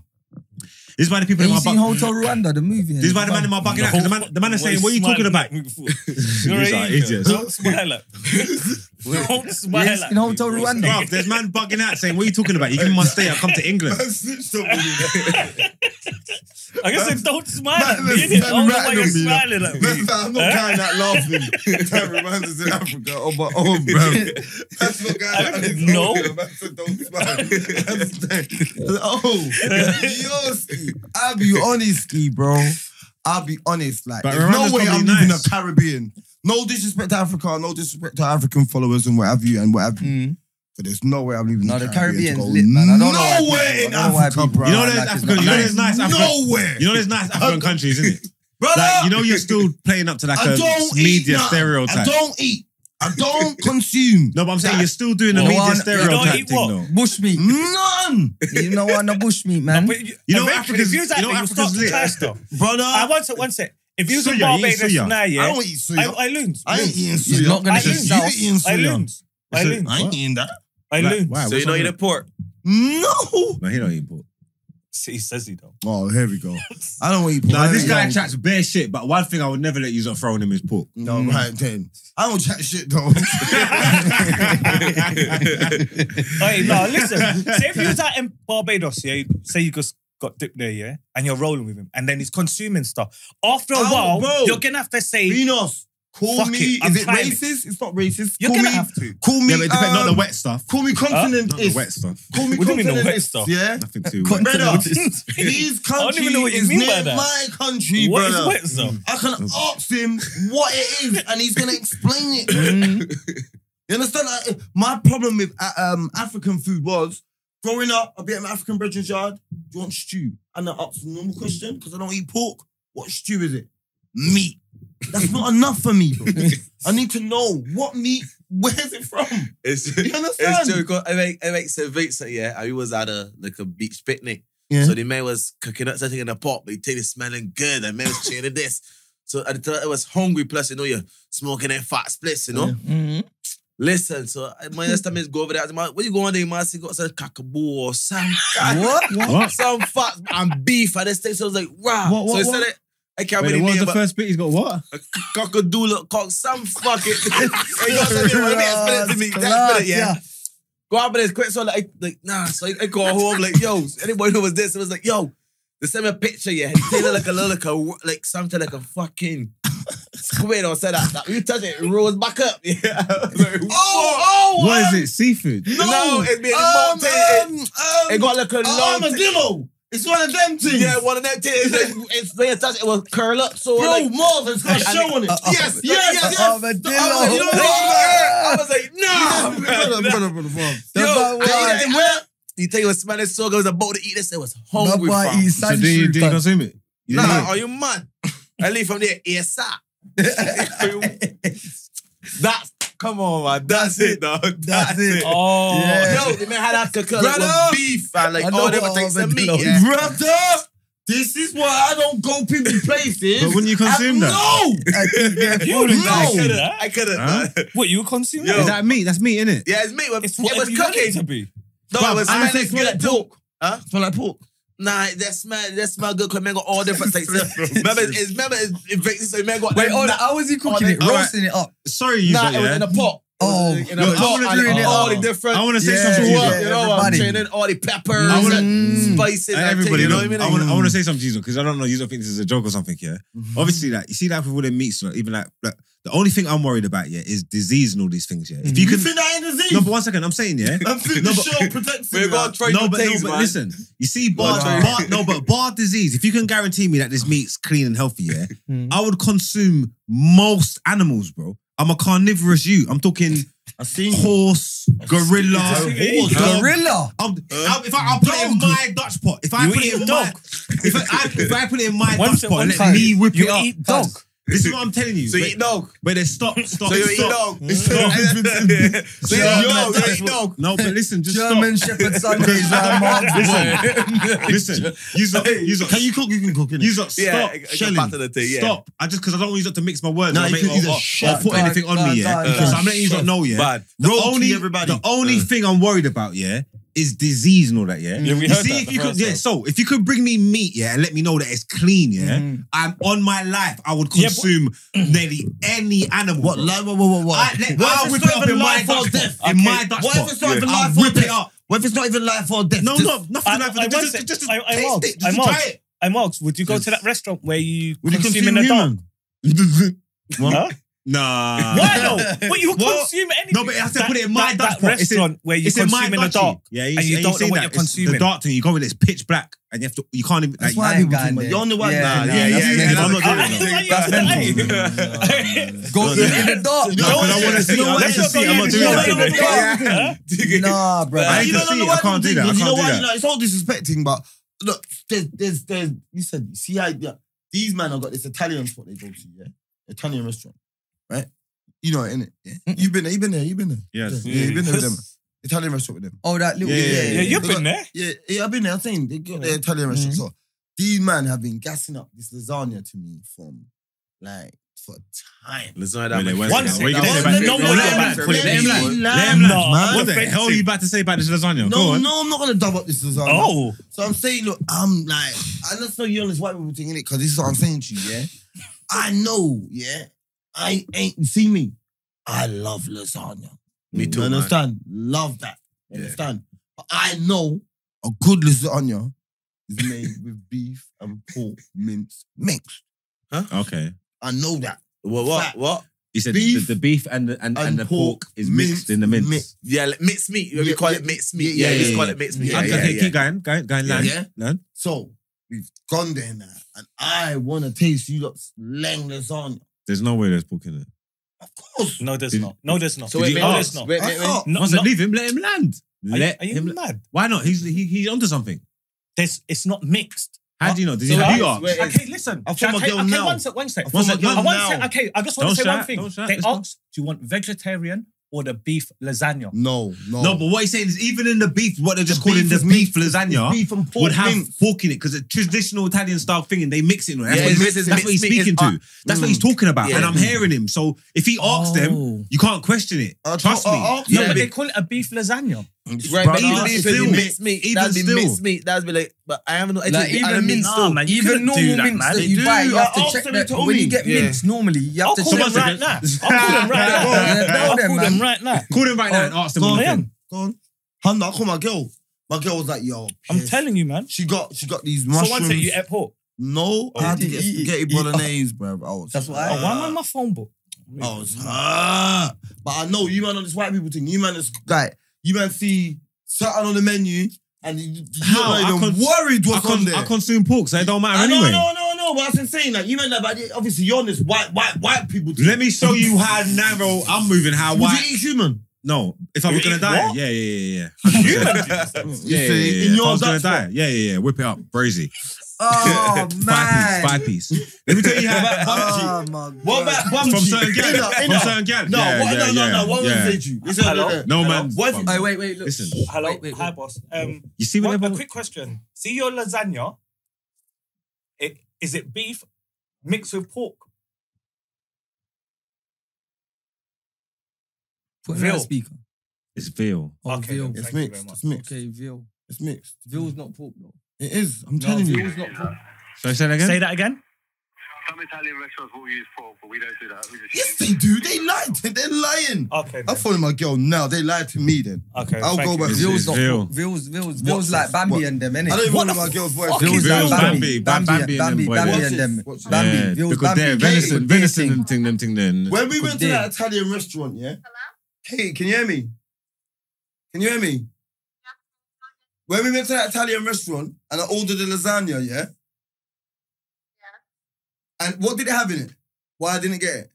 Speaker 1: This is why the people
Speaker 4: Have
Speaker 1: in
Speaker 4: you
Speaker 1: my
Speaker 4: seen
Speaker 1: buck.
Speaker 4: Hotel Rwanda, the movie?
Speaker 1: This is why the man in my bucking up. 'cause The man, the man is saying, "What are you talking about?"
Speaker 3: You're
Speaker 1: These are
Speaker 3: an idiot.
Speaker 1: idiots.
Speaker 3: Don't smile at. Don't smile at.
Speaker 4: in Hotel
Speaker 3: me, bro.
Speaker 4: Rwanda.
Speaker 1: Bruv, there's man bugging out saying, "What are you talking about? You give me my stay, I come to England."
Speaker 3: I guess they don't smile
Speaker 2: Man,
Speaker 3: at me.
Speaker 2: that's
Speaker 3: innit? I don't know why
Speaker 2: ratting
Speaker 3: you're
Speaker 2: on me, like.
Speaker 3: smiling at me.
Speaker 2: That's I'm not carrying that laughing. That reminds us in Africa. Oh my, oh bro. That's not
Speaker 3: I
Speaker 2: carrying that.
Speaker 3: don't know.
Speaker 2: That's a don't smile. That's that. Oh, yo, ski. I'll be honest, ski, bro. I'll be honest. Like,
Speaker 1: But
Speaker 2: there's
Speaker 1: Rwanda's
Speaker 2: no way
Speaker 1: probably
Speaker 2: I'm leaving
Speaker 1: nice.
Speaker 2: the Caribbean. No disrespect to Africa. No disrespect to African followers and what have you and what have you.
Speaker 4: Mm.
Speaker 2: But there's no way I'm leaving
Speaker 4: No,
Speaker 2: the
Speaker 4: the
Speaker 2: Caribbean. to go
Speaker 4: Caribbean's lit, man. I don't know why
Speaker 2: Nowhere
Speaker 4: people-
Speaker 2: in
Speaker 4: I don't know why
Speaker 2: Africa,
Speaker 4: people-
Speaker 2: bro.
Speaker 1: You know there's
Speaker 4: like, it's
Speaker 1: Africa.
Speaker 4: not
Speaker 1: You know there's nice African.
Speaker 2: Nowhere.
Speaker 1: You know there's nice African countries, isn't it?
Speaker 2: Brother,
Speaker 1: Like, you know, you're still playing up to like
Speaker 2: I
Speaker 1: a
Speaker 2: don't eat.
Speaker 1: media
Speaker 2: nothing. I
Speaker 1: stereotype.
Speaker 2: don't eat. I don't consume.
Speaker 1: No, but I'm saying
Speaker 2: That-
Speaker 1: you're still doing the
Speaker 4: Well,
Speaker 1: media
Speaker 4: one-
Speaker 1: stereotype
Speaker 3: You don't eat
Speaker 1: thing,
Speaker 3: what?
Speaker 1: though.
Speaker 4: Bushmeat.
Speaker 2: None,
Speaker 4: Mm. You know what? No bushmeat,
Speaker 3: No,
Speaker 4: man.
Speaker 3: but you,
Speaker 1: You know
Speaker 3: eventually, if
Speaker 1: Africa's-
Speaker 3: you was out
Speaker 1: you know
Speaker 3: there, you start
Speaker 1: Africa's
Speaker 3: to
Speaker 1: lit.
Speaker 3: try stuff.
Speaker 2: brother.
Speaker 3: I
Speaker 2: I,
Speaker 3: one sec, one sec. If you was in
Speaker 1: Suya, you eat
Speaker 3: Barbados
Speaker 1: suya.
Speaker 3: now, yeah,
Speaker 2: don't eat suya.
Speaker 3: I,
Speaker 2: I,
Speaker 3: I loons.
Speaker 2: I ain't eating suya.
Speaker 4: You're not
Speaker 3: I
Speaker 4: gonna say
Speaker 3: loons.
Speaker 2: you
Speaker 4: yourself.
Speaker 2: eating
Speaker 3: I
Speaker 2: suya.
Speaker 3: loons. I
Speaker 1: It's a-
Speaker 3: loons.
Speaker 2: I ain't eating that.
Speaker 3: I
Speaker 1: Like,
Speaker 3: loons.
Speaker 1: why?
Speaker 5: So
Speaker 1: What's
Speaker 5: you know
Speaker 1: up
Speaker 5: you
Speaker 1: with-
Speaker 5: the pork.
Speaker 2: No.
Speaker 1: No, he don't eat pork.
Speaker 3: He says he don't.
Speaker 2: Oh, here we go. I don't eat.
Speaker 1: Nah, this guy
Speaker 2: No,
Speaker 1: chats bare shit, but one thing I would never let you stop throwing him is pork.
Speaker 2: no right then. I don't chat shit though.
Speaker 3: Hey, no, listen. Say if you was out in Barbados, yeah, say you just got dipped there, yeah, and you're rolling with him, and then he's consuming stuff. After a
Speaker 2: Oh,
Speaker 3: while,
Speaker 2: bro.
Speaker 3: you're gonna have to say,
Speaker 2: Venus, Call
Speaker 3: Fuck
Speaker 2: me.
Speaker 3: it, I'm
Speaker 2: Is it
Speaker 3: climbing.
Speaker 2: racist? It's not racist.
Speaker 3: You're
Speaker 2: call
Speaker 3: gonna
Speaker 2: me,
Speaker 3: have to.
Speaker 2: Call me.
Speaker 1: Yeah, but it depends. not the
Speaker 2: um,
Speaker 1: wet stuff.
Speaker 2: Call me continent
Speaker 1: Not the
Speaker 2: is.
Speaker 1: wet stuff.
Speaker 2: Call me
Speaker 3: What do you mean the
Speaker 2: continent
Speaker 3: wet
Speaker 2: is,
Speaker 3: stuff?
Speaker 2: Yeah.
Speaker 1: Nothing too wet.
Speaker 2: Brother,
Speaker 3: What
Speaker 2: his
Speaker 3: I don't
Speaker 2: country
Speaker 3: even know what you
Speaker 2: is
Speaker 3: mean by
Speaker 2: not
Speaker 3: that.
Speaker 2: my country,
Speaker 3: is
Speaker 2: brother.
Speaker 3: wet stuff?
Speaker 1: Mm.
Speaker 2: I can ask him what it is, and he's gonna explain
Speaker 4: Mm.
Speaker 2: it. you understand? Like, my problem with uh, um, African food was growing up. I'd be at my African brethren's yard. Do you want stew? And I asked a normal question because I don't eat pork. What stew is it? Meat. That's not enough for me. bro. I need to know what meat. Where's it from?
Speaker 5: It's,
Speaker 2: You understand?
Speaker 5: it's true. 'cause I make, I make some pizza, yeah. And we was at a like a beach picnic.
Speaker 2: Yeah.
Speaker 5: So the man was cooking up something in a pot, but he take it smelling good. The man was chewing this. So I thought I was hungry, plus, you know, you're smoking that fat splits, you know.
Speaker 2: Yeah.
Speaker 4: Mhm.
Speaker 5: Listen, so I- my stomach go over there. I said, "Man, What you going there, man? He got some cockaboo or some
Speaker 4: What?
Speaker 1: What?
Speaker 5: some fat and beef and this thing. So I was like, wow.
Speaker 1: What, what,
Speaker 5: so he
Speaker 1: what?
Speaker 5: said it. I can't
Speaker 1: Wait,
Speaker 5: really
Speaker 1: what was
Speaker 5: name,
Speaker 1: the
Speaker 5: but
Speaker 1: first bit? He's got what?
Speaker 5: cockadoodle, cock, some fucking. he got something. Let me explain it to me. That's it, yeah. Go out with this quick. So like, like nah. So I, I go home like, yo, anybody who was this? It was like, yo, they sent me a picture. Yeah, he did like a little like a like something like a fucking squid or something. Like that. You touch it, it rolls back up. Yeah. I was like,
Speaker 2: Oh, oh,
Speaker 1: What is it? Seafood?
Speaker 5: No, Oh, it's being
Speaker 2: Um,
Speaker 5: mounted.
Speaker 2: um, um,
Speaker 5: It, it got like a long.
Speaker 2: I'm a dillo. It's one of them things.
Speaker 5: yeah, one of them things. It's, it's, when you touch it, it will curl up. So
Speaker 2: Bro,
Speaker 5: like, Uh,
Speaker 2: Marv has got a show on it.
Speaker 5: yes, yes, yes.
Speaker 4: I'm a
Speaker 5: I was like, you know what? I was like,
Speaker 4: dillo.
Speaker 5: no.
Speaker 2: Brother, brother, brother, brother.
Speaker 4: The
Speaker 5: Yo,
Speaker 4: boy-
Speaker 5: I eat it where you tell you was smelling so good. I was about to eat this. It was
Speaker 4: the
Speaker 5: hungry.
Speaker 4: boy
Speaker 5: fam.
Speaker 4: eat
Speaker 1: So do you, do you
Speaker 4: sandshoe,
Speaker 1: consume it? You didn't
Speaker 5: Nah,
Speaker 1: eat it?
Speaker 5: are you mad? I leave from there ASAP. That's come on, man. That's it, dog. That's,
Speaker 4: That's it.
Speaker 5: it. Oh,
Speaker 3: Oh,
Speaker 4: Yeah.
Speaker 5: Yo, the man had that cook
Speaker 2: Brother.
Speaker 5: with beef and like oh,
Speaker 4: I know
Speaker 5: all different
Speaker 4: what
Speaker 5: things and
Speaker 4: happened,
Speaker 5: meat.
Speaker 4: dog.
Speaker 5: Yeah.
Speaker 2: Brother, this is why I don't go people's places.
Speaker 1: But wouldn't you consume that?
Speaker 2: No.
Speaker 3: you wouldn't
Speaker 5: I
Speaker 3: consume
Speaker 5: could've.
Speaker 3: that.
Speaker 5: I could've.
Speaker 1: Huh?
Speaker 5: man.
Speaker 3: What you were consuming?
Speaker 5: Yo.
Speaker 1: Is that meat? That's meat, innit?
Speaker 5: Yeah, it's meat. but
Speaker 3: It's
Speaker 5: it
Speaker 3: whatever
Speaker 5: was
Speaker 3: you want it
Speaker 5: cooking.
Speaker 3: to be.
Speaker 5: No, it was
Speaker 1: I'm
Speaker 5: smelling
Speaker 1: thinking like
Speaker 5: good. Pork. Huh?
Speaker 2: Smell like pork.
Speaker 5: Nah, that smell that smell good because man got all different things. remember, it's, remember, it's, it's, so man got
Speaker 4: Wait,
Speaker 5: them
Speaker 4: hold on.
Speaker 5: nuts.
Speaker 4: How was he cooking
Speaker 5: Oh,
Speaker 4: it?
Speaker 1: they-
Speaker 4: Roasting it up.
Speaker 1: Sorry, you
Speaker 5: Nah,
Speaker 1: but
Speaker 5: it was
Speaker 1: yeah.
Speaker 5: in a pot.
Speaker 4: Oh,
Speaker 5: in a
Speaker 1: yo, I
Speaker 5: pot.
Speaker 1: wanna
Speaker 5: and
Speaker 1: do it in
Speaker 5: all
Speaker 4: it.
Speaker 5: the different.
Speaker 1: I want to say
Speaker 4: Yeah,
Speaker 1: something
Speaker 4: yeah.
Speaker 1: to you.
Speaker 5: you know, I'm
Speaker 4: everybody.
Speaker 5: training all the peppers
Speaker 1: I wanna-
Speaker 5: and
Speaker 4: Mm.
Speaker 5: spices.
Speaker 1: Hey,
Speaker 5: and
Speaker 1: everybody,
Speaker 5: everything,
Speaker 1: look,
Speaker 5: you know what
Speaker 1: I
Speaker 5: I mean?
Speaker 1: want to say something to you because I don't know. You don't think this is a joke or something, yeah? Obviously, like you see that with all the meats, like, even like, like the only thing I'm worried about, yeah, is disease and all these things, yeah. If you
Speaker 2: You
Speaker 1: can,
Speaker 2: think that ain't
Speaker 5: Mm-hmm.
Speaker 2: disease?
Speaker 1: no, but one second, I'm saying, yeah.
Speaker 2: I think
Speaker 1: No,
Speaker 2: the
Speaker 1: but-
Speaker 2: show protects
Speaker 5: We're
Speaker 2: you.
Speaker 5: gonna
Speaker 2: like.
Speaker 5: try
Speaker 1: No,
Speaker 5: new
Speaker 1: but
Speaker 5: things,
Speaker 1: no, but
Speaker 5: man.
Speaker 1: listen, you see, bar,
Speaker 5: Wow.
Speaker 1: bar, no, but bar disease. If you can guarantee me that this meat's clean and healthy, yeah,
Speaker 4: Mm.
Speaker 1: I would consume most animals, bro. I'm a carnivorous you. I'm talking
Speaker 2: I seen you.
Speaker 1: horse, gorilla,
Speaker 3: Horse,
Speaker 1: dog.
Speaker 4: Gorilla.
Speaker 1: I'm, I- if I, I'll put it in my Dutch pot, if I
Speaker 3: You
Speaker 1: put
Speaker 3: eat
Speaker 1: it in
Speaker 3: dog.
Speaker 1: my, if I, I, if I put it in my
Speaker 3: One
Speaker 1: Dutch
Speaker 3: thing-
Speaker 1: pot, and
Speaker 3: one
Speaker 1: let
Speaker 3: time.
Speaker 1: me whip
Speaker 3: You
Speaker 1: it up.
Speaker 3: eat dog.
Speaker 1: This is what I'm telling you.
Speaker 5: So you
Speaker 1: Wait-
Speaker 5: eat dog.
Speaker 1: Wait, then stop, stop,
Speaker 5: So you eat
Speaker 1: stop.
Speaker 5: dog. So you
Speaker 1: Stop.
Speaker 5: dog,
Speaker 1: That's
Speaker 5: you eat
Speaker 1: what-
Speaker 5: dog.
Speaker 1: No, but listen, just
Speaker 4: German Shepherd Sundays round Mark's boy.
Speaker 1: stop. Listen, use up, use up. Can you cook? You can cook. Use up. Stop
Speaker 5: Yeah, I- I go
Speaker 1: shelling.
Speaker 5: back to the thing, yeah.
Speaker 1: Stop. I just because I don't want use up to mix my words.
Speaker 2: No,
Speaker 1: or
Speaker 2: you
Speaker 1: make-
Speaker 2: can use
Speaker 1: or-
Speaker 2: a
Speaker 1: or-
Speaker 2: shit.
Speaker 1: or put
Speaker 4: Dog,
Speaker 1: anything on
Speaker 4: dog,
Speaker 1: me, yeah.
Speaker 4: dog,
Speaker 1: Because
Speaker 4: dog,
Speaker 1: I'm letting you
Speaker 4: shit.
Speaker 1: lot know, yeah.
Speaker 5: Bad.
Speaker 1: The
Speaker 2: Roll to
Speaker 1: only,
Speaker 2: everybody.
Speaker 1: the only thing I'm worried about, yeah, is disease and all that, yeah.
Speaker 3: Yeah, we
Speaker 1: you
Speaker 3: heard
Speaker 1: see,
Speaker 3: that
Speaker 1: if
Speaker 3: the
Speaker 1: you could,
Speaker 3: first
Speaker 1: yeah.
Speaker 3: time.
Speaker 1: So if you could bring me meat, yeah, and let me know that it's clean, yeah,
Speaker 4: Mhm.
Speaker 1: I'm on my life. I would
Speaker 3: Yeah, but-
Speaker 1: consume nearly any animal.
Speaker 2: What?
Speaker 1: bro.
Speaker 2: Like, what? What? What?
Speaker 1: I, let,
Speaker 2: What? What if
Speaker 1: I'll
Speaker 2: it's
Speaker 1: whip
Speaker 2: not
Speaker 1: it up
Speaker 2: even
Speaker 1: in my
Speaker 2: life or
Speaker 1: Dutch pot.
Speaker 2: death?
Speaker 1: In
Speaker 3: Okay.
Speaker 1: my Dutch
Speaker 2: What if
Speaker 1: pot.
Speaker 2: it's not even
Speaker 1: I'll
Speaker 2: life or
Speaker 1: whip it
Speaker 2: death?
Speaker 1: up.
Speaker 2: What if it's not even life or death?
Speaker 1: No,
Speaker 2: Just-
Speaker 1: no, nothing
Speaker 3: I-
Speaker 1: like
Speaker 3: I
Speaker 1: that. Just,
Speaker 3: was-
Speaker 1: just, just
Speaker 3: I- I
Speaker 1: taste
Speaker 3: was-
Speaker 1: it.
Speaker 3: I
Speaker 1: Just
Speaker 3: was.
Speaker 1: try it.
Speaker 3: I'm asked, would you go to that restaurant where you
Speaker 1: Would you
Speaker 3: consuming
Speaker 1: consume
Speaker 3: a dog?
Speaker 1: human? Huh?
Speaker 3: Huh?
Speaker 1: Nah.
Speaker 3: Why no? But you
Speaker 1: What?
Speaker 3: consume anything.
Speaker 1: No, but it has to
Speaker 3: That-
Speaker 1: put it in my
Speaker 3: that,
Speaker 1: Dutch
Speaker 3: that
Speaker 1: pot. It's in-
Speaker 3: restaurant where you
Speaker 1: It's in my
Speaker 3: consume in the
Speaker 1: dodgy.
Speaker 3: dark.
Speaker 1: Yeah,
Speaker 3: and you
Speaker 1: see-
Speaker 3: don't know
Speaker 1: see
Speaker 3: what
Speaker 1: that.
Speaker 3: you're
Speaker 1: It's The
Speaker 3: consuming.
Speaker 1: dark thing, you go in, it's pitch black, and you have to, you can't even.
Speaker 4: That's
Speaker 1: like,
Speaker 4: why
Speaker 1: you-
Speaker 4: people
Speaker 2: in
Speaker 4: think
Speaker 2: there.
Speaker 4: about-
Speaker 2: You're on the white
Speaker 4: Yeah,
Speaker 2: man.
Speaker 4: nah,
Speaker 1: Yeah, yeah,
Speaker 4: yeah, yeah,
Speaker 1: yeah,
Speaker 4: yeah.
Speaker 1: I'm not doing
Speaker 3: I-
Speaker 1: it. no.
Speaker 3: I- I-
Speaker 4: Go
Speaker 1: No,
Speaker 4: eat in the dark.
Speaker 1: No,
Speaker 3: No,
Speaker 1: because I want to
Speaker 3: it's-
Speaker 1: see.
Speaker 2: no,
Speaker 1: I'll
Speaker 2: it's
Speaker 1: let you
Speaker 2: not
Speaker 1: see. I'm not
Speaker 2: going
Speaker 1: doing that.
Speaker 2: in. No, no, no,
Speaker 1: today.
Speaker 3: Yeah. Huh?
Speaker 4: Nah,
Speaker 1: I
Speaker 4: brother.
Speaker 1: ain't
Speaker 2: you don't
Speaker 1: gonna
Speaker 2: know
Speaker 1: see it. I
Speaker 2: why
Speaker 1: can't do
Speaker 2: these
Speaker 1: that. I
Speaker 2: things- You
Speaker 1: can't
Speaker 2: know
Speaker 1: do
Speaker 2: why?
Speaker 1: that.
Speaker 2: You know, it's all disrespecting, but look, there's, there's, there's. You said, see, I, yeah, these men have got this Italian spot they go to, yeah, Italian restaurant, right? You know, in it. Yeah? You've been there. You've been there. You've been there.
Speaker 1: Yes.
Speaker 2: Yeah, yeah, you've been there with them. Italian restaurant with them.
Speaker 4: Oh, that little.
Speaker 1: Yeah,
Speaker 4: Yeah,
Speaker 1: yeah,
Speaker 3: Yeah, you've
Speaker 2: They
Speaker 3: been
Speaker 2: got-
Speaker 3: there.
Speaker 2: Yeah, yeah, I've been there. I'm saying they got
Speaker 3: Yeah.
Speaker 2: their Italian restaurant. So these men have been gassing up this lasagna to me from like for time.
Speaker 5: Listen
Speaker 1: Wait, wait,
Speaker 3: One
Speaker 1: wait,
Speaker 3: second.
Speaker 1: wait,
Speaker 3: One
Speaker 1: wait,
Speaker 3: second.
Speaker 1: wait,
Speaker 3: No,
Speaker 1: wait, wait, wait,
Speaker 3: no, no, no,
Speaker 1: wait, wait,
Speaker 3: no,
Speaker 1: wait,
Speaker 3: no,
Speaker 1: wait,
Speaker 2: no,
Speaker 1: wait, wait,
Speaker 2: no, man.
Speaker 1: What the
Speaker 3: Offensive.
Speaker 1: hell are you about to say about this lasagna? Go
Speaker 2: No,
Speaker 1: on.
Speaker 2: no, I'm not gonna dub up this lasagna.
Speaker 3: Oh,
Speaker 2: So I'm saying, look, I'm like, I just know you're on this white people thing, innit? Because this is what I'm saying to you, yeah? I know, yeah? I ain't, you see me? I love lasagna.
Speaker 5: Me too,
Speaker 2: You
Speaker 5: man.
Speaker 2: understand? Love that. You
Speaker 5: Yeah.
Speaker 2: understand? But I know a good lasagna is made with beef and pork mince mixed.
Speaker 1: Okay.
Speaker 2: I know that.
Speaker 5: What? What? What?
Speaker 1: He said
Speaker 2: Beef
Speaker 1: the, the beef and the, and, and, the pork, is mixed
Speaker 2: mince,
Speaker 1: in the mince.
Speaker 2: mince.
Speaker 5: Yeah, like mixed meat. We
Speaker 2: Yeah,
Speaker 5: call
Speaker 2: yeah,
Speaker 5: it mixed meat.
Speaker 2: yeah,
Speaker 5: Yeah,
Speaker 1: yeah,
Speaker 5: we call
Speaker 1: yeah.
Speaker 5: it mixed meat.
Speaker 2: Yeah,
Speaker 5: Yeah,
Speaker 1: okay,
Speaker 5: yeah,
Speaker 1: okay,
Speaker 5: yeah.
Speaker 1: keep going, going, going,
Speaker 2: Yeah.
Speaker 1: land,
Speaker 2: Yeah.
Speaker 1: land.
Speaker 2: So we've gone there now, and I want to taste you lot's lang lasagna.
Speaker 1: There's no way there's pork in it.
Speaker 2: Of course. Uh-uh.
Speaker 3: No, there's not. No, there's not.
Speaker 5: So
Speaker 1: Did
Speaker 5: wait,
Speaker 1: you
Speaker 5: wait,
Speaker 3: no,
Speaker 1: ask?
Speaker 3: there's not.
Speaker 5: wait,
Speaker 2: I
Speaker 5: wait, wait.
Speaker 2: thought-
Speaker 3: No,
Speaker 1: I said,
Speaker 3: no.
Speaker 1: leave him, let him land.
Speaker 3: Are you,
Speaker 1: Let
Speaker 3: are you
Speaker 1: him.
Speaker 3: mad?
Speaker 1: Why not? He's he, he's onto something.
Speaker 3: There's, it's not mixed.
Speaker 1: How do you know? Did he,
Speaker 5: So
Speaker 1: he
Speaker 5: I-
Speaker 1: asked?
Speaker 5: wait,
Speaker 3: Okay, listen.
Speaker 2: I
Speaker 3: Shall
Speaker 2: form a
Speaker 3: okay,
Speaker 2: girl
Speaker 3: okay,
Speaker 2: now.
Speaker 3: one sec, one sec.
Speaker 2: I form
Speaker 1: One
Speaker 2: a
Speaker 1: sec,
Speaker 2: girl
Speaker 1: no,
Speaker 3: I want
Speaker 2: now.
Speaker 3: to say, okay, I just want
Speaker 1: Don't
Speaker 3: to say one
Speaker 1: shout,
Speaker 3: thing.
Speaker 1: don't shout,
Speaker 3: They
Speaker 1: it's fine.
Speaker 3: asked, do you want vegetarian or the beef lasagna?
Speaker 2: No, no.
Speaker 1: No, but what he's saying is even in the beef, what they're just
Speaker 2: The
Speaker 1: calling
Speaker 2: beef
Speaker 1: the
Speaker 2: is
Speaker 1: beef lasagna
Speaker 2: beef and pork
Speaker 1: would have
Speaker 2: mince.
Speaker 1: pork in it because it's traditional Italian style thing and they mix it. in it. That's,
Speaker 5: Yeah,
Speaker 1: what,
Speaker 5: it's
Speaker 1: he's-
Speaker 5: mixed-
Speaker 1: that's what he's
Speaker 5: mixed meat is
Speaker 1: speaking to.
Speaker 5: up.
Speaker 1: That's what he's talking about.
Speaker 5: Yeah.
Speaker 1: And I'm hearing him. So if he asks
Speaker 4: Oh.
Speaker 1: them, you can't question it.
Speaker 2: I
Speaker 1: Trust
Speaker 2: thought-
Speaker 1: me.
Speaker 2: I asked
Speaker 1: No,
Speaker 5: him.
Speaker 1: but
Speaker 3: But
Speaker 1: they-
Speaker 3: they call it a beef lasagna.
Speaker 1: Bro,
Speaker 5: Right, but even
Speaker 1: no,
Speaker 5: if
Speaker 1: still,
Speaker 5: it's mixed meat,
Speaker 1: even
Speaker 5: that'd be
Speaker 1: still.
Speaker 5: mixed meat. That'd be like, but I haven't. It's
Speaker 4: Like
Speaker 5: like, even
Speaker 4: even
Speaker 5: mixed
Speaker 4: mince,
Speaker 5: still.
Speaker 3: man, you
Speaker 4: even
Speaker 3: couldn't
Speaker 4: normal
Speaker 3: do that,
Speaker 4: mince
Speaker 3: man.
Speaker 4: that
Speaker 3: They
Speaker 4: you
Speaker 5: do.
Speaker 4: buy, you
Speaker 5: I
Speaker 4: have to
Speaker 5: asked
Speaker 4: check
Speaker 5: them,
Speaker 4: that.
Speaker 5: they told
Speaker 4: When you
Speaker 5: me.
Speaker 4: get
Speaker 5: Yeah.
Speaker 4: mince, normally you have
Speaker 3: I'll
Speaker 4: to
Speaker 3: call
Speaker 4: check
Speaker 3: them
Speaker 1: Someone said
Speaker 3: right now. I'll call them right
Speaker 4: Yeah,
Speaker 3: now.
Speaker 4: tell
Speaker 3: I'll
Speaker 4: them,
Speaker 3: call
Speaker 4: man.
Speaker 3: them right now.
Speaker 1: Call him right now and ask them
Speaker 2: go
Speaker 1: one
Speaker 2: on,
Speaker 3: I
Speaker 1: thing.
Speaker 3: am.
Speaker 2: Go on. Hand, I call my girl. My girl was like, yo,
Speaker 3: I'm
Speaker 2: pissed.
Speaker 3: telling you, man.
Speaker 2: She got she got these
Speaker 3: So
Speaker 2: mushrooms.
Speaker 3: one take you at port.
Speaker 2: no,
Speaker 1: Oh,
Speaker 2: I had to
Speaker 4: Eat,
Speaker 2: get
Speaker 4: eat,
Speaker 2: spaghetti
Speaker 4: eat.
Speaker 2: bolognese, bruv. I was
Speaker 4: That's what I-
Speaker 3: Oh, why am I in my phone book?
Speaker 1: oh,
Speaker 2: I was hurt. But I know you man on this white people thing. You man is like you man see something on the menu and you, you
Speaker 1: How?
Speaker 2: not even
Speaker 1: I cons-
Speaker 2: worried
Speaker 1: I,
Speaker 2: what's on
Speaker 1: con-
Speaker 2: there.
Speaker 1: I consume pork, so it don't matter
Speaker 2: I know,
Speaker 1: anyway.
Speaker 2: no, no, no. But I'm saying like you man that, but obviously you're on this white, white, white people. Thing.
Speaker 1: Let me show you how narrow I'm moving, how
Speaker 2: Would
Speaker 1: wide.
Speaker 2: you eat human?
Speaker 1: No, if I was
Speaker 3: You
Speaker 1: gonna
Speaker 3: eat
Speaker 1: die,
Speaker 3: what?
Speaker 1: yeah, yeah, yeah, yeah. Human, Uh, yeah, yeah, yeah,
Speaker 2: Mm, see,
Speaker 1: yeah.
Speaker 2: in
Speaker 1: If
Speaker 2: yours,
Speaker 1: I was gonna
Speaker 2: that's
Speaker 1: die, yeah, yeah, yeah. Whip it up, brazy.
Speaker 4: Oh,
Speaker 1: Five
Speaker 4: man.
Speaker 1: piece, five piece. Let me tell you how.
Speaker 4: Oh, my God.
Speaker 2: What about bum
Speaker 1: From certain gang,
Speaker 2: In a- in
Speaker 1: from
Speaker 2: a-
Speaker 1: certain gang.
Speaker 2: No,
Speaker 1: yeah,
Speaker 2: what,
Speaker 1: yeah,
Speaker 2: no, no,
Speaker 1: yeah,
Speaker 2: no. What
Speaker 1: yeah.
Speaker 2: was it you? It's not-
Speaker 3: Hello?
Speaker 1: No man.
Speaker 2: What if-
Speaker 4: Oh, wait, wait, look.
Speaker 1: Listen.
Speaker 3: Hello,
Speaker 4: Wait, wait,
Speaker 3: hi
Speaker 4: wait.
Speaker 3: boss. Um,
Speaker 1: You see
Speaker 3: What,
Speaker 1: whenever
Speaker 3: a quick question. See your lasagna. It, is it beef mixed with pork?
Speaker 4: Put it on
Speaker 3: Veal.
Speaker 4: speaker.
Speaker 1: it's veal.
Speaker 4: Oh, veal.
Speaker 3: then
Speaker 2: It's
Speaker 3: thank you
Speaker 2: mixed.
Speaker 3: very much.
Speaker 2: It's mixed.
Speaker 4: Okay, veal.
Speaker 2: It's mixed.
Speaker 4: Veal's not pork, though.
Speaker 2: It is. I'm
Speaker 4: No,
Speaker 2: telling you.
Speaker 4: veal's not pork.
Speaker 1: Should I say that again?
Speaker 3: Say that again.
Speaker 6: Some Italian restaurants will use pork, but we don't do that. We just
Speaker 2: Yes,
Speaker 6: use-
Speaker 2: they do. They lied. to- They're lying.
Speaker 3: Okay.
Speaker 2: I'm
Speaker 3: then.
Speaker 2: following my girl now. They lied to me then.
Speaker 3: Okay.
Speaker 2: I'll
Speaker 3: thank
Speaker 2: go
Speaker 3: you.
Speaker 2: back.
Speaker 1: It's-
Speaker 4: Veal's
Speaker 1: it's
Speaker 4: not
Speaker 1: veal.
Speaker 4: pork. Veal's, veal's,
Speaker 2: What's
Speaker 4: veal's like
Speaker 2: this?
Speaker 4: Bambi
Speaker 2: What?
Speaker 4: and them, innit?
Speaker 2: I don't even
Speaker 4: What
Speaker 2: know
Speaker 4: the
Speaker 2: my girl's voice.
Speaker 4: fuck is
Speaker 1: Veal's
Speaker 4: that
Speaker 1: Bambi, Bam- Bambi and them boy
Speaker 4: Bambi
Speaker 1: there.
Speaker 4: and them.
Speaker 2: What's this?
Speaker 4: Bambi,
Speaker 1: yeah,
Speaker 4: veal's
Speaker 1: because they're
Speaker 4: Bambi.
Speaker 1: venison,
Speaker 4: Veal
Speaker 1: venison
Speaker 4: thing.
Speaker 1: thing. them thing. Then
Speaker 2: When we went to
Speaker 4: Good
Speaker 2: that Italian restaurant, yeah? Hey, can you hear me? Can you hear me? When we went to that Italian restaurant and I ordered a lasagna, yeah? And what did it have in it? Why I didn't get it?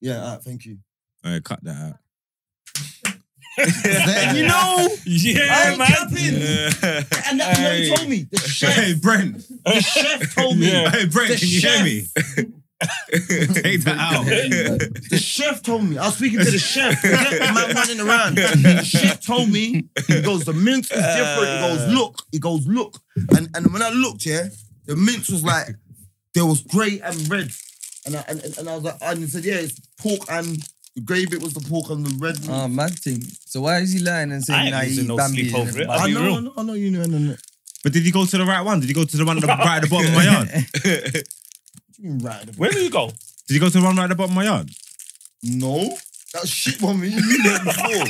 Speaker 2: Yeah, all right, thank you.
Speaker 1: all right, cut that out.
Speaker 2: you know, I
Speaker 3: Yeah,
Speaker 2: ain't
Speaker 3: man.
Speaker 2: capping. And that, you know, he told me. The chef,
Speaker 1: Hey Brent,
Speaker 2: the chef told me.
Speaker 1: hey Brent,
Speaker 2: The
Speaker 1: can you hear
Speaker 2: chef.
Speaker 1: me? Take that out.
Speaker 2: The chef told me. I was speaking to the chef. The chef man running around. The chef told me. He goes, the mince is different. He
Speaker 3: Uh.
Speaker 2: goes, look. He goes, look. And and when I looked, yeah, the mince was like there was grey and red. And I and, and, and I was like, and he said, yeah, it's pork and the grey bit was the pork and the red.
Speaker 3: Uh,
Speaker 4: Oh, mad thing. So why is he lying
Speaker 3: I
Speaker 4: and saying
Speaker 3: ain't
Speaker 4: nah, he
Speaker 3: losing
Speaker 4: eat
Speaker 3: no
Speaker 4: Bambi?
Speaker 3: sleep
Speaker 4: and
Speaker 3: over it.
Speaker 4: them?
Speaker 2: I
Speaker 3: I'll be
Speaker 2: know,
Speaker 3: real.
Speaker 2: I know, I know, you know, I know. I know. What
Speaker 1: But did you go to the right one? Did you go to the one at the, right at the bottom of my yard?
Speaker 2: do you mean right at the-
Speaker 3: Where do you go?
Speaker 1: Did you go to the one right at the bottom of my yard?
Speaker 2: No. That shit one, you knew that before.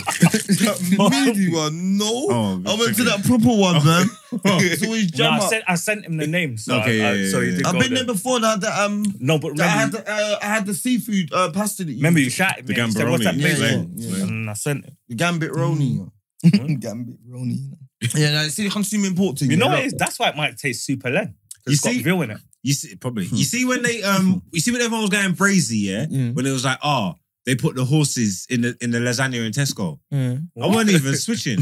Speaker 2: that meaty one, no.
Speaker 1: Oh,
Speaker 2: I went to
Speaker 1: okay.
Speaker 2: that proper one, man.
Speaker 3: Oh.
Speaker 2: It's always
Speaker 3: No,
Speaker 2: jam
Speaker 3: I
Speaker 2: up.
Speaker 3: sent, I sent him the name. So
Speaker 1: Okay,
Speaker 3: I, I,
Speaker 1: yeah, yeah,
Speaker 3: so he
Speaker 1: yeah.
Speaker 3: did
Speaker 2: I've
Speaker 3: go
Speaker 2: been
Speaker 3: there.
Speaker 2: there before. That, that um,
Speaker 3: No, but
Speaker 2: that I had
Speaker 3: remember,
Speaker 2: the uh, I had the seafood uh, pasta that you
Speaker 3: remember you shouted
Speaker 1: The
Speaker 3: me. and said, What's that
Speaker 1: gambaroni.
Speaker 2: Yeah,
Speaker 3: place
Speaker 2: yeah,
Speaker 3: called?"
Speaker 2: yeah.
Speaker 3: And I sent it.
Speaker 2: the gambit roni.
Speaker 4: Gambit, Roni.
Speaker 2: Yeah, no, see, the consuming pork thing.
Speaker 3: You know
Speaker 2: yeah,
Speaker 3: what
Speaker 2: look.
Speaker 3: it is? That's why it might taste super len.
Speaker 1: You
Speaker 3: It's got
Speaker 1: see-
Speaker 3: veal in it.
Speaker 1: You see, probably. You
Speaker 3: Hmm.
Speaker 1: see when they um, you see when everyone was going brazy, yeah.
Speaker 4: Yeah.
Speaker 1: When it was like, oh, they put the horses in the in the lasagna in Tesco. I wasn't even switching.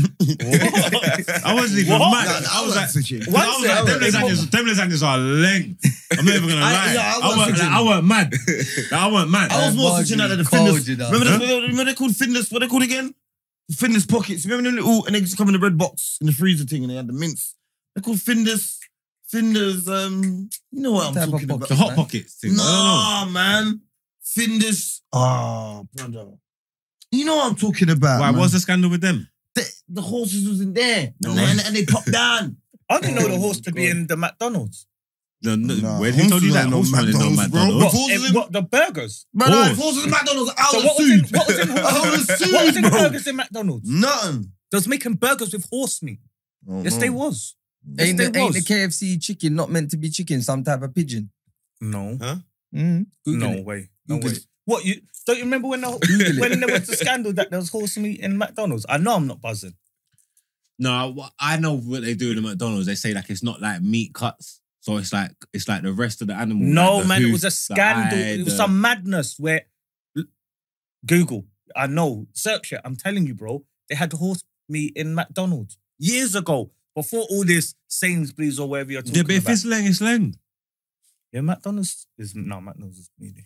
Speaker 1: I wasn't even
Speaker 3: What?
Speaker 1: mad.
Speaker 2: Nah,
Speaker 1: I was like.
Speaker 2: switching.
Speaker 1: Cause I was like, them
Speaker 2: I
Speaker 1: lasagnas,
Speaker 2: wasn't-
Speaker 1: them lasagnas are linked. I'm not even gonna
Speaker 2: I-
Speaker 1: lie.
Speaker 2: yeah, I
Speaker 1: I,
Speaker 2: wasn't
Speaker 1: weren't, like, I weren't mad. Like, I weren't mad.
Speaker 2: I was more
Speaker 4: Barbie,
Speaker 2: switching out of the
Speaker 4: cold,
Speaker 2: fitness.
Speaker 4: you know.
Speaker 2: Remember, the, remember they called fitness. What they called again? Fitness pockets. Remember them little and they just come in the red box in the freezer thing and they had the mints. They called fitness. Finders, um, you know what I'm
Speaker 4: Type of
Speaker 2: talking about.
Speaker 4: pocket.
Speaker 1: the hot pockets thing. I
Speaker 2: Nah, man. Finders. Oh, brother. You know what I'm talking
Speaker 1: don't
Speaker 2: about.
Speaker 1: know. Why?
Speaker 2: man.
Speaker 1: What's the scandal with them?
Speaker 2: the, the horses was in there
Speaker 1: No
Speaker 2: and,
Speaker 1: way.
Speaker 2: and, and they popped down.
Speaker 3: I didn't know the
Speaker 4: Oh,
Speaker 3: horse to be
Speaker 4: God.
Speaker 3: in the McDonald's.
Speaker 1: No, no,
Speaker 2: Nah,
Speaker 1: where did you told you that?
Speaker 2: horsemen
Speaker 1: Horseman
Speaker 2: ain't
Speaker 1: in
Speaker 2: no
Speaker 1: no
Speaker 2: McDonald's, bro.
Speaker 1: McDonald's.
Speaker 3: What,
Speaker 2: horse
Speaker 3: eh,
Speaker 2: is-
Speaker 3: what the burgers?
Speaker 2: Man,
Speaker 1: Oh.
Speaker 2: if horses in McDonald's, I
Speaker 3: So
Speaker 2: was
Speaker 3: what was in
Speaker 2: sued.
Speaker 3: what was in
Speaker 2: I
Speaker 3: what
Speaker 2: was
Speaker 3: was in
Speaker 2: sued, bro.
Speaker 3: the burgers in McDonald's?
Speaker 2: Nothing.
Speaker 3: They was making burgers with horse meat.
Speaker 2: Oh,
Speaker 3: Yes,
Speaker 2: no.
Speaker 3: they was. Yes,
Speaker 4: ain't,
Speaker 3: they
Speaker 4: the, ain't
Speaker 3: was.
Speaker 4: the KFC chicken not meant to be chicken? Some type of pigeon.
Speaker 3: no,
Speaker 4: Mm. Google
Speaker 3: no
Speaker 4: it.
Speaker 3: way, no
Speaker 4: Google
Speaker 3: way.
Speaker 4: it.
Speaker 3: What you don't you remember when the,
Speaker 4: Google it.
Speaker 3: when there was the scandal that there was horse meat in McDonald's? I know I'm not buzzing.
Speaker 1: No, wha- I know what they do in the McDonald's. They say like it's not like meat cuts, so it's like it's like the rest of the animal.
Speaker 3: No,
Speaker 1: like the
Speaker 3: man, it
Speaker 1: hoof,
Speaker 3: was a
Speaker 1: the
Speaker 3: scandal.
Speaker 1: eye,
Speaker 3: it was
Speaker 1: the-
Speaker 3: some madness where Google, I know, search it. I'm telling you, bro. They had horse meat in McDonald's years ago, before all this Sainsbury's or wherever you're talking
Speaker 1: Yeah, but if
Speaker 3: about.
Speaker 1: it's leg, it's leg.
Speaker 3: Yeah, McDonald's is no McDonald's is meaty.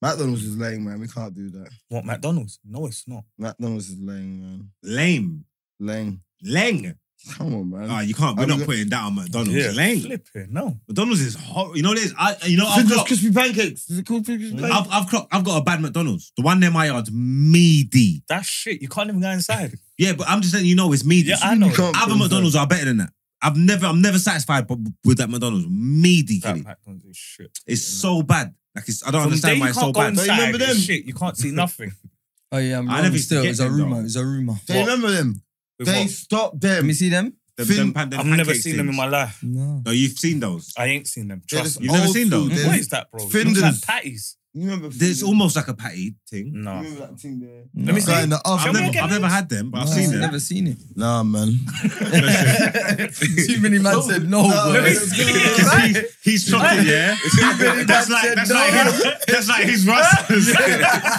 Speaker 2: McDonald's is lame, man. We can't do that.
Speaker 3: What McDonald's? No, it's not.
Speaker 2: McDonald's is lame, man.
Speaker 1: Lame,
Speaker 2: Lame.
Speaker 1: leng.
Speaker 2: Come on, man.
Speaker 1: Oh, you can't. We're
Speaker 2: I'm
Speaker 1: not
Speaker 2: go-
Speaker 1: putting that on McDonald's.
Speaker 3: Yeah.
Speaker 1: Lame.
Speaker 3: Flipping, no.
Speaker 1: McDonald's is horrible. You know this. I. You know
Speaker 2: Is
Speaker 1: I've
Speaker 2: it just
Speaker 1: clocked.
Speaker 2: crispy pancakes. Is it called crispy pancakes?
Speaker 1: I've, I've clocked. I've got a bad McDonald's. The one near my yard's meaty.
Speaker 3: That shit, you can't even go inside.
Speaker 1: Yeah, but I'm just saying you know it's meaty.
Speaker 3: yeah, I know.
Speaker 2: You can't
Speaker 1: Other
Speaker 2: put it
Speaker 1: McDonald's are better than that. I've never, I'm never satisfied bu- with that McDonald's. Meaty,
Speaker 3: That
Speaker 1: Kenny.
Speaker 3: McDonald's is shit.
Speaker 1: It's so bad. Like it's, I don't
Speaker 3: From there,
Speaker 1: understand
Speaker 3: you
Speaker 1: why
Speaker 3: can't
Speaker 1: it's so
Speaker 3: go
Speaker 1: bad.
Speaker 2: Don't you
Speaker 3: inside.
Speaker 2: remember
Speaker 3: It's
Speaker 2: them?
Speaker 3: Shit, you can't see nothing.
Speaker 4: Oh yeah, I'm
Speaker 1: I
Speaker 4: wrong
Speaker 1: never used to
Speaker 4: still.
Speaker 1: get
Speaker 4: It's a
Speaker 1: them, though.
Speaker 4: rumor. It's a rumor.
Speaker 2: Do you remember them?
Speaker 3: With
Speaker 2: They
Speaker 3: what?
Speaker 2: stopped
Speaker 4: Let me
Speaker 2: them.
Speaker 4: see them.
Speaker 1: Them-
Speaker 2: Thin-
Speaker 1: them pan- them
Speaker 3: I've never
Speaker 1: pancake
Speaker 3: seen them in
Speaker 1: things.
Speaker 3: my life.
Speaker 4: No.
Speaker 1: No, you've seen those.
Speaker 3: I ain't seen them.
Speaker 2: They're just
Speaker 3: Trust me.
Speaker 1: You've never
Speaker 2: old
Speaker 1: seen those?
Speaker 2: food.
Speaker 3: What
Speaker 2: There's-
Speaker 3: is that, bro? It looks
Speaker 2: Finders.
Speaker 3: like patties.
Speaker 2: You remember?
Speaker 1: There's
Speaker 2: Finders?
Speaker 1: almost like a patty thing.
Speaker 2: You
Speaker 3: No.
Speaker 2: remember that thing there?
Speaker 4: Let me
Speaker 2: It's like in the
Speaker 1: I've
Speaker 2: oven.
Speaker 3: we
Speaker 1: never,
Speaker 3: get
Speaker 1: I've never
Speaker 3: those?
Speaker 1: had them, but I've
Speaker 4: No,
Speaker 1: seen them.
Speaker 4: Never seen it.
Speaker 2: Nah, man.
Speaker 4: Too many man said no.
Speaker 2: No,
Speaker 4: bro.
Speaker 2: let me
Speaker 3: see
Speaker 1: Because he, he's shocking, yeah. that's like that's like his, that's like his rustlers.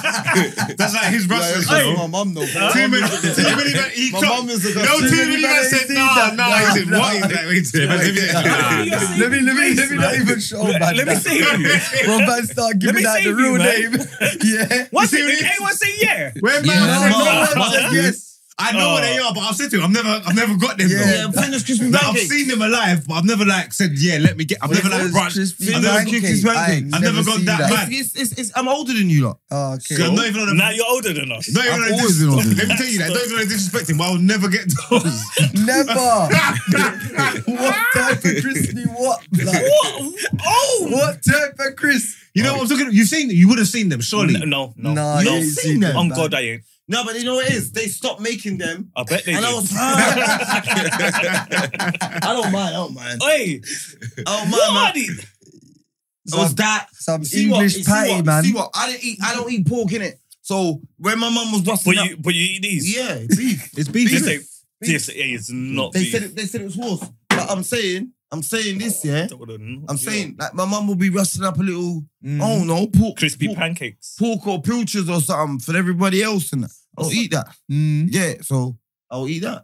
Speaker 1: that's like his rustlers.
Speaker 2: Like,
Speaker 1: you know.
Speaker 2: my mum though.
Speaker 1: Too many, too many men. He
Speaker 2: My
Speaker 1: clocked-
Speaker 2: mum is a-
Speaker 1: no, too many men said no, no. He said what? He's like, wait a minute.
Speaker 3: Let me-
Speaker 1: Nah, nah.
Speaker 4: Let me let me let me not even show man.
Speaker 3: Let me
Speaker 4: that.
Speaker 3: see you.
Speaker 4: Bro, man, start giving
Speaker 3: me
Speaker 4: out
Speaker 3: save
Speaker 4: the
Speaker 3: you,
Speaker 4: real
Speaker 3: man.
Speaker 4: name. Yeah.
Speaker 3: What's
Speaker 1: You see what it is?
Speaker 3: it? Did anyone say yeah?
Speaker 1: Where man?
Speaker 4: Yeah,
Speaker 1: said
Speaker 4: no,
Speaker 1: no,
Speaker 4: no,
Speaker 1: but-
Speaker 4: no, yes.
Speaker 1: I know what they are, but I've said to him, I've never, I've never got them.
Speaker 4: Yeah,
Speaker 1: though. Like, I've seen them alive, but I've never like said, yeah, let me get. I've never like
Speaker 4: Finders,
Speaker 1: brunch.
Speaker 4: crispy
Speaker 1: I've never
Speaker 4: pancake.
Speaker 1: cooked his
Speaker 4: I
Speaker 1: pancake.
Speaker 4: ain't
Speaker 1: I've never
Speaker 4: never
Speaker 1: got
Speaker 4: seen
Speaker 1: that
Speaker 4: that.
Speaker 1: bad.
Speaker 2: It's, it's, it's, I'm older than you lot.
Speaker 4: Oh,
Speaker 1: So I'm
Speaker 4: okay.
Speaker 1: not even on a-
Speaker 3: Now you're older than us.
Speaker 1: not even on
Speaker 2: I've
Speaker 1: a
Speaker 2: always
Speaker 1: dis-
Speaker 2: been older than
Speaker 1: Let me tell you that. Don't even on a disrespect him. but I will never get those.
Speaker 4: Never. What type of crispy what? Like,
Speaker 3: What? Oh!
Speaker 4: what type of crisp?
Speaker 1: you know what I'm talking? You've seen. You would have seen them, surely.
Speaker 3: N- No, no.
Speaker 4: Nah,
Speaker 3: no.
Speaker 4: you ain't seen them,
Speaker 3: On
Speaker 4: man.
Speaker 3: Oh, God, I ain't.
Speaker 2: No, but you know what it is? They stopped making them.
Speaker 3: I bet they
Speaker 2: And I
Speaker 3: do.
Speaker 2: was I don't mind, I don't mind.
Speaker 3: Hey,
Speaker 2: I don't mind, man.
Speaker 3: what are these?
Speaker 2: It was
Speaker 4: Some,
Speaker 2: that.
Speaker 4: some
Speaker 2: See what-
Speaker 4: English
Speaker 2: see
Speaker 4: patty,
Speaker 2: what-
Speaker 4: man.
Speaker 2: See what? I didn't eat, I don't eat pork in it. So when my mum was
Speaker 3: But
Speaker 2: busting up,
Speaker 3: you, but you eat these.
Speaker 2: yeah, beef.
Speaker 1: It's beef.
Speaker 3: This
Speaker 1: isn't it?
Speaker 3: ain't, this is not
Speaker 2: They
Speaker 3: beef.
Speaker 2: said it, they said it was horse. But I'm saying, I'm saying this, yeah.
Speaker 3: That would've not-
Speaker 2: I'm
Speaker 3: yeah.
Speaker 2: saying like my mum will be rusting up a little,
Speaker 4: Mm.
Speaker 2: oh no, pork
Speaker 3: crispy
Speaker 2: pork,
Speaker 3: pancakes.
Speaker 2: pork or pilchards or something for everybody else and that. I'll eat that.
Speaker 4: Mm.
Speaker 2: Yeah, so I'll eat that.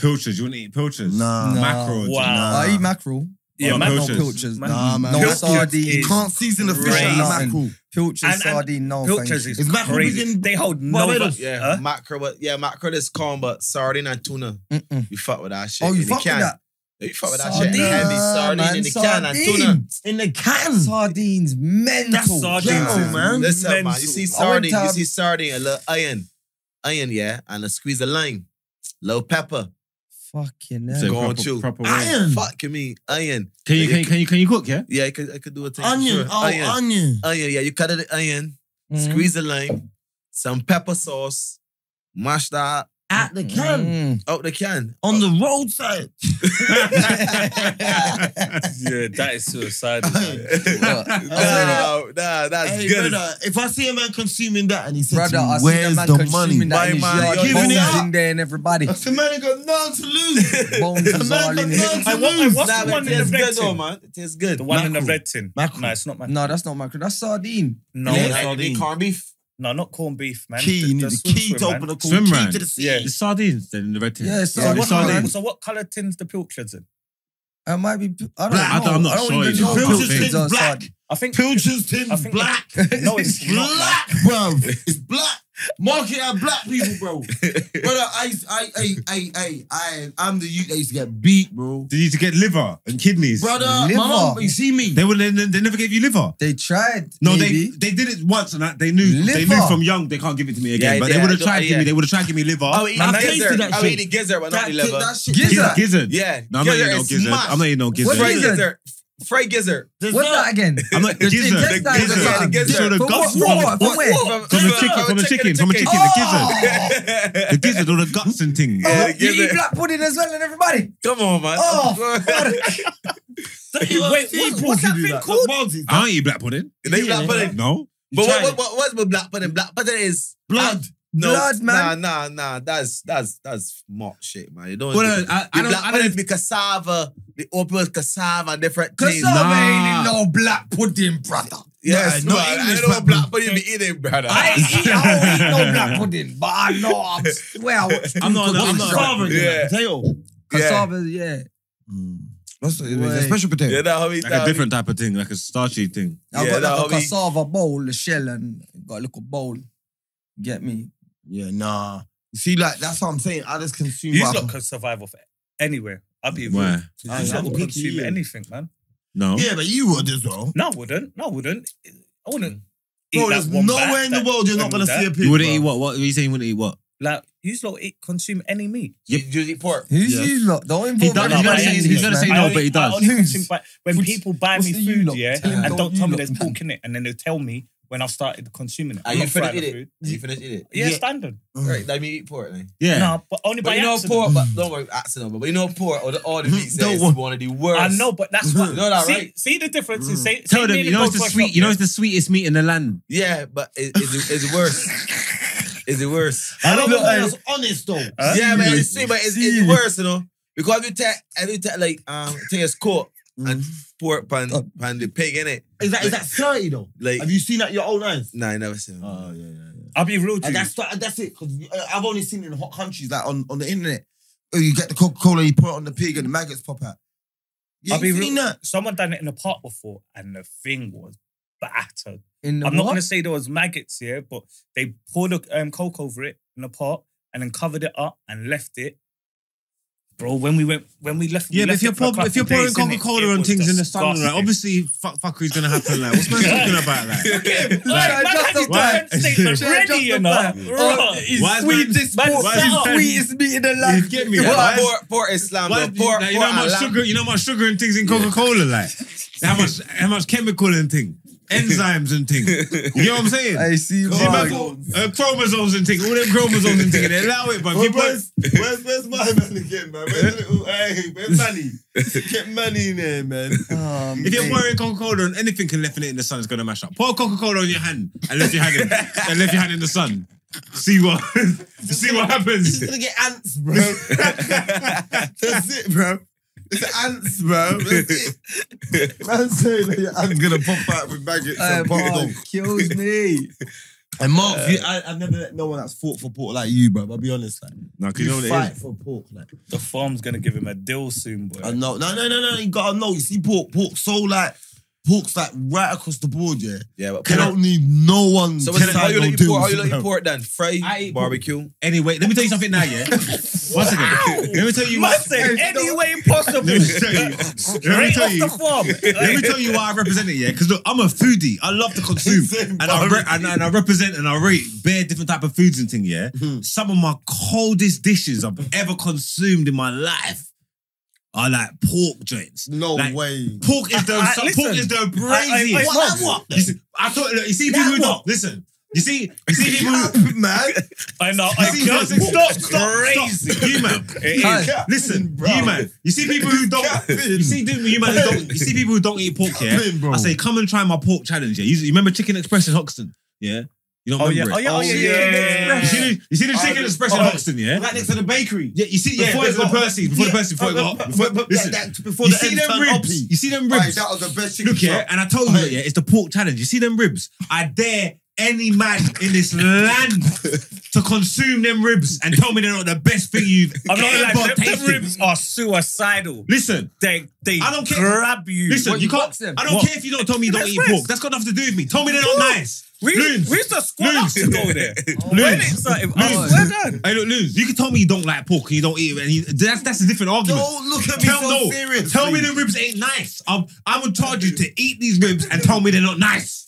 Speaker 1: Pilchards. You wouldn't eat pilchards.
Speaker 2: Nah.
Speaker 4: Nah.
Speaker 1: Mackerel.
Speaker 3: Wow.
Speaker 2: Nah.
Speaker 4: I eat mackerel.
Speaker 3: Yeah,
Speaker 4: but
Speaker 1: man-
Speaker 4: no
Speaker 1: pilchards.
Speaker 4: pilchards.
Speaker 3: Man-
Speaker 4: Nah,
Speaker 2: Nah, man.
Speaker 4: No
Speaker 2: Pilchards
Speaker 4: sardines.
Speaker 2: You can't season the fish out of
Speaker 4: Crazy.
Speaker 2: mackerel.
Speaker 4: Pilchard
Speaker 3: And- and
Speaker 4: sardine, no
Speaker 3: Pilchards
Speaker 4: thank
Speaker 3: is
Speaker 4: you.
Speaker 2: Is mackerel
Speaker 3: crazy.
Speaker 2: big in
Speaker 3: they hold no.
Speaker 2: Barbados?
Speaker 3: But,
Speaker 5: Yeah,
Speaker 3: Huh?
Speaker 5: mackerel. But yeah, mackerel is calm, but sardine and tuna,
Speaker 4: Mm-mm.
Speaker 5: you fuck with that shit.
Speaker 4: Oh, you
Speaker 5: in the
Speaker 4: fuck with
Speaker 5: can.
Speaker 4: that?
Speaker 5: You fuck with that shit.
Speaker 4: Sardine.
Speaker 5: Heavy
Speaker 4: Nah,
Speaker 5: sardine
Speaker 4: man,
Speaker 5: in the can and tuna.
Speaker 2: In the can.
Speaker 4: Sardines, mental.
Speaker 3: That's sardines,
Speaker 4: Yo,
Speaker 2: man.
Speaker 5: Listen, man.
Speaker 3: Mental.
Speaker 5: You see
Speaker 4: I went
Speaker 5: sardine, you
Speaker 4: to-
Speaker 5: see sardine, a little iron, iron, yeah, and a squeeze of lime, little pepper.
Speaker 4: Fucking
Speaker 1: So
Speaker 4: hell.
Speaker 5: Go on,
Speaker 1: proper-
Speaker 5: chew.
Speaker 1: proper way.
Speaker 2: Iron.
Speaker 5: Fuck you mean iron?
Speaker 1: Can you can you, can you can you cook? Yeah.
Speaker 5: Yeah, I could, I could do a thing. for
Speaker 2: Onion.
Speaker 5: sure.
Speaker 2: Oh,
Speaker 5: iron.
Speaker 2: onion.
Speaker 5: onion. Yeah, you cut it the onion,
Speaker 4: Mm.
Speaker 5: squeeze the lime, some pepper sauce, mash that
Speaker 2: At the can.
Speaker 4: Mm.
Speaker 5: out the can.
Speaker 2: On the roadside.
Speaker 3: yeah, that is suicidal. man.
Speaker 2: Uh,
Speaker 5: Oh, no, no, that's
Speaker 2: Hey,
Speaker 5: good.
Speaker 2: brother, if I see a man consuming that and he says,
Speaker 4: Brother, I see a
Speaker 2: Where's
Speaker 4: man
Speaker 2: the money?
Speaker 4: consuming that in his
Speaker 5: My man,
Speaker 4: yard.
Speaker 5: you're
Speaker 4: Bones
Speaker 2: giving it
Speaker 4: in there and everybody.
Speaker 2: I said, man, I got nothing to lose.
Speaker 4: Bones
Speaker 2: A
Speaker 4: is
Speaker 2: man
Speaker 4: all
Speaker 2: got
Speaker 4: in it.
Speaker 2: nothing to
Speaker 3: I want- I
Speaker 2: lose.
Speaker 3: want-
Speaker 5: Nah,
Speaker 3: the
Speaker 5: but
Speaker 3: one
Speaker 5: it
Speaker 3: in the
Speaker 5: tastes
Speaker 3: red
Speaker 5: good, though,
Speaker 3: tin?
Speaker 5: man. It tastes good.
Speaker 3: The one in the
Speaker 2: Mackerel.
Speaker 3: red tin.
Speaker 2: Mackerel.
Speaker 3: No, it's not mackerel.
Speaker 4: No, that's not mackerel. That's sardine.
Speaker 3: No,
Speaker 5: Yeah,
Speaker 3: no,
Speaker 5: like the corned beef.
Speaker 3: no, not corned beef, man.
Speaker 2: Key, you need the
Speaker 3: swim
Speaker 2: key
Speaker 3: swim,
Speaker 2: to
Speaker 3: man.
Speaker 2: open the
Speaker 1: Swim
Speaker 2: corn, key
Speaker 1: round.
Speaker 2: to the sea.
Speaker 3: Yeah.
Speaker 1: The sardines then the red tin.
Speaker 4: Yeah,
Speaker 3: So,
Speaker 4: Yeah,
Speaker 1: the
Speaker 4: what
Speaker 1: sardines.
Speaker 4: sardines.
Speaker 3: so what color tins the pilchards in?
Speaker 4: It might be. I don't
Speaker 1: Black, I
Speaker 4: know.
Speaker 1: don't- I'm not
Speaker 4: I don't
Speaker 1: sure,
Speaker 4: even
Speaker 1: you know.
Speaker 4: know.
Speaker 1: Pilchards
Speaker 4: if it's
Speaker 1: is
Speaker 4: on
Speaker 2: black.
Speaker 4: sardine.
Speaker 3: I think
Speaker 2: Pilchards tin
Speaker 3: I think-
Speaker 2: black.
Speaker 3: no, Oh, it's not, man.
Speaker 2: black, bro. It's black. Market at black people, bro. Brother, I, I, I, I, I, I, I'm the youth that used to get beat, bro.
Speaker 1: Did you to get liver and kidneys?
Speaker 2: Brother,
Speaker 4: Liver.
Speaker 2: my mom, you see me?
Speaker 1: They would they, they never gave you liver.
Speaker 4: They tried.
Speaker 1: No,
Speaker 4: maybe.
Speaker 1: they they did it once and I, they knew they
Speaker 4: Liver.
Speaker 1: knew from young they can't give it to me again.
Speaker 5: Yeah,
Speaker 1: but they
Speaker 5: yeah,
Speaker 1: would have
Speaker 5: I
Speaker 1: tried
Speaker 5: do-
Speaker 1: to give me.
Speaker 5: yeah.
Speaker 1: They would have tried to give me liver.
Speaker 5: Oh, eat
Speaker 1: Man,
Speaker 5: the
Speaker 1: I tasted
Speaker 5: gizzard.
Speaker 1: that
Speaker 5: I
Speaker 1: shit.
Speaker 5: eat the gizzard, but not
Speaker 2: That,
Speaker 5: the
Speaker 2: shit-
Speaker 5: liver.
Speaker 2: that shit.
Speaker 4: Gizzard.
Speaker 1: gizzard.
Speaker 5: Yeah,
Speaker 1: No, I'm not eating no
Speaker 5: is
Speaker 1: gizzard.
Speaker 5: must.
Speaker 1: I'm not eating no
Speaker 5: Fried
Speaker 1: gizzard.
Speaker 4: gizzard?
Speaker 5: gizzard. Frey Gizzard.
Speaker 4: What's that again?
Speaker 1: I'm not
Speaker 4: There's
Speaker 1: gizzard.
Speaker 4: intestines
Speaker 1: The
Speaker 4: or
Speaker 1: gizzard.
Speaker 4: something.
Speaker 5: Gizzard.
Speaker 1: So the
Speaker 4: But
Speaker 1: guts
Speaker 4: what-
Speaker 1: from,
Speaker 4: what-
Speaker 1: what-
Speaker 4: where?
Speaker 1: from the chicken, from the chicken, from the chicken, Oh! the gizzard, the gizzard, all the guts and things.
Speaker 4: Oh, you
Speaker 5: give
Speaker 4: eat
Speaker 5: it.
Speaker 4: black pudding as well and everybody.
Speaker 5: Come on, man.
Speaker 4: Oh,
Speaker 3: Wait, what's, what's that thing called?
Speaker 1: I don't eat black pudding.
Speaker 5: They black pudding.
Speaker 1: No,
Speaker 5: But what,
Speaker 3: Try
Speaker 5: what, what, what's with black pudding? Black pudding is
Speaker 1: blood.
Speaker 5: no,
Speaker 4: Blood, man.
Speaker 5: Nah, nah, nah. That's that's that's mock shit, man. You don't.
Speaker 1: Well,
Speaker 5: do-
Speaker 1: no, I- I
Speaker 5: the
Speaker 1: don't-
Speaker 5: black
Speaker 1: I
Speaker 5: pudding be cassava. The opium is cassava, different things.
Speaker 4: cassava ain't no black pudding, brother.
Speaker 5: Yes,
Speaker 4: no,
Speaker 5: no,
Speaker 4: no
Speaker 5: I
Speaker 4: English
Speaker 5: don't know
Speaker 4: black
Speaker 5: black pudding be eating, brother.
Speaker 4: I ain't eat, I don't eat no black pudding, but I know I swear I was.
Speaker 3: I'm not. I'm not.
Speaker 4: Cassava,
Speaker 3: Sovereign,
Speaker 5: Yeah.
Speaker 3: yeah. Potato.
Speaker 4: Cassava, yeah.
Speaker 2: That's it's
Speaker 4: Wait.
Speaker 2: a special potato.
Speaker 5: Yeah, that how we
Speaker 1: Like a different type of thing, like a starchy thing.
Speaker 4: I
Speaker 5: Yeah,
Speaker 4: got
Speaker 5: that'll
Speaker 4: like a
Speaker 5: be-
Speaker 4: cassava bowl, the shell, and got a little bowl. Get me?
Speaker 2: Yeah, nah. You see, like that's what I'm saying. I just consume.
Speaker 3: You
Speaker 2: what
Speaker 3: lot
Speaker 2: I-
Speaker 3: can survive off anywhere. I'll be real.
Speaker 1: Why?
Speaker 3: I
Speaker 2: I'm
Speaker 3: will
Speaker 2: picky,
Speaker 3: consume
Speaker 2: yeah.
Speaker 3: anything, man.
Speaker 1: No.
Speaker 2: yeah, but you would as well.
Speaker 3: No, I wouldn't. No, I wouldn't. I wouldn't. eat
Speaker 2: Mm. Bro,
Speaker 3: that
Speaker 2: there's
Speaker 3: one bat,
Speaker 2: nowhere in the
Speaker 3: that-
Speaker 2: world you're
Speaker 3: that
Speaker 2: not gonna
Speaker 3: and that.
Speaker 2: see a pig.
Speaker 1: You wouldn't
Speaker 2: bro.
Speaker 1: eat what? What are you saying? You wouldn't eat what?
Speaker 3: Like, you lot eat, consume any meat.
Speaker 5: You, you eat pork.
Speaker 4: Who's
Speaker 1: Yeah.
Speaker 4: you lot? Don't involve
Speaker 1: does-
Speaker 4: me in
Speaker 1: he's gonna
Speaker 4: this,
Speaker 1: say- he's gonna
Speaker 4: man.
Speaker 1: say
Speaker 3: I
Speaker 1: no,
Speaker 3: only-
Speaker 1: but he does.
Speaker 3: I only consume- but when
Speaker 4: What's-
Speaker 3: people buy
Speaker 4: what's
Speaker 3: me
Speaker 4: the you
Speaker 3: food,
Speaker 4: lot?
Speaker 3: yeah,
Speaker 4: Tell him
Speaker 3: and
Speaker 4: don't
Speaker 3: don't
Speaker 4: you
Speaker 3: tell me
Speaker 4: lot,
Speaker 3: there's
Speaker 4: man.
Speaker 3: pork in it, and then they'll tell me when I've started consuming it.
Speaker 5: Are
Speaker 3: I'm
Speaker 5: you
Speaker 3: not
Speaker 5: finished
Speaker 3: fried
Speaker 5: eating
Speaker 3: with
Speaker 5: it?
Speaker 3: food.
Speaker 5: You finished eating it?
Speaker 3: Yeah, standard.
Speaker 5: Right, that mean you eat pork, then.
Speaker 1: Yeah.
Speaker 3: No, but only
Speaker 5: But
Speaker 3: by
Speaker 5: you know
Speaker 3: accident.
Speaker 5: pork, but don't worry, accident. But you know pork or the, all the meat
Speaker 2: Don't
Speaker 5: is
Speaker 2: worry.
Speaker 5: one of the worst.
Speaker 3: I know, but that's what.
Speaker 5: You know that,
Speaker 3: see,
Speaker 5: right?
Speaker 3: see the difference. in say,
Speaker 1: Mm. Tell
Speaker 3: say
Speaker 1: them,
Speaker 3: me
Speaker 1: you
Speaker 3: and
Speaker 1: know
Speaker 3: go
Speaker 1: it's the
Speaker 3: to a
Speaker 1: sweet,
Speaker 3: shop,
Speaker 1: you know
Speaker 3: yeah?
Speaker 1: it's the sweetest meat in the land.
Speaker 5: Yeah, but it, it's, it's worse. Is it worse?
Speaker 2: I don't
Speaker 5: Look,
Speaker 2: know.
Speaker 5: I-
Speaker 2: That's honest though.
Speaker 3: Huh?
Speaker 5: Yeah, man, it's sweet, but it's, it's worse, you know. Because if you take, if you take like um, take a score and pork pan
Speaker 4: Oh.
Speaker 5: pan the pig in it,
Speaker 2: Is that is that thirty though?
Speaker 5: like
Speaker 2: Have you seen that in your own eyes?
Speaker 5: nah, I never seen. it.
Speaker 2: Oh yeah, yeah.
Speaker 3: I'll be real to
Speaker 2: And
Speaker 3: you.
Speaker 2: that's that- that's it. Because I've only seen it in hot countries, like on, on the internet. Oh, You get the Coca Cola, you put it on the pig, and the maggots pop out. Yeah,
Speaker 3: I'll be
Speaker 2: you seen
Speaker 3: real.
Speaker 2: that?
Speaker 3: Someone done it in a park before, and the thing was battered.
Speaker 4: In the
Speaker 3: I'm not
Speaker 4: what?
Speaker 3: going to say there was maggots here, but they poured a um, coke over it in a pot and then covered it up and left it. Bro, when we went, when we left, we
Speaker 1: Yeah, but
Speaker 3: left
Speaker 1: if you're,
Speaker 3: it for a
Speaker 1: pour,
Speaker 3: couple
Speaker 1: if you're
Speaker 3: of days,
Speaker 1: pouring
Speaker 3: innit?
Speaker 1: Coca Cola
Speaker 3: It
Speaker 1: on
Speaker 3: was
Speaker 1: things in the sun,
Speaker 3: disgusting.
Speaker 1: like, obviously fuck, fuckery's gonna happen. Like, what's man talking about? Like,
Speaker 3: like,
Speaker 4: Right,
Speaker 3: man
Speaker 4: just
Speaker 3: had his
Speaker 4: the fact.
Speaker 3: defense statement
Speaker 4: Just the
Speaker 3: ready, you know.
Speaker 4: fact.
Speaker 3: Bro,
Speaker 4: Oh,
Speaker 1: why is
Speaker 4: Sweetest
Speaker 3: man-
Speaker 4: pork,
Speaker 3: why is man-
Speaker 4: sweetest meat in the land.
Speaker 1: Get me, like,
Speaker 5: Yeah, but
Speaker 1: why is-
Speaker 5: pork, pork is slam.
Speaker 1: why is
Speaker 5: though.
Speaker 1: the-
Speaker 5: Pork,
Speaker 1: like, you
Speaker 5: pork
Speaker 1: know how
Speaker 5: and
Speaker 1: much
Speaker 5: lamb.
Speaker 1: sugar, you know how much sugar and things in Coca Cola, like how much, how much chemical and thing, enzymes and thing. You know what I'm saying?
Speaker 4: I see.
Speaker 1: See, man,
Speaker 4: you.
Speaker 3: oh,
Speaker 1: uh, chromosomes and thing, all them chromosomes and thing, they allow it, but if you put
Speaker 2: where's, where's my man again, man? Where's, little- hey, where's money? Get money in there, man.
Speaker 4: Oh,
Speaker 1: If you're
Speaker 4: mate.
Speaker 1: pouring Coca Cola on anything and left in it in the sun, it's gonna mash up. Pour Coca Cola on your hand and left your hand in, and left your hand in the sun. See what, see what happens.
Speaker 2: You're gonna get ants, bro. That's it, bro. It's ants, bro. That's it. Man saying that your ants Um, gonna pop out with maggots
Speaker 4: Hey,
Speaker 2: and pop
Speaker 4: Mark, kills me.
Speaker 2: And Mark, you, I, I've never met no one that's fought for pork like you, bro. I'll be honest, like
Speaker 1: No, 'cause
Speaker 2: you,
Speaker 1: you know what
Speaker 2: fight
Speaker 1: it is.
Speaker 2: for pork, like
Speaker 3: The farm's gonna give him a deal soon, boy.
Speaker 2: I know. No, no, no, no. You gotta know. You see, pork, pork, so like pork's like right across the board, yeah.
Speaker 5: Yeah, but
Speaker 2: You
Speaker 5: pork.
Speaker 2: don't need no one.
Speaker 5: So
Speaker 2: to
Speaker 5: what's how
Speaker 2: sign
Speaker 5: you
Speaker 2: no
Speaker 5: like pork? How
Speaker 2: deals,
Speaker 5: you like
Speaker 2: bro.
Speaker 5: pork then? Fry,
Speaker 1: I eat pork.
Speaker 5: barbecue.
Speaker 1: Anyway, let me tell you something now, yeah. One second. Let me tell you.
Speaker 3: Man
Speaker 1: What,
Speaker 3: said any way possible.
Speaker 1: let me tell you. Let me
Speaker 3: Straight
Speaker 1: tell
Speaker 3: off
Speaker 1: you.
Speaker 3: the farm.
Speaker 1: Let me tell you why I represent it, yeah. Because look, I'm a foodie. I love to consume, and I re- and, and I represent and I rate bare different type of foods and thing, yeah.
Speaker 3: Mm-hmm.
Speaker 1: Some of my coldest dishes I've ever consumed in my life are like pork joints.
Speaker 2: No
Speaker 1: Like,
Speaker 2: way.
Speaker 1: Pork is the
Speaker 3: I-
Speaker 1: so-
Speaker 3: listen.
Speaker 1: pork is the
Speaker 3: I- I-
Speaker 1: braziest.
Speaker 2: What? What?
Speaker 1: You see, I thought look, you see people who don't listen. You see, you see people. who-
Speaker 2: man.
Speaker 3: I know.
Speaker 1: You
Speaker 3: I
Speaker 1: see,
Speaker 3: can't.
Speaker 1: listen, stop,
Speaker 3: It's
Speaker 1: stop,
Speaker 3: crazy.
Speaker 1: stop. You man,
Speaker 4: is.
Speaker 1: listen,
Speaker 2: Bro.
Speaker 1: you man. You see people who don't. You see, dude, you man, who don't. You see people who don't eat pork. Yeah,
Speaker 2: Capping, bro.
Speaker 1: I say, come and try my pork challenge. Yeah, you, you remember Chicken Express in Hoxton? Yeah, you don't
Speaker 3: Oh yeah.
Speaker 1: remember
Speaker 3: Oh
Speaker 1: it.
Speaker 3: yeah. Oh yeah.
Speaker 4: yeah.
Speaker 3: yeah.
Speaker 1: You see the, you see the
Speaker 2: Oh,
Speaker 1: Chicken
Speaker 2: yeah.
Speaker 1: Express in
Speaker 2: Oh.
Speaker 1: Hoxton? Yeah.
Speaker 2: Right next to the bakery.
Speaker 1: Yeah, you see, yeah, before
Speaker 2: Before
Speaker 1: it
Speaker 2: it
Speaker 1: got
Speaker 2: got-
Speaker 1: Percy's, before the Percy, before it got hot. Before, listen,
Speaker 2: before
Speaker 1: you see them ribs, you see them ribs.
Speaker 2: that was the best chicken
Speaker 1: Look here, and I told you, yeah, it's the pork challenge. You see them ribs? I dare any man in this land to consume them ribs and tell me they're not the best thing you've
Speaker 3: I'm not
Speaker 1: ever
Speaker 3: like them,
Speaker 1: tasted.
Speaker 3: them ribs are suicidal.
Speaker 1: Listen,
Speaker 3: They they
Speaker 1: I don't care.
Speaker 3: grab you.
Speaker 1: listen,
Speaker 4: What,
Speaker 1: you
Speaker 4: you
Speaker 1: can't.
Speaker 4: box them?
Speaker 1: I don't
Speaker 3: What?
Speaker 1: care if you don't tell me you don't eat
Speaker 3: Express.
Speaker 1: pork. That's got nothing to do with me. Tell me they're not
Speaker 3: No.
Speaker 1: nice.
Speaker 3: We,
Speaker 1: Loons.
Speaker 3: we used to squad up
Speaker 1: Loons.
Speaker 3: to go there. When
Speaker 1: Loons.
Speaker 3: it's like, if I
Speaker 1: Loons.
Speaker 3: swear down.
Speaker 1: Hey, look, Luz, you can tell me you don't like pork and you don't eat it. And you, that's, that's a different argument.
Speaker 2: Don't look at me
Speaker 1: Tell,
Speaker 2: so
Speaker 1: no,
Speaker 2: serious.
Speaker 1: tell me the ribs ain't nice. I'm, I'm gonna charge you to eat these ribs and tell me they're not nice.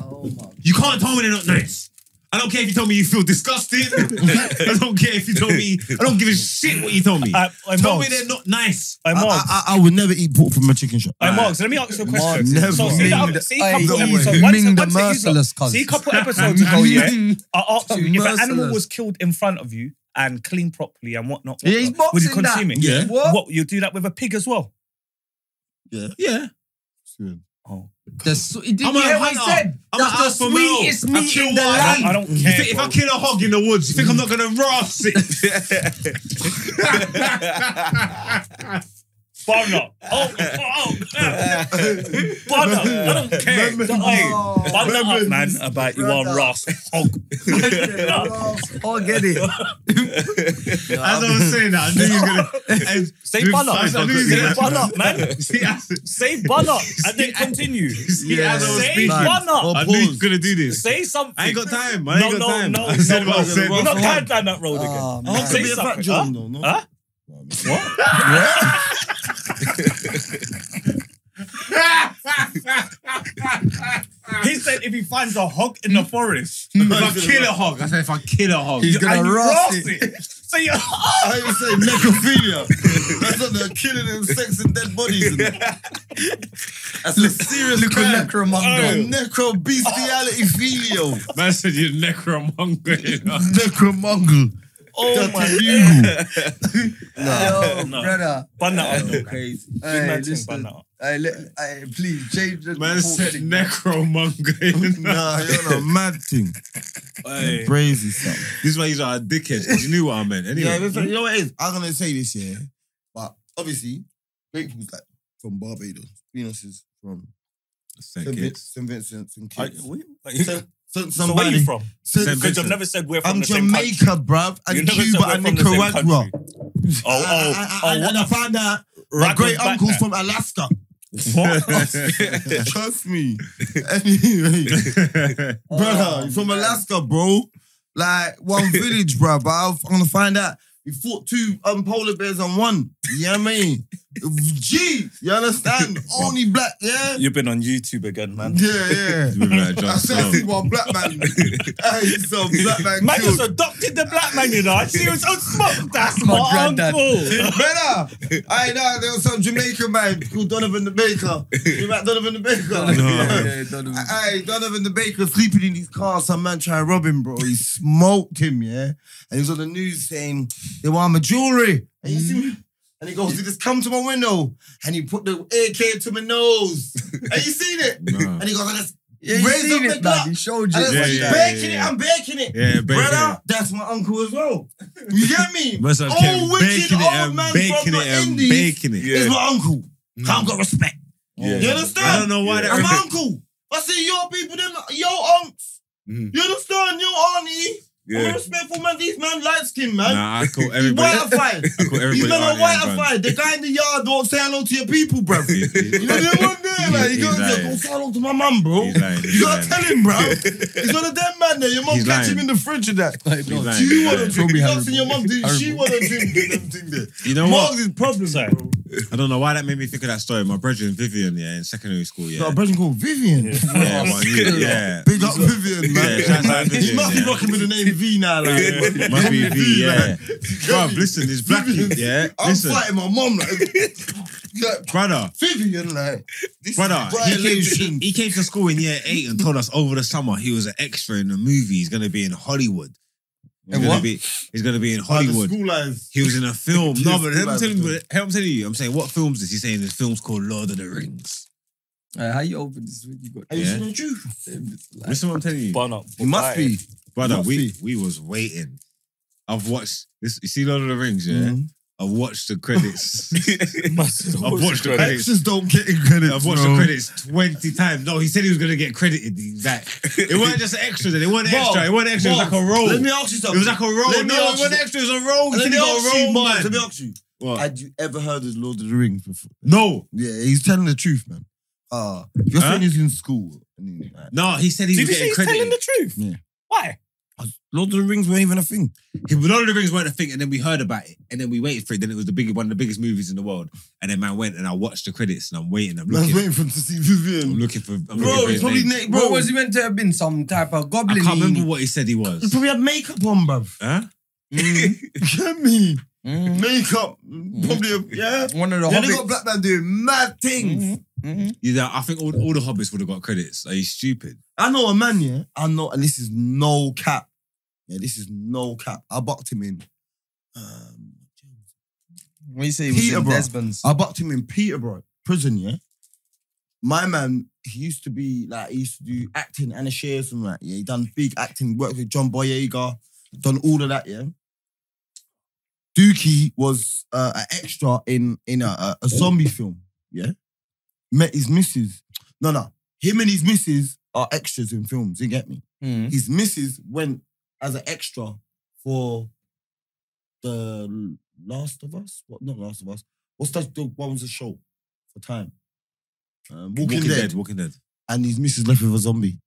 Speaker 4: Oh, my.
Speaker 1: You can't tell me they're not nice. I don't care if you told me you feel disgusted. I don't care if you told me. I don't give a shit what you told me.
Speaker 3: I, I
Speaker 1: Tell me
Speaker 3: Marks.
Speaker 1: they're not nice.
Speaker 3: I
Speaker 2: I,
Speaker 3: Marks.
Speaker 2: I, I, I would never eat pork from a chicken shop.
Speaker 3: Hey, Marks, let me ask you a question.
Speaker 4: Marks
Speaker 2: never
Speaker 3: so, see,
Speaker 2: mean
Speaker 3: that,
Speaker 2: that-
Speaker 3: see,
Speaker 4: Hey,
Speaker 3: couple
Speaker 2: you
Speaker 3: episodes, once-
Speaker 4: mean the
Speaker 3: once they use up-
Speaker 4: merciless, cuz.
Speaker 3: See, a couple episodes ago, yeah, I asked you if an animal
Speaker 4: Merciless.
Speaker 3: was killed in front of you and cleaned properly and whatnot,
Speaker 4: Yeah, he's
Speaker 3: whatnot, would you
Speaker 4: boxing that.
Speaker 3: consume it?
Speaker 2: Yeah.
Speaker 4: What?
Speaker 3: What you do that with a pig as well?
Speaker 1: Yeah.
Speaker 3: Oh,
Speaker 4: The su- did
Speaker 1: I'm
Speaker 4: you
Speaker 1: a
Speaker 4: hear what I
Speaker 1: hunter.
Speaker 4: said?
Speaker 1: I'm a
Speaker 4: That's the
Speaker 1: hunter for meal.
Speaker 4: sweetest
Speaker 1: I
Speaker 4: meat
Speaker 1: kill
Speaker 4: in the
Speaker 1: one.
Speaker 4: land.
Speaker 3: I don't
Speaker 1: You
Speaker 3: care.
Speaker 1: think if
Speaker 3: bro.
Speaker 1: I kill a hog in the woods, you think I'm
Speaker 2: Mm.
Speaker 1: not gonna rasp it?
Speaker 3: Bummer. Oh, oh, oh. Bummer. I don't care.
Speaker 2: Remember-
Speaker 3: Don't- hey,
Speaker 4: Oh.
Speaker 3: bummer up,
Speaker 2: Remember-
Speaker 3: man, about you on
Speaker 4: Brother.
Speaker 3: Ross. Hog.
Speaker 4: I Oh, get it.
Speaker 1: As I was saying that, I knew you were gonna and-
Speaker 3: Say
Speaker 1: Dude,
Speaker 3: bun up.
Speaker 1: I knew you
Speaker 3: Say
Speaker 1: were gonna-
Speaker 3: bun up, man.
Speaker 1: See, as,
Speaker 3: Say bun up and then continue.
Speaker 1: see, as I was
Speaker 3: Say
Speaker 1: speaking,
Speaker 3: bun up.
Speaker 4: Oh,
Speaker 1: I knew you were gonna do this.
Speaker 3: Say something.
Speaker 1: I ain't got time. I
Speaker 3: No,
Speaker 1: ain't
Speaker 3: no,
Speaker 1: got time.
Speaker 3: no,
Speaker 1: I said
Speaker 3: no,
Speaker 1: what I
Speaker 3: no.
Speaker 1: said.
Speaker 3: We're not going down that road again.
Speaker 4: Oh,
Speaker 3: I
Speaker 4: man.
Speaker 3: want to
Speaker 2: Could
Speaker 3: say
Speaker 2: be a fat
Speaker 3: something.
Speaker 2: John,
Speaker 3: Huh?
Speaker 2: though, no?
Speaker 3: Huh? What? He said if he finds a hog in the forest,
Speaker 1: If I kill a hog, I said if I kill a hog,
Speaker 4: He's
Speaker 3: and
Speaker 4: gonna
Speaker 3: you
Speaker 4: roast
Speaker 3: roast
Speaker 4: it.
Speaker 3: it. So you
Speaker 2: I ain't say necrophilia. That's not they're killing and sex and dead bodies. and- That's a serious
Speaker 4: Look
Speaker 2: crime.
Speaker 4: at Necromunda.
Speaker 2: Necro bestiality filio.
Speaker 1: man said you're necromonger.
Speaker 2: Necromongle.
Speaker 3: Oh my
Speaker 4: Yo,
Speaker 3: No.
Speaker 4: brother.
Speaker 3: Bun that up. though.
Speaker 4: Crazy.
Speaker 3: Big
Speaker 4: Hey,
Speaker 3: man thing, bun
Speaker 4: listen.
Speaker 3: that up.
Speaker 4: Hey, li- hey, please change the
Speaker 1: Man
Speaker 4: whole
Speaker 1: said
Speaker 4: thing.
Speaker 1: necromonger.
Speaker 2: Nah, you're on a mad thing.
Speaker 1: Hey.
Speaker 2: Crazy stuff.
Speaker 1: This is why he's like a dickhead. 'cause You knew what I meant. Anyway,
Speaker 2: Yeah, you know what it is? I'm gonna say this, yeah. But obviously, Grateful's like from Barbados. Venus is from
Speaker 1: Saint
Speaker 2: St. Vin-
Speaker 1: Kitts.
Speaker 2: St. Vincent, St.
Speaker 3: Are-
Speaker 2: Kitts.
Speaker 3: we- are you-
Speaker 2: St. St.
Speaker 3: So where are you
Speaker 2: Somebody.
Speaker 3: from?
Speaker 1: Saint
Speaker 3: Because
Speaker 1: Vincent.
Speaker 3: I've never said we're from
Speaker 2: I'm
Speaker 3: the same country.
Speaker 2: Jamaica, bruv,
Speaker 3: You
Speaker 2: and
Speaker 3: never said
Speaker 2: Cuba
Speaker 3: we're
Speaker 2: and
Speaker 3: from the same
Speaker 2: Nicaragua.
Speaker 3: country. Oh, oh,
Speaker 2: I, I, I,
Speaker 3: oh,
Speaker 2: and
Speaker 3: what
Speaker 2: I
Speaker 3: the f-
Speaker 2: found out my
Speaker 3: That goes
Speaker 2: great
Speaker 3: back
Speaker 2: uncle's
Speaker 3: there.
Speaker 2: from Alaska.
Speaker 1: What?
Speaker 2: Trust me. Anyway, brother,
Speaker 4: Oh,
Speaker 2: from
Speaker 4: man.
Speaker 2: Alaska, bro. Like one village, bro. But I'm gonna find out. We fought two um, polar bears on one. You know what I mean? Gee, you understand? Only black, yeah?
Speaker 3: You've been on YouTube again, man.
Speaker 2: Yeah, yeah. I said I see one black man. I saw a black man
Speaker 3: Man
Speaker 2: killed.
Speaker 3: just adopted the black man, you know. I see was on smoke. That's
Speaker 4: my
Speaker 3: my,
Speaker 4: granddad.
Speaker 3: uncle.
Speaker 2: Brother, I know there was some Jamaican man called Donovan the Baker. You remember Donovan the Baker?
Speaker 4: Yeah, yeah, Donovan.
Speaker 2: Hey, Donovan the Baker sleeping in his car. Some man tried to rob him, bro. He smoked him, yeah. And he was on the news saying they want my jewelry. And you see, and he goes, "He just come to my window." And he put the AK to my nose. Have you seen it?
Speaker 1: Nah.
Speaker 2: And he goes, "I just."
Speaker 4: Yeah, you
Speaker 2: Raise up
Speaker 4: seen
Speaker 2: the
Speaker 4: it, man.
Speaker 2: Glock.
Speaker 4: He showed
Speaker 2: And
Speaker 4: you.
Speaker 2: I just
Speaker 1: Yeah,
Speaker 2: went,
Speaker 1: yeah, yeah,
Speaker 2: baking
Speaker 1: yeah.
Speaker 2: it, I'm baking it.
Speaker 1: Yeah, baking
Speaker 2: Brother,
Speaker 1: it.
Speaker 2: that's my uncle as well. You get me?
Speaker 1: Must have kept
Speaker 2: Old wicked
Speaker 1: baking it
Speaker 2: old
Speaker 1: and
Speaker 2: man
Speaker 1: baking
Speaker 2: from
Speaker 1: it
Speaker 2: the
Speaker 1: and
Speaker 2: Indies
Speaker 1: baking it.
Speaker 2: is my uncle. I've got respect. You understand?
Speaker 1: I don't know why
Speaker 2: I'm
Speaker 1: that.
Speaker 2: uncle. I see your people, them your aunts.
Speaker 1: Mm.
Speaker 2: You understand? Your auntie. I'm a respectful man. These man light skinned man.
Speaker 1: Nah, I call
Speaker 2: He's
Speaker 1: everybody.
Speaker 2: white fight.
Speaker 1: I call
Speaker 2: He's
Speaker 1: everybody.
Speaker 2: not a
Speaker 1: auntie
Speaker 2: white
Speaker 1: and
Speaker 2: fight. The guy in the yard don't say hello to your people, bruv. you know the one there, like you
Speaker 1: He's
Speaker 2: gotta say,
Speaker 1: lying.
Speaker 2: go say hello to my mum, bro.
Speaker 1: He's lying, he's
Speaker 2: you gotta
Speaker 1: lying.
Speaker 2: tell him, bro. He's not a dead man there. Your mum
Speaker 1: He's
Speaker 2: catch him
Speaker 1: lying.
Speaker 2: in the fridge of that.
Speaker 4: Like,
Speaker 1: He's
Speaker 4: no,
Speaker 1: lying.
Speaker 2: Do you want to
Speaker 1: lying.
Speaker 2: drink?
Speaker 4: Told me
Speaker 2: He's
Speaker 4: Harry
Speaker 2: asking your mum, do she want to drink? Do them thing there.
Speaker 1: You know what?
Speaker 2: Mark's his problem.
Speaker 3: Sorry.
Speaker 2: bro.
Speaker 1: I don't know why that made me think of that story. My brother Vivian, yeah, in secondary school, yeah.
Speaker 2: Got a brother called Vivian.
Speaker 1: Yeah, well, you- yeah.
Speaker 2: Oh, Big up Vivian, man.
Speaker 1: Yeah, shout out to
Speaker 2: he
Speaker 1: Vivian,
Speaker 2: must be
Speaker 1: yeah.
Speaker 2: rocking with the name V now, like.
Speaker 1: It Must be V, yeah.
Speaker 2: man.
Speaker 1: Bruv, listen, this black kid, yeah.
Speaker 2: I'm
Speaker 1: Listen,
Speaker 2: fighting my mom, like. like
Speaker 1: brother,
Speaker 2: Vivian, like. This
Speaker 1: brother,
Speaker 2: is
Speaker 1: he came,
Speaker 2: violation.
Speaker 1: to, he came to school in year eight and told us over the summer he was an extra in a movie. He's gonna be in Hollywood. He's
Speaker 4: And
Speaker 1: gonna
Speaker 4: what?
Speaker 1: be- he's gonna be in
Speaker 2: Like the
Speaker 1: Hollywood.
Speaker 2: school lies.
Speaker 1: He was in a film.
Speaker 2: Yes,
Speaker 1: no, but
Speaker 2: you
Speaker 1: help
Speaker 2: like
Speaker 1: me, tell
Speaker 2: the
Speaker 1: you, help me tell you. I'm saying, what films is he saying? This film's called Lord of the Rings.
Speaker 4: Hey, how you open this? when You got
Speaker 2: Are you
Speaker 1: Yeah.
Speaker 2: seeing the truth?
Speaker 4: Like,
Speaker 1: Listen, what I'm telling you,
Speaker 3: Bun up.
Speaker 2: You must be.
Speaker 1: brother.
Speaker 2: must
Speaker 1: We we was waiting. I've watched this. You see Lord of the Rings, yeah.
Speaker 2: Mhm.
Speaker 1: I've watched the credits.
Speaker 3: Must-
Speaker 1: I've watched the credits.
Speaker 2: Exes don't get in credit.
Speaker 1: I've watched
Speaker 2: bro.
Speaker 1: the credits 20 times. No, he said he was going to get credited. He's like, it wasn't just an extra. Then. It wasn't
Speaker 2: Bob,
Speaker 1: extra. It wasn't extra. it was like a roll.
Speaker 2: Let me ask you
Speaker 1: it
Speaker 2: something.
Speaker 1: was like a roll.
Speaker 2: Let me
Speaker 1: no, it
Speaker 2: ask you
Speaker 1: wasn't extra. It was a roll. He
Speaker 2: Let
Speaker 1: said
Speaker 2: me
Speaker 1: he got
Speaker 2: ask
Speaker 1: a
Speaker 2: you,
Speaker 1: roll,
Speaker 2: Mark,
Speaker 1: man.
Speaker 2: Let me ask you.
Speaker 1: What?
Speaker 2: Had you ever heard of Lord of the Rings before?
Speaker 1: no.
Speaker 2: Yeah, he's telling the truth, man. Uh, you're
Speaker 1: Huh?
Speaker 2: saying he's in school. I mean, like,
Speaker 1: No, he said he
Speaker 3: Did you
Speaker 1: was
Speaker 3: say
Speaker 1: getting Uh,
Speaker 3: he's telling
Speaker 1: credited.
Speaker 3: the truth?
Speaker 2: Yeah.
Speaker 3: Why?
Speaker 5: Lord of the Rings weren't even a thing.
Speaker 1: He- Lord of the Rings weren't a thing, and then we heard about it, and then we waited for it. Then it was the big one of the biggest movies in the world, and then man went and I watched the credits, and I'm waiting, I'm
Speaker 2: I was
Speaker 1: looking,
Speaker 2: waiting for him to see
Speaker 1: I'm
Speaker 2: Vivian.
Speaker 1: looking for, I'm looking
Speaker 2: Bro,
Speaker 1: for
Speaker 2: it's
Speaker 1: his
Speaker 2: probably
Speaker 1: name.
Speaker 2: Nate,
Speaker 4: Bro,
Speaker 2: bro.
Speaker 4: was he meant to have been some type of
Speaker 1: I
Speaker 4: goblin?
Speaker 1: can't remember what he said he
Speaker 2: He
Speaker 1: was.
Speaker 2: probably had makeup on, bruv.
Speaker 1: Huh?
Speaker 2: Get me.
Speaker 4: Mm.
Speaker 2: Makeup. Probably, a, yeah.
Speaker 4: One of the
Speaker 2: Mm-hmm. Yeah, they got
Speaker 4: hobbits.
Speaker 2: black man doing mad things.
Speaker 4: Mhm, mhm.
Speaker 1: Yeah, I think all, all the hobbits would have got credits. Are you stupid?
Speaker 2: I know a man, yeah. I know, and this is no cap. Yeah, this is no cap. I bucked him in. Um,
Speaker 4: What you say? He was in
Speaker 2: Peterborough.
Speaker 4: Desmond's.
Speaker 2: I bucked him in Peterborough prison, yeah. My man, he used to be like he used to do acting and a shares and that. Yeah, he done big acting, worked with John Boyega, done all of that. Yeah. Dookie was uh, an extra in in a, a, a zombie film. Yeah, met his missus. No, no, him and his missus are extras in films. You get me?
Speaker 1: Hmm?
Speaker 4: Mm.
Speaker 2: his missus went as an extra for the Last of Us. What? Not Last of Us. What's that? The what was the show for time? Um, Walking, Dead.
Speaker 1: Walking Dead.
Speaker 2: And his missus left with a zombie.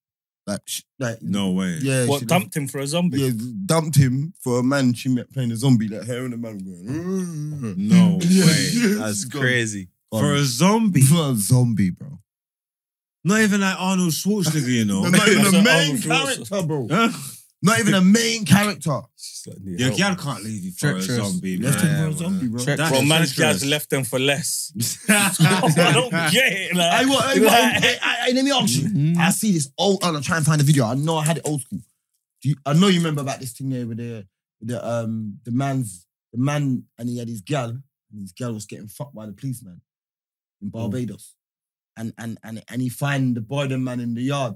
Speaker 2: Like, sh- like
Speaker 1: No way.
Speaker 2: yeah,
Speaker 3: What
Speaker 2: she
Speaker 3: dumped him for a zombie?
Speaker 2: Left, yeah, dumped him for a man she met playing a zombie. Like her and the man going.
Speaker 1: No
Speaker 2: Yeah,
Speaker 1: way.
Speaker 2: yeah,
Speaker 5: That's
Speaker 2: she's gone.
Speaker 5: crazy.
Speaker 1: Mm. For a zombie.
Speaker 2: For "Oh, a zombie, bro.
Speaker 1: Not even like Arnold Schwarzenegger, you know.
Speaker 2: Not even
Speaker 3: That's
Speaker 2: a
Speaker 3: an
Speaker 2: main
Speaker 3: Arnold Schwarzenegger.
Speaker 2: character, bro.
Speaker 1: Oh, Huh?
Speaker 2: Not even a main character.
Speaker 1: Your gal can't leave you for
Speaker 4: Treacherous.
Speaker 1: a zombie, man.
Speaker 2: Left him for a zombie, bro.
Speaker 4: Check-
Speaker 1: That's
Speaker 3: Bro, man,
Speaker 1: treacherous.
Speaker 3: guys left them for less. I don't get it. Like,
Speaker 2: I, what, I, what, I, I, I, let me ask you.
Speaker 4: Mhm.
Speaker 5: Mm-hmm.
Speaker 2: I see this old. I'm trying to find a video. I know I had it old school. Do you, I know you remember about this thing there with the the um the man's the man and he had his gal and his gal was getting fucked by the policeman in
Speaker 5: Mm.
Speaker 2: Barbados, and and and and he find the boy the man in the yard.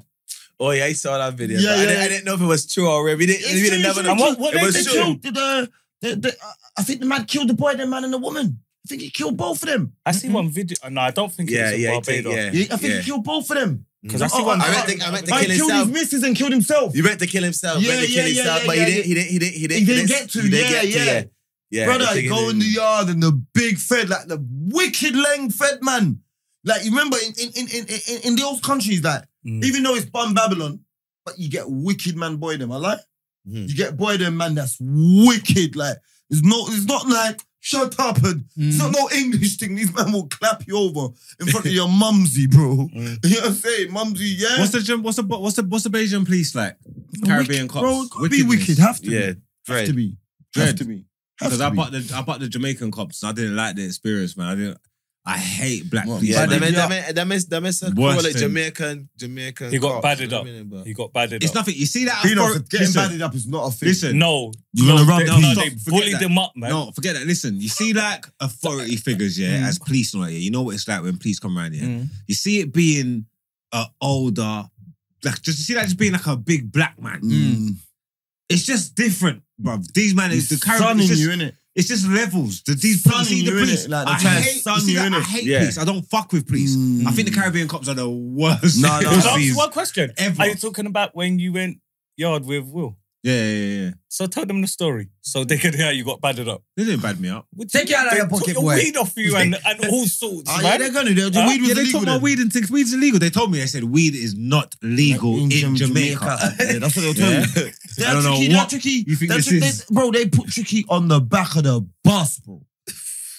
Speaker 5: Oh yeah, I saw that video.
Speaker 2: Yeah,
Speaker 5: but I,
Speaker 2: yeah,
Speaker 5: didn't,
Speaker 2: yeah.
Speaker 5: I didn't know if it was true or if we didn't. We didn't never know.
Speaker 2: And what, what
Speaker 5: it
Speaker 2: they,
Speaker 5: was
Speaker 2: they
Speaker 5: true.
Speaker 2: killed the, the, the, the- I- I think the man killed the boy, the man, and the woman. I think he killed both of them.
Speaker 3: I see one video. No, I don't think
Speaker 5: Yeah,
Speaker 3: it's a
Speaker 5: yeah, it-
Speaker 3: Barbados.
Speaker 5: yeah.
Speaker 2: I think he killed both of them.
Speaker 3: Because I see
Speaker 2: Oh,
Speaker 3: one.
Speaker 5: I meant to, I meant to
Speaker 2: Man
Speaker 5: kill
Speaker 2: killed
Speaker 5: himself.
Speaker 2: his missus and killed himself.
Speaker 5: You meant to kill himself.
Speaker 2: Yeah,
Speaker 5: meant to kill
Speaker 2: yeah, yeah,
Speaker 5: himself,
Speaker 2: yeah,
Speaker 5: but
Speaker 2: yeah,
Speaker 5: he didn't. He didn't. He didn't. He didn't.
Speaker 2: didn't get to,
Speaker 5: He
Speaker 2: yeah,
Speaker 5: didn't get to.
Speaker 2: yeah.
Speaker 5: Yeah, yeah.
Speaker 2: Brother,
Speaker 5: the
Speaker 2: I
Speaker 5: thing
Speaker 2: go
Speaker 5: is-
Speaker 2: in the yard and the big fed, like the wicked lang fed man. Like you remember in in in in, in, in those countries that
Speaker 3: Mm.
Speaker 2: even though it's bum Babylon, but you get wicked man boy them. I like
Speaker 1: Mm.
Speaker 5: Mhm.
Speaker 2: you get boy them man that's wicked. Like it's no, it's not like shut up and
Speaker 1: Mm.
Speaker 2: it's not no English thing. These men will clap you over in front of your mumsy, bro.
Speaker 3: Mm.
Speaker 2: You know what I'm saying, mumsy? Yeah,
Speaker 1: What's the gym- what's the what's the what's the Belgian police like? Caribbean cops.
Speaker 2: bro? It could be
Speaker 1: Wickedness.
Speaker 2: wicked. Have to,
Speaker 5: Yeah,
Speaker 2: be. have to
Speaker 5: dread.
Speaker 2: be, have
Speaker 1: Dread.
Speaker 2: to be. Have
Speaker 1: Because
Speaker 2: to
Speaker 1: I
Speaker 2: be.
Speaker 1: bought the I bought the Jamaican cops. And I didn't like the experience, man. I didn't. I hate black
Speaker 4: Well,
Speaker 1: people.
Speaker 5: Yeah,
Speaker 4: Bad
Speaker 5: that
Speaker 1: man.
Speaker 4: it
Speaker 5: means
Speaker 4: up.
Speaker 5: that means that means that means a
Speaker 1: Worst
Speaker 5: call it
Speaker 1: thing.
Speaker 5: Jamaican Jamaican.
Speaker 3: He got
Speaker 5: cops,
Speaker 3: badded
Speaker 5: you know
Speaker 3: up.
Speaker 5: what I mean, but-
Speaker 3: He got badded
Speaker 1: It's
Speaker 3: up.
Speaker 1: nothing. You see that?
Speaker 2: You know,
Speaker 1: author-
Speaker 2: getting
Speaker 1: listen,
Speaker 2: badded up is not a thing.
Speaker 1: listen,
Speaker 3: No,
Speaker 2: You're gonna
Speaker 3: no,
Speaker 2: rub
Speaker 3: they,
Speaker 2: peas.
Speaker 3: no,
Speaker 1: Stop,
Speaker 3: they
Speaker 1: forget
Speaker 3: bullied
Speaker 1: that.
Speaker 3: him up, man.
Speaker 1: No, forget that. Listen, you see like authority figures, yeah,
Speaker 4: Mm.
Speaker 1: as police and all that, yeah. You know what it's like when police come around here.
Speaker 4: Mm.
Speaker 1: You see it being a older, like just you see that just being like a big black man.
Speaker 2: Mm.
Speaker 1: It's just different, bro. These man is the character.
Speaker 2: sunning
Speaker 1: It's
Speaker 2: you
Speaker 1: just,
Speaker 2: in it.
Speaker 1: it's just levels. The these
Speaker 2: Sunning
Speaker 1: police, see the
Speaker 2: you, innit?
Speaker 1: police.
Speaker 2: Like, they're
Speaker 1: I
Speaker 2: trying to
Speaker 1: hate,
Speaker 2: sun
Speaker 1: you see
Speaker 2: you,
Speaker 1: that? I
Speaker 2: innit?
Speaker 1: hate
Speaker 5: Yeah.
Speaker 1: police. I don't fuck with police. I think the Caribbean cops are the worst.
Speaker 2: No, no.
Speaker 3: Can I ask you
Speaker 1: pussies
Speaker 3: one question.
Speaker 1: ever.
Speaker 3: Are you talking about when you went yard with Will?
Speaker 1: Yeah, yeah, yeah.
Speaker 3: So tell them the story so they can hear you got badded up.
Speaker 1: They didn't bad me up.
Speaker 3: What
Speaker 4: Take
Speaker 3: do
Speaker 4: it out of
Speaker 3: they
Speaker 4: your
Speaker 3: took
Speaker 4: pocket,
Speaker 3: your
Speaker 4: boy.
Speaker 3: weed off you and, and all sorts,
Speaker 2: Oh, yeah,
Speaker 3: man.
Speaker 2: they're gonna. The, the
Speaker 3: Huh?
Speaker 2: weed
Speaker 1: Mm.
Speaker 2: was
Speaker 1: yeah, they
Speaker 2: illegal
Speaker 1: took my
Speaker 2: then.
Speaker 1: weed and things. Weed's illegal. They told me. They said weed is not legal in,
Speaker 2: Jam-
Speaker 1: Jamaica.
Speaker 2: yeah, that's what they'll tell
Speaker 1: Yeah.
Speaker 2: you. They're
Speaker 1: I don't know
Speaker 2: tricky,
Speaker 1: what
Speaker 2: they're tricky.
Speaker 1: you think
Speaker 2: they're
Speaker 1: this
Speaker 2: tricky.
Speaker 1: is.
Speaker 2: They- bro, they put tricky on the back of the bus, bro.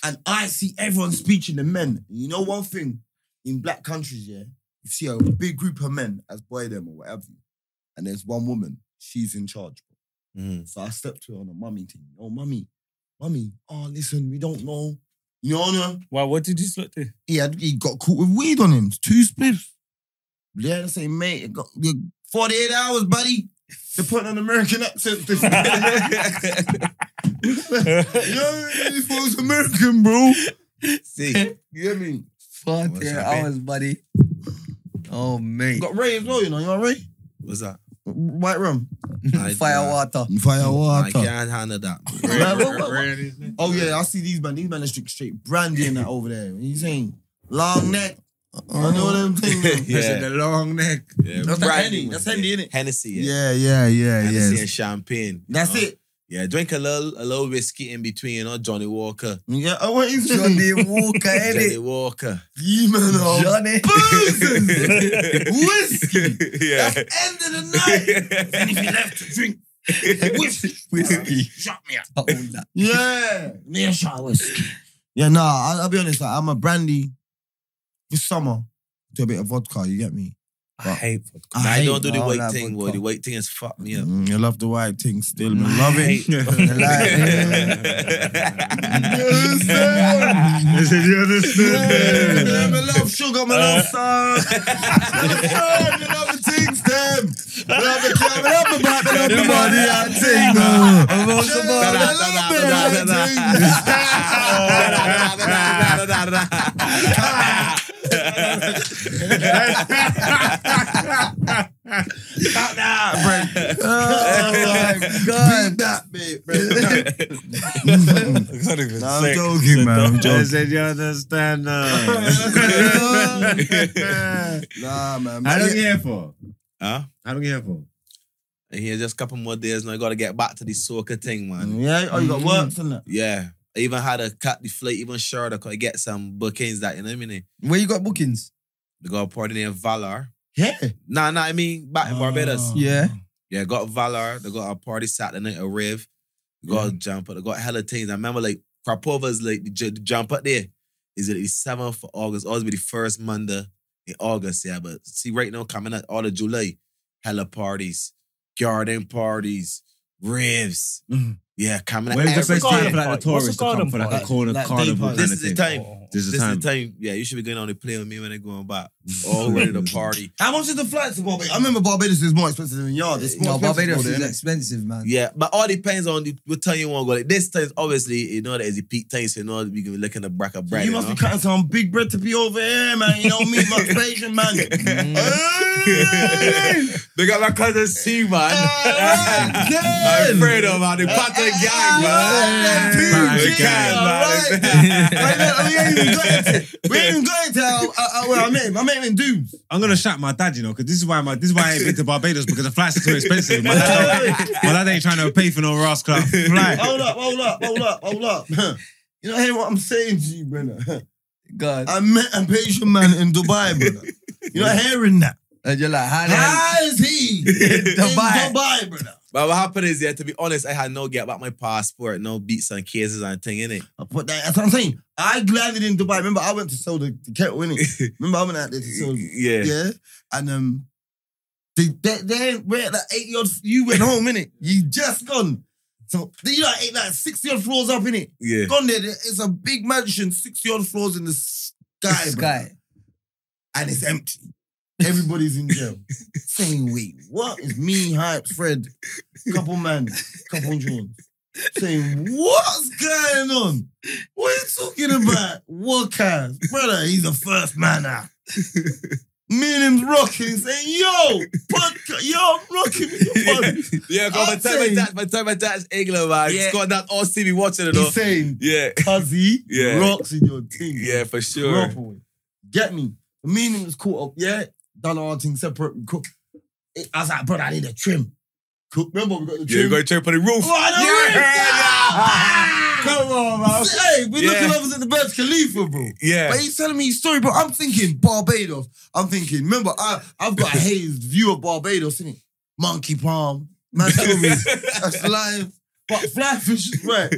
Speaker 2: And I see everyone speaking to men. You know one thing? In black countries, yeah, you see a big group of men as boy them or whatever. And there's one woman, she's in charge.
Speaker 5: Mm.
Speaker 2: So I stepped to her on a mummy thing. Oh, mummy, mummy, oh, listen, we don't know. You know, no?
Speaker 3: Well, what did you slut do?
Speaker 2: he had he got caught with weed on him. Two spliffs. Yeah, they say, mate, it got you- 48 hours, buddy. They're putting an American accent. you know, he was American, bro.
Speaker 5: See,
Speaker 2: You hear me?
Speaker 4: Fuck
Speaker 5: What's
Speaker 4: yeah,
Speaker 5: happening?
Speaker 4: hours, buddy. Oh, mate.
Speaker 2: Got Ray as well, you know, you all right?
Speaker 5: what's that?
Speaker 2: White rum.
Speaker 5: I-
Speaker 4: Fire
Speaker 5: Oh,
Speaker 4: water.
Speaker 2: Fire
Speaker 5: I
Speaker 2: water.
Speaker 5: can't handle that. man.
Speaker 2: Man, what- what- what- Oh, yeah, I see these man. These man are drink straight brandy and that over there. He's saying long neck. I know what I'm saying.
Speaker 5: Yeah.
Speaker 1: Listen, the long neck.
Speaker 5: Yeah,
Speaker 2: That's
Speaker 5: brandy,
Speaker 2: Henny.
Speaker 5: man.
Speaker 2: That's Henny,
Speaker 5: Yeah.
Speaker 2: innit?
Speaker 5: Hennessy, yeah.
Speaker 2: Yeah, yeah, yeah,
Speaker 5: Hennessy
Speaker 2: yeah.
Speaker 5: and champagne.
Speaker 2: That's
Speaker 5: you know?
Speaker 2: it.
Speaker 5: Yeah, drink a little, a little whiskey in between, you know, Johnny Walker.
Speaker 2: Yeah, I want you to
Speaker 4: Johnny Walker,
Speaker 5: Johnny
Speaker 4: innit?
Speaker 5: Walker.
Speaker 2: You man are
Speaker 4: Johnny.
Speaker 2: boozers. oh. Whiskey.
Speaker 5: yeah.
Speaker 2: That's end of the night. And if you left to drink
Speaker 4: Whiskey.
Speaker 3: Shut me up.
Speaker 4: All that.
Speaker 2: Yeah. Yeah, shot whiskey. Yeah, nah, I'll, I'll be honest. Like, I'm a brandy for summer. Do a bit of vodka, you get me?
Speaker 3: I hate vodka.
Speaker 5: I don't do the
Speaker 4: all
Speaker 5: white
Speaker 4: that
Speaker 5: thing, boy. The
Speaker 4: vodka.
Speaker 5: white thing is fuck me up.
Speaker 2: Mm, I love the white thing still, man.
Speaker 3: I
Speaker 2: Love
Speaker 3: hate
Speaker 2: it.
Speaker 4: I like
Speaker 2: Yes,
Speaker 1: Is it- you
Speaker 2: Yeah, man,
Speaker 1: understand?
Speaker 2: I love sugar, man, I love sun. I love the things, them. I love the club, I love the back, I love the body, I think, man. I love the body, I love the body, I think. Beat that, mate, bro. Nah, I'm joking, man. I'm
Speaker 1: I
Speaker 2: joking.
Speaker 1: said, you understand now.
Speaker 2: Nah, man.
Speaker 1: How long
Speaker 2: man.
Speaker 1: you here for?
Speaker 5: Huh?
Speaker 1: How long you here for?
Speaker 5: And here's just a couple more days now. I gotta get back to the soccer thing, man.
Speaker 2: Yeah, oh, you got work, isn't it?
Speaker 5: Yeah. I even had a cut the flight even shorter because I get some bookings that, you know what I mean?
Speaker 4: Where you got bookings?
Speaker 5: They got a party named Valor.
Speaker 2: Yeah.
Speaker 5: Nah, nah, I mean back in Barbados.
Speaker 4: Yeah.
Speaker 5: Yeah, got Valor. They got a party Saturday night, a rave. They got a jump up. They got hella things. I remember like Krapova's like the, ju- the jump up there is it the 7th of August. Always be the first Monday in August, yeah. But see, right now coming up all of July, hella parties, garden parties, raves.
Speaker 2: Mhm.
Speaker 5: Yeah, coming up.
Speaker 1: When's the
Speaker 5: every
Speaker 1: best time
Speaker 5: garden
Speaker 1: for like
Speaker 3: party.
Speaker 1: the tourists
Speaker 3: What's
Speaker 1: to
Speaker 3: a
Speaker 1: come
Speaker 3: garden
Speaker 1: for like a
Speaker 3: party?
Speaker 1: corner
Speaker 2: Like
Speaker 1: carnival
Speaker 5: This
Speaker 1: kind
Speaker 5: is
Speaker 1: of
Speaker 5: the
Speaker 1: thing?
Speaker 5: time.
Speaker 1: This is the
Speaker 5: This is
Speaker 1: time.
Speaker 5: the time. Yeah, you should be going on the plane with me when I go on back. All ready to party.
Speaker 2: How much is the flight to Barbados? I remember Barbados is more expensive than yard. It's more
Speaker 4: No,
Speaker 2: expensive
Speaker 4: Barbados
Speaker 2: over
Speaker 4: is
Speaker 2: there,
Speaker 4: expensive, man.
Speaker 5: Yeah, but all depends on the, what time you want to go. Like this time, obviously, you know that is the peak time, so you know we can be looking to bracket
Speaker 2: innit?
Speaker 5: bread.
Speaker 2: you must be cutting some big bread to be over here, man. You don't meet much Asian man. Hey!
Speaker 5: They got my cousin C, man.
Speaker 2: Alright, then.
Speaker 5: of man. The Patrick
Speaker 2: Alright, then,
Speaker 1: Patrick
Speaker 2: PG,
Speaker 1: gang,
Speaker 2: alright then. Wait, no, we ain't even got into- We ain't even got into how- how- how- where I met him. I met him in Dooms.
Speaker 1: I'm gonna shout my dad, you know, because this is why my this is why I ain't been to Barbados because the flights are too expensive. My dad, don't- my dad ain't trying to pay for no Ross Club flight.
Speaker 2: Hold up, hold up, hold up, hold up. You know, hear what I'm saying to you, brother.
Speaker 4: God.
Speaker 2: I met a Asian man in Dubai, brother. You're not hearing that.
Speaker 4: And you're like, how the hell?
Speaker 2: How is he in
Speaker 4: Dubai.
Speaker 2: Dubai, brother?
Speaker 5: But what happened is, yeah, to be honest, I had no get back my passport, no beats and cases and thing in it.
Speaker 2: I put that. That's what I'm saying. I landed in Dubai. Remember, I went to sell the, the kettle in it. Remember, I went out there to sell.
Speaker 5: Yeah.
Speaker 2: Yeah, and um, they they, they were at that eight yard. You went home in it. You just gone. So then you like eight like sixty odd floors up in it.
Speaker 5: Yeah.
Speaker 2: Gone there. there- It's a big mansion, sixty odd floors in the sky,
Speaker 4: Sky.
Speaker 2: bruh, and it's empty. Everybody's in jail. saying, wait, what is me, hype, Fred, couple man, couple dreams? saying, what's going on? What are you talking about? What kind? Brother, he's the first man out. Me and him's rocking, saying, yo, podcast, yo, I'm rocking with your podcast.
Speaker 5: Yeah, because by
Speaker 2: I'll
Speaker 5: the time I
Speaker 2: say-
Speaker 5: touch, by the time I touch England, man,
Speaker 2: Yeah.
Speaker 5: it's got that all see me watching it all.
Speaker 2: He's saying,
Speaker 5: Yeah.
Speaker 2: Cuzzy
Speaker 5: Yeah.
Speaker 2: rocks in your team.
Speaker 5: Yeah, for sure.
Speaker 2: Rock away. Get me. Me and him was caught up, yeah. Done our thing separate. we Cook. I was like, brother, I need a trim. Cook. Remember, we got the
Speaker 5: Yeah,
Speaker 2: trim. Oh,
Speaker 5: you got to check for the roof.
Speaker 2: What a yeah,
Speaker 5: Come on, man.
Speaker 2: Hey, we're
Speaker 5: Yeah.
Speaker 2: looking opposite the Burj Khalifa, bro.
Speaker 5: Yeah.
Speaker 2: But he's telling me his story, bro. I'm thinking Barbados. I'm thinking, remember, I, I've got a hazed view of Barbados, innit? Monkey palm, man, tell me that's live. But fly fish is right.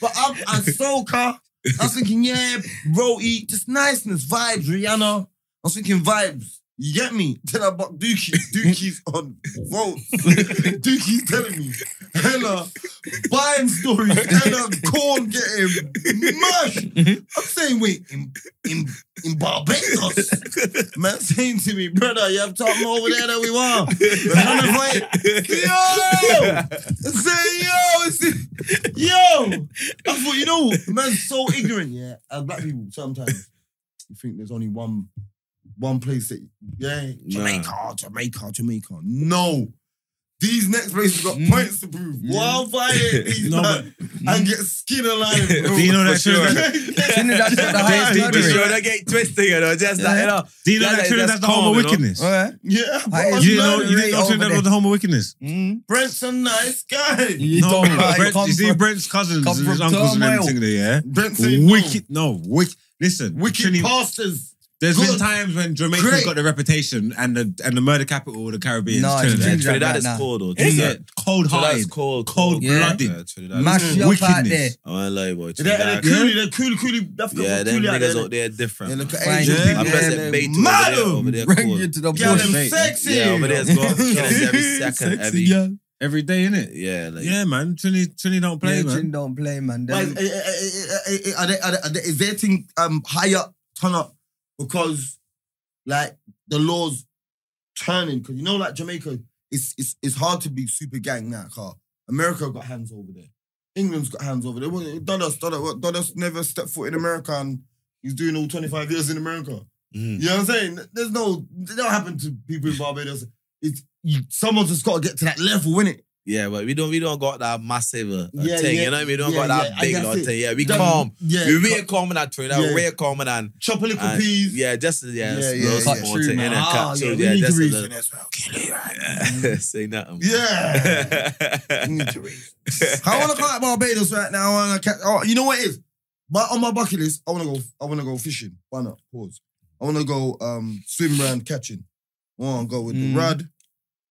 Speaker 2: But I'm at Soca. I was thinking, yeah, Roti, just niceness, vibes, Rihanna. I was thinking vibes. You get me? Then I bought Dookie. Dookie's on votes. Dookie's telling me. Hella buying stories. Hella corn getting mushed. I'm saying, wait, in, in, in Barbados? Man saying to me, brother, you have something over there that we want. Remember, wait. Yo! Say, yo! it's- Yo! I thought, you know, the man's so ignorant, yeah. As black people, sometimes you think there's only one one place that, yeah, Jamaica, Jamaica, Jamaica. No. These next places got points to prove. Wildfire these
Speaker 1: Mm. No, mm.
Speaker 2: man, and get skin alive. bro.
Speaker 1: Do you know
Speaker 5: For
Speaker 1: that Trinidad?
Speaker 4: Trinidad's
Speaker 1: They-
Speaker 4: got the highest
Speaker 1: they-
Speaker 5: For
Speaker 1: Roderick.
Speaker 5: sure,
Speaker 4: murder rate.
Speaker 5: they get twisted, you know, just that, you know.
Speaker 1: Do you know
Speaker 5: That-
Speaker 1: that
Speaker 5: that-
Speaker 1: Trinidad's
Speaker 5: that's
Speaker 1: the home of
Speaker 5: common, Uh, no?
Speaker 1: wickedness?
Speaker 4: Alright.
Speaker 2: yeah,
Speaker 4: I
Speaker 2: bro,
Speaker 4: is
Speaker 1: You didn't know
Speaker 4: murder
Speaker 1: you didn't
Speaker 4: rate
Speaker 1: know
Speaker 4: over
Speaker 1: Trinidad
Speaker 4: there.
Speaker 1: was the home of wickedness.
Speaker 4: Mm.
Speaker 2: Brent's a nice guy.
Speaker 4: You
Speaker 1: No,
Speaker 4: don't like
Speaker 1: Brent,
Speaker 4: come
Speaker 1: you see
Speaker 4: from-
Speaker 1: Brent's cousins
Speaker 4: come
Speaker 1: and his
Speaker 4: from
Speaker 1: uncles and
Speaker 4: turmoil.
Speaker 1: everything there, yeah?
Speaker 2: Brent's a
Speaker 1: Wicked, no, wicked. Listen,
Speaker 2: Wicked
Speaker 1: Trini-
Speaker 2: pastors.
Speaker 1: There's been
Speaker 2: Good.
Speaker 1: times when Jamaica
Speaker 2: Great.
Speaker 1: got the reputation and the and the murder capital of the Caribbean.
Speaker 4: No,
Speaker 1: is
Speaker 4: it's
Speaker 1: Trinidad.
Speaker 4: Trinidad.
Speaker 5: Trinidad
Speaker 4: right
Speaker 5: is
Speaker 4: now.
Speaker 5: cold, though.
Speaker 1: Is
Speaker 5: Trinidad-
Speaker 1: it cold
Speaker 5: Trinidad
Speaker 1: hearted?
Speaker 5: is cold.
Speaker 1: Cold
Speaker 4: Yeah.
Speaker 1: blooded.
Speaker 5: Yeah, Trinidad.
Speaker 4: Mash
Speaker 5: is-
Speaker 4: you up out
Speaker 1: Wickedness.
Speaker 4: there.
Speaker 5: I won't lie, boy.
Speaker 3: They're, they're
Speaker 5: Trinidad-
Speaker 3: coolie, they're coolie, coolie. That's
Speaker 5: Yeah, them niggas out there
Speaker 2: Yeah,
Speaker 5: different. man.
Speaker 2: look at
Speaker 4: Fine.
Speaker 2: Asian
Speaker 1: Yeah,
Speaker 5: I
Speaker 2: people.
Speaker 5: press
Speaker 2: Yeah,
Speaker 5: that
Speaker 2: they
Speaker 5: bait over there, over there,
Speaker 4: Bring
Speaker 5: cool.
Speaker 4: you to the
Speaker 2: Yeah,
Speaker 4: bush.
Speaker 2: them
Speaker 1: Mate.
Speaker 2: sexy.
Speaker 5: Yeah, over there, it's got killers every second, every
Speaker 1: yeah. Every day, innit?
Speaker 5: yeah, like
Speaker 1: Yeah, man. Trini, Trini don't play,
Speaker 4: Yeah,
Speaker 1: man.
Speaker 4: Chin don't play, man.
Speaker 2: Like,
Speaker 4: Them-
Speaker 2: eh, eh, eh, eh, eh, are they, are they, are they, is their thing um, higher turn up because like the laws turning? Because you know, like Jamaica, it's it's it's hard to be super gang now. Car America got hands over there. England's got hands over there. Well, Dodos, Dodos, Dodos never stepped foot in America, and he's doing all twenty five years in America.
Speaker 5: Mhm.
Speaker 2: You know what I'm saying? There's no, it don't happen to people in Barbados. It's you, someone's just got to get to that level, innit?
Speaker 5: yeah, but we don't we don't got that massive uh,
Speaker 2: Yeah,
Speaker 5: thing.
Speaker 2: yeah,
Speaker 5: You know what I mean? We don't
Speaker 2: yeah,
Speaker 5: got
Speaker 2: yeah,
Speaker 5: that
Speaker 2: I
Speaker 5: big
Speaker 2: guess
Speaker 5: lot
Speaker 2: it-
Speaker 5: thing. Yeah, we
Speaker 2: Then-
Speaker 5: calm.
Speaker 2: Yeah.
Speaker 5: We real calm in that Trinidad.
Speaker 2: Yeah.
Speaker 5: Real calm in that.
Speaker 2: Chop a little
Speaker 5: and-
Speaker 2: piece.
Speaker 5: Yeah, just
Speaker 2: Yeah,
Speaker 5: yeah, just
Speaker 2: yeah,
Speaker 5: little
Speaker 2: yeah.
Speaker 5: small
Speaker 4: Cut
Speaker 5: thing,
Speaker 4: through,
Speaker 5: innit?
Speaker 4: man.
Speaker 5: Cut
Speaker 2: Ah, yeah,
Speaker 5: through,
Speaker 2: we need to
Speaker 5: just a
Speaker 2: reason
Speaker 5: little-
Speaker 2: as well.
Speaker 5: Say nothing.
Speaker 2: Yeah. we need
Speaker 5: Yeah.
Speaker 2: to reason. I want to go out Barbados right now. I want to catch. Oh, you know what it is? My, on my bucket list, I want to go. I want to go fishing. Why not? Pause. I want to go um, swim around catching. I want to go with
Speaker 4: Mm.
Speaker 2: the rod.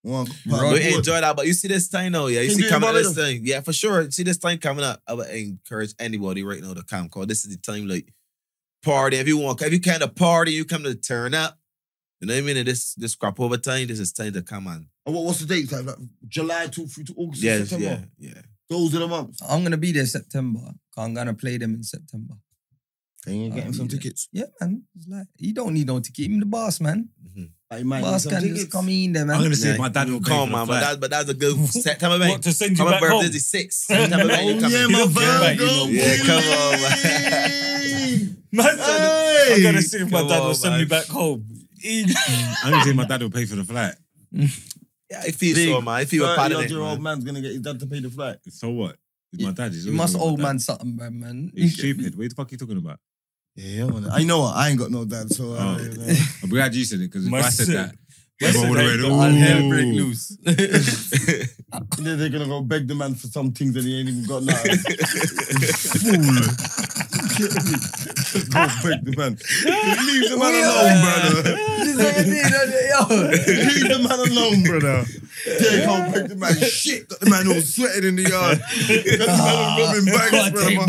Speaker 2: I want to
Speaker 4: Rod.
Speaker 5: We enjoy that, but you see this thing now, yeah. You
Speaker 2: Can
Speaker 5: see
Speaker 2: you
Speaker 5: coming
Speaker 2: remember
Speaker 5: this thing, yeah, for sure. See this thing coming up. I would encourage anybody right now to come. Cause this is the time, like party. If you want, if you kind of party, you come to turn up. You know what I mean? And this this crap over time. This is time to come on.
Speaker 2: And what, what's the date? Like, like July to through to August,
Speaker 5: Yes,
Speaker 2: September.
Speaker 5: yeah, yeah.
Speaker 2: Those are the months.
Speaker 4: I'm gonna be there September. 'cause I'm gonna play them in September.
Speaker 2: Can you get him some tickets?
Speaker 4: Yeah, man. It's like you don't need no ticket. Even the boss, man.
Speaker 5: Mhm.
Speaker 2: Like, you might need
Speaker 4: Boss
Speaker 2: some
Speaker 4: can
Speaker 2: tickets.
Speaker 4: just come in there,
Speaker 1: I'm
Speaker 4: man.
Speaker 1: gonna see
Speaker 5: Yeah.
Speaker 1: if my dad will pay
Speaker 5: Come
Speaker 1: for
Speaker 5: on,
Speaker 1: the
Speaker 5: but
Speaker 1: flight.
Speaker 5: that, but that's a good September
Speaker 3: What
Speaker 5: event.
Speaker 3: to send you
Speaker 5: My
Speaker 3: back home?
Speaker 5: birthday is the sixth. September event, you
Speaker 2: Oh,
Speaker 5: coming.
Speaker 2: yeah, my
Speaker 3: back, you
Speaker 2: Virgo.
Speaker 3: know.
Speaker 5: Yeah, come on,
Speaker 2: baby.
Speaker 3: Man said, I'm gonna see if my
Speaker 5: Come
Speaker 3: dad will
Speaker 5: on,
Speaker 3: send me
Speaker 5: man.
Speaker 3: back home. Easy.
Speaker 1: I'm gonna see if my dad will pay for the flight.
Speaker 5: Yeah, I feel
Speaker 2: Big
Speaker 5: so, man. I feel a part of it.
Speaker 2: year old
Speaker 5: man.
Speaker 2: man's gonna get his dad to pay the flight.
Speaker 1: So what? It's my dad. He's
Speaker 4: You
Speaker 1: always
Speaker 4: must
Speaker 1: been my
Speaker 4: old
Speaker 1: dad.
Speaker 4: man something, man, man.
Speaker 1: He's stupid. What the fuck are you talking about?
Speaker 2: Yeah, man. I know what I ain't got no dad, so uh,
Speaker 1: Oh.
Speaker 2: yeah, man.
Speaker 1: I'm glad you said it because if
Speaker 3: My
Speaker 1: I said
Speaker 3: son-
Speaker 1: that,
Speaker 3: my
Speaker 1: everyone
Speaker 3: son
Speaker 1: would have
Speaker 3: ain't
Speaker 1: went,
Speaker 3: got
Speaker 1: "Ooh."
Speaker 4: loose.
Speaker 2: Then they're gonna go beg the man for some things that he ain't even got now. Fool. go beg the man. Leave the man alone, brother. Leave the man alone, brother. Yeah, go beg the man. Shit, got the man all sweating in the yard. Got the man all rubbing bags, brother. My-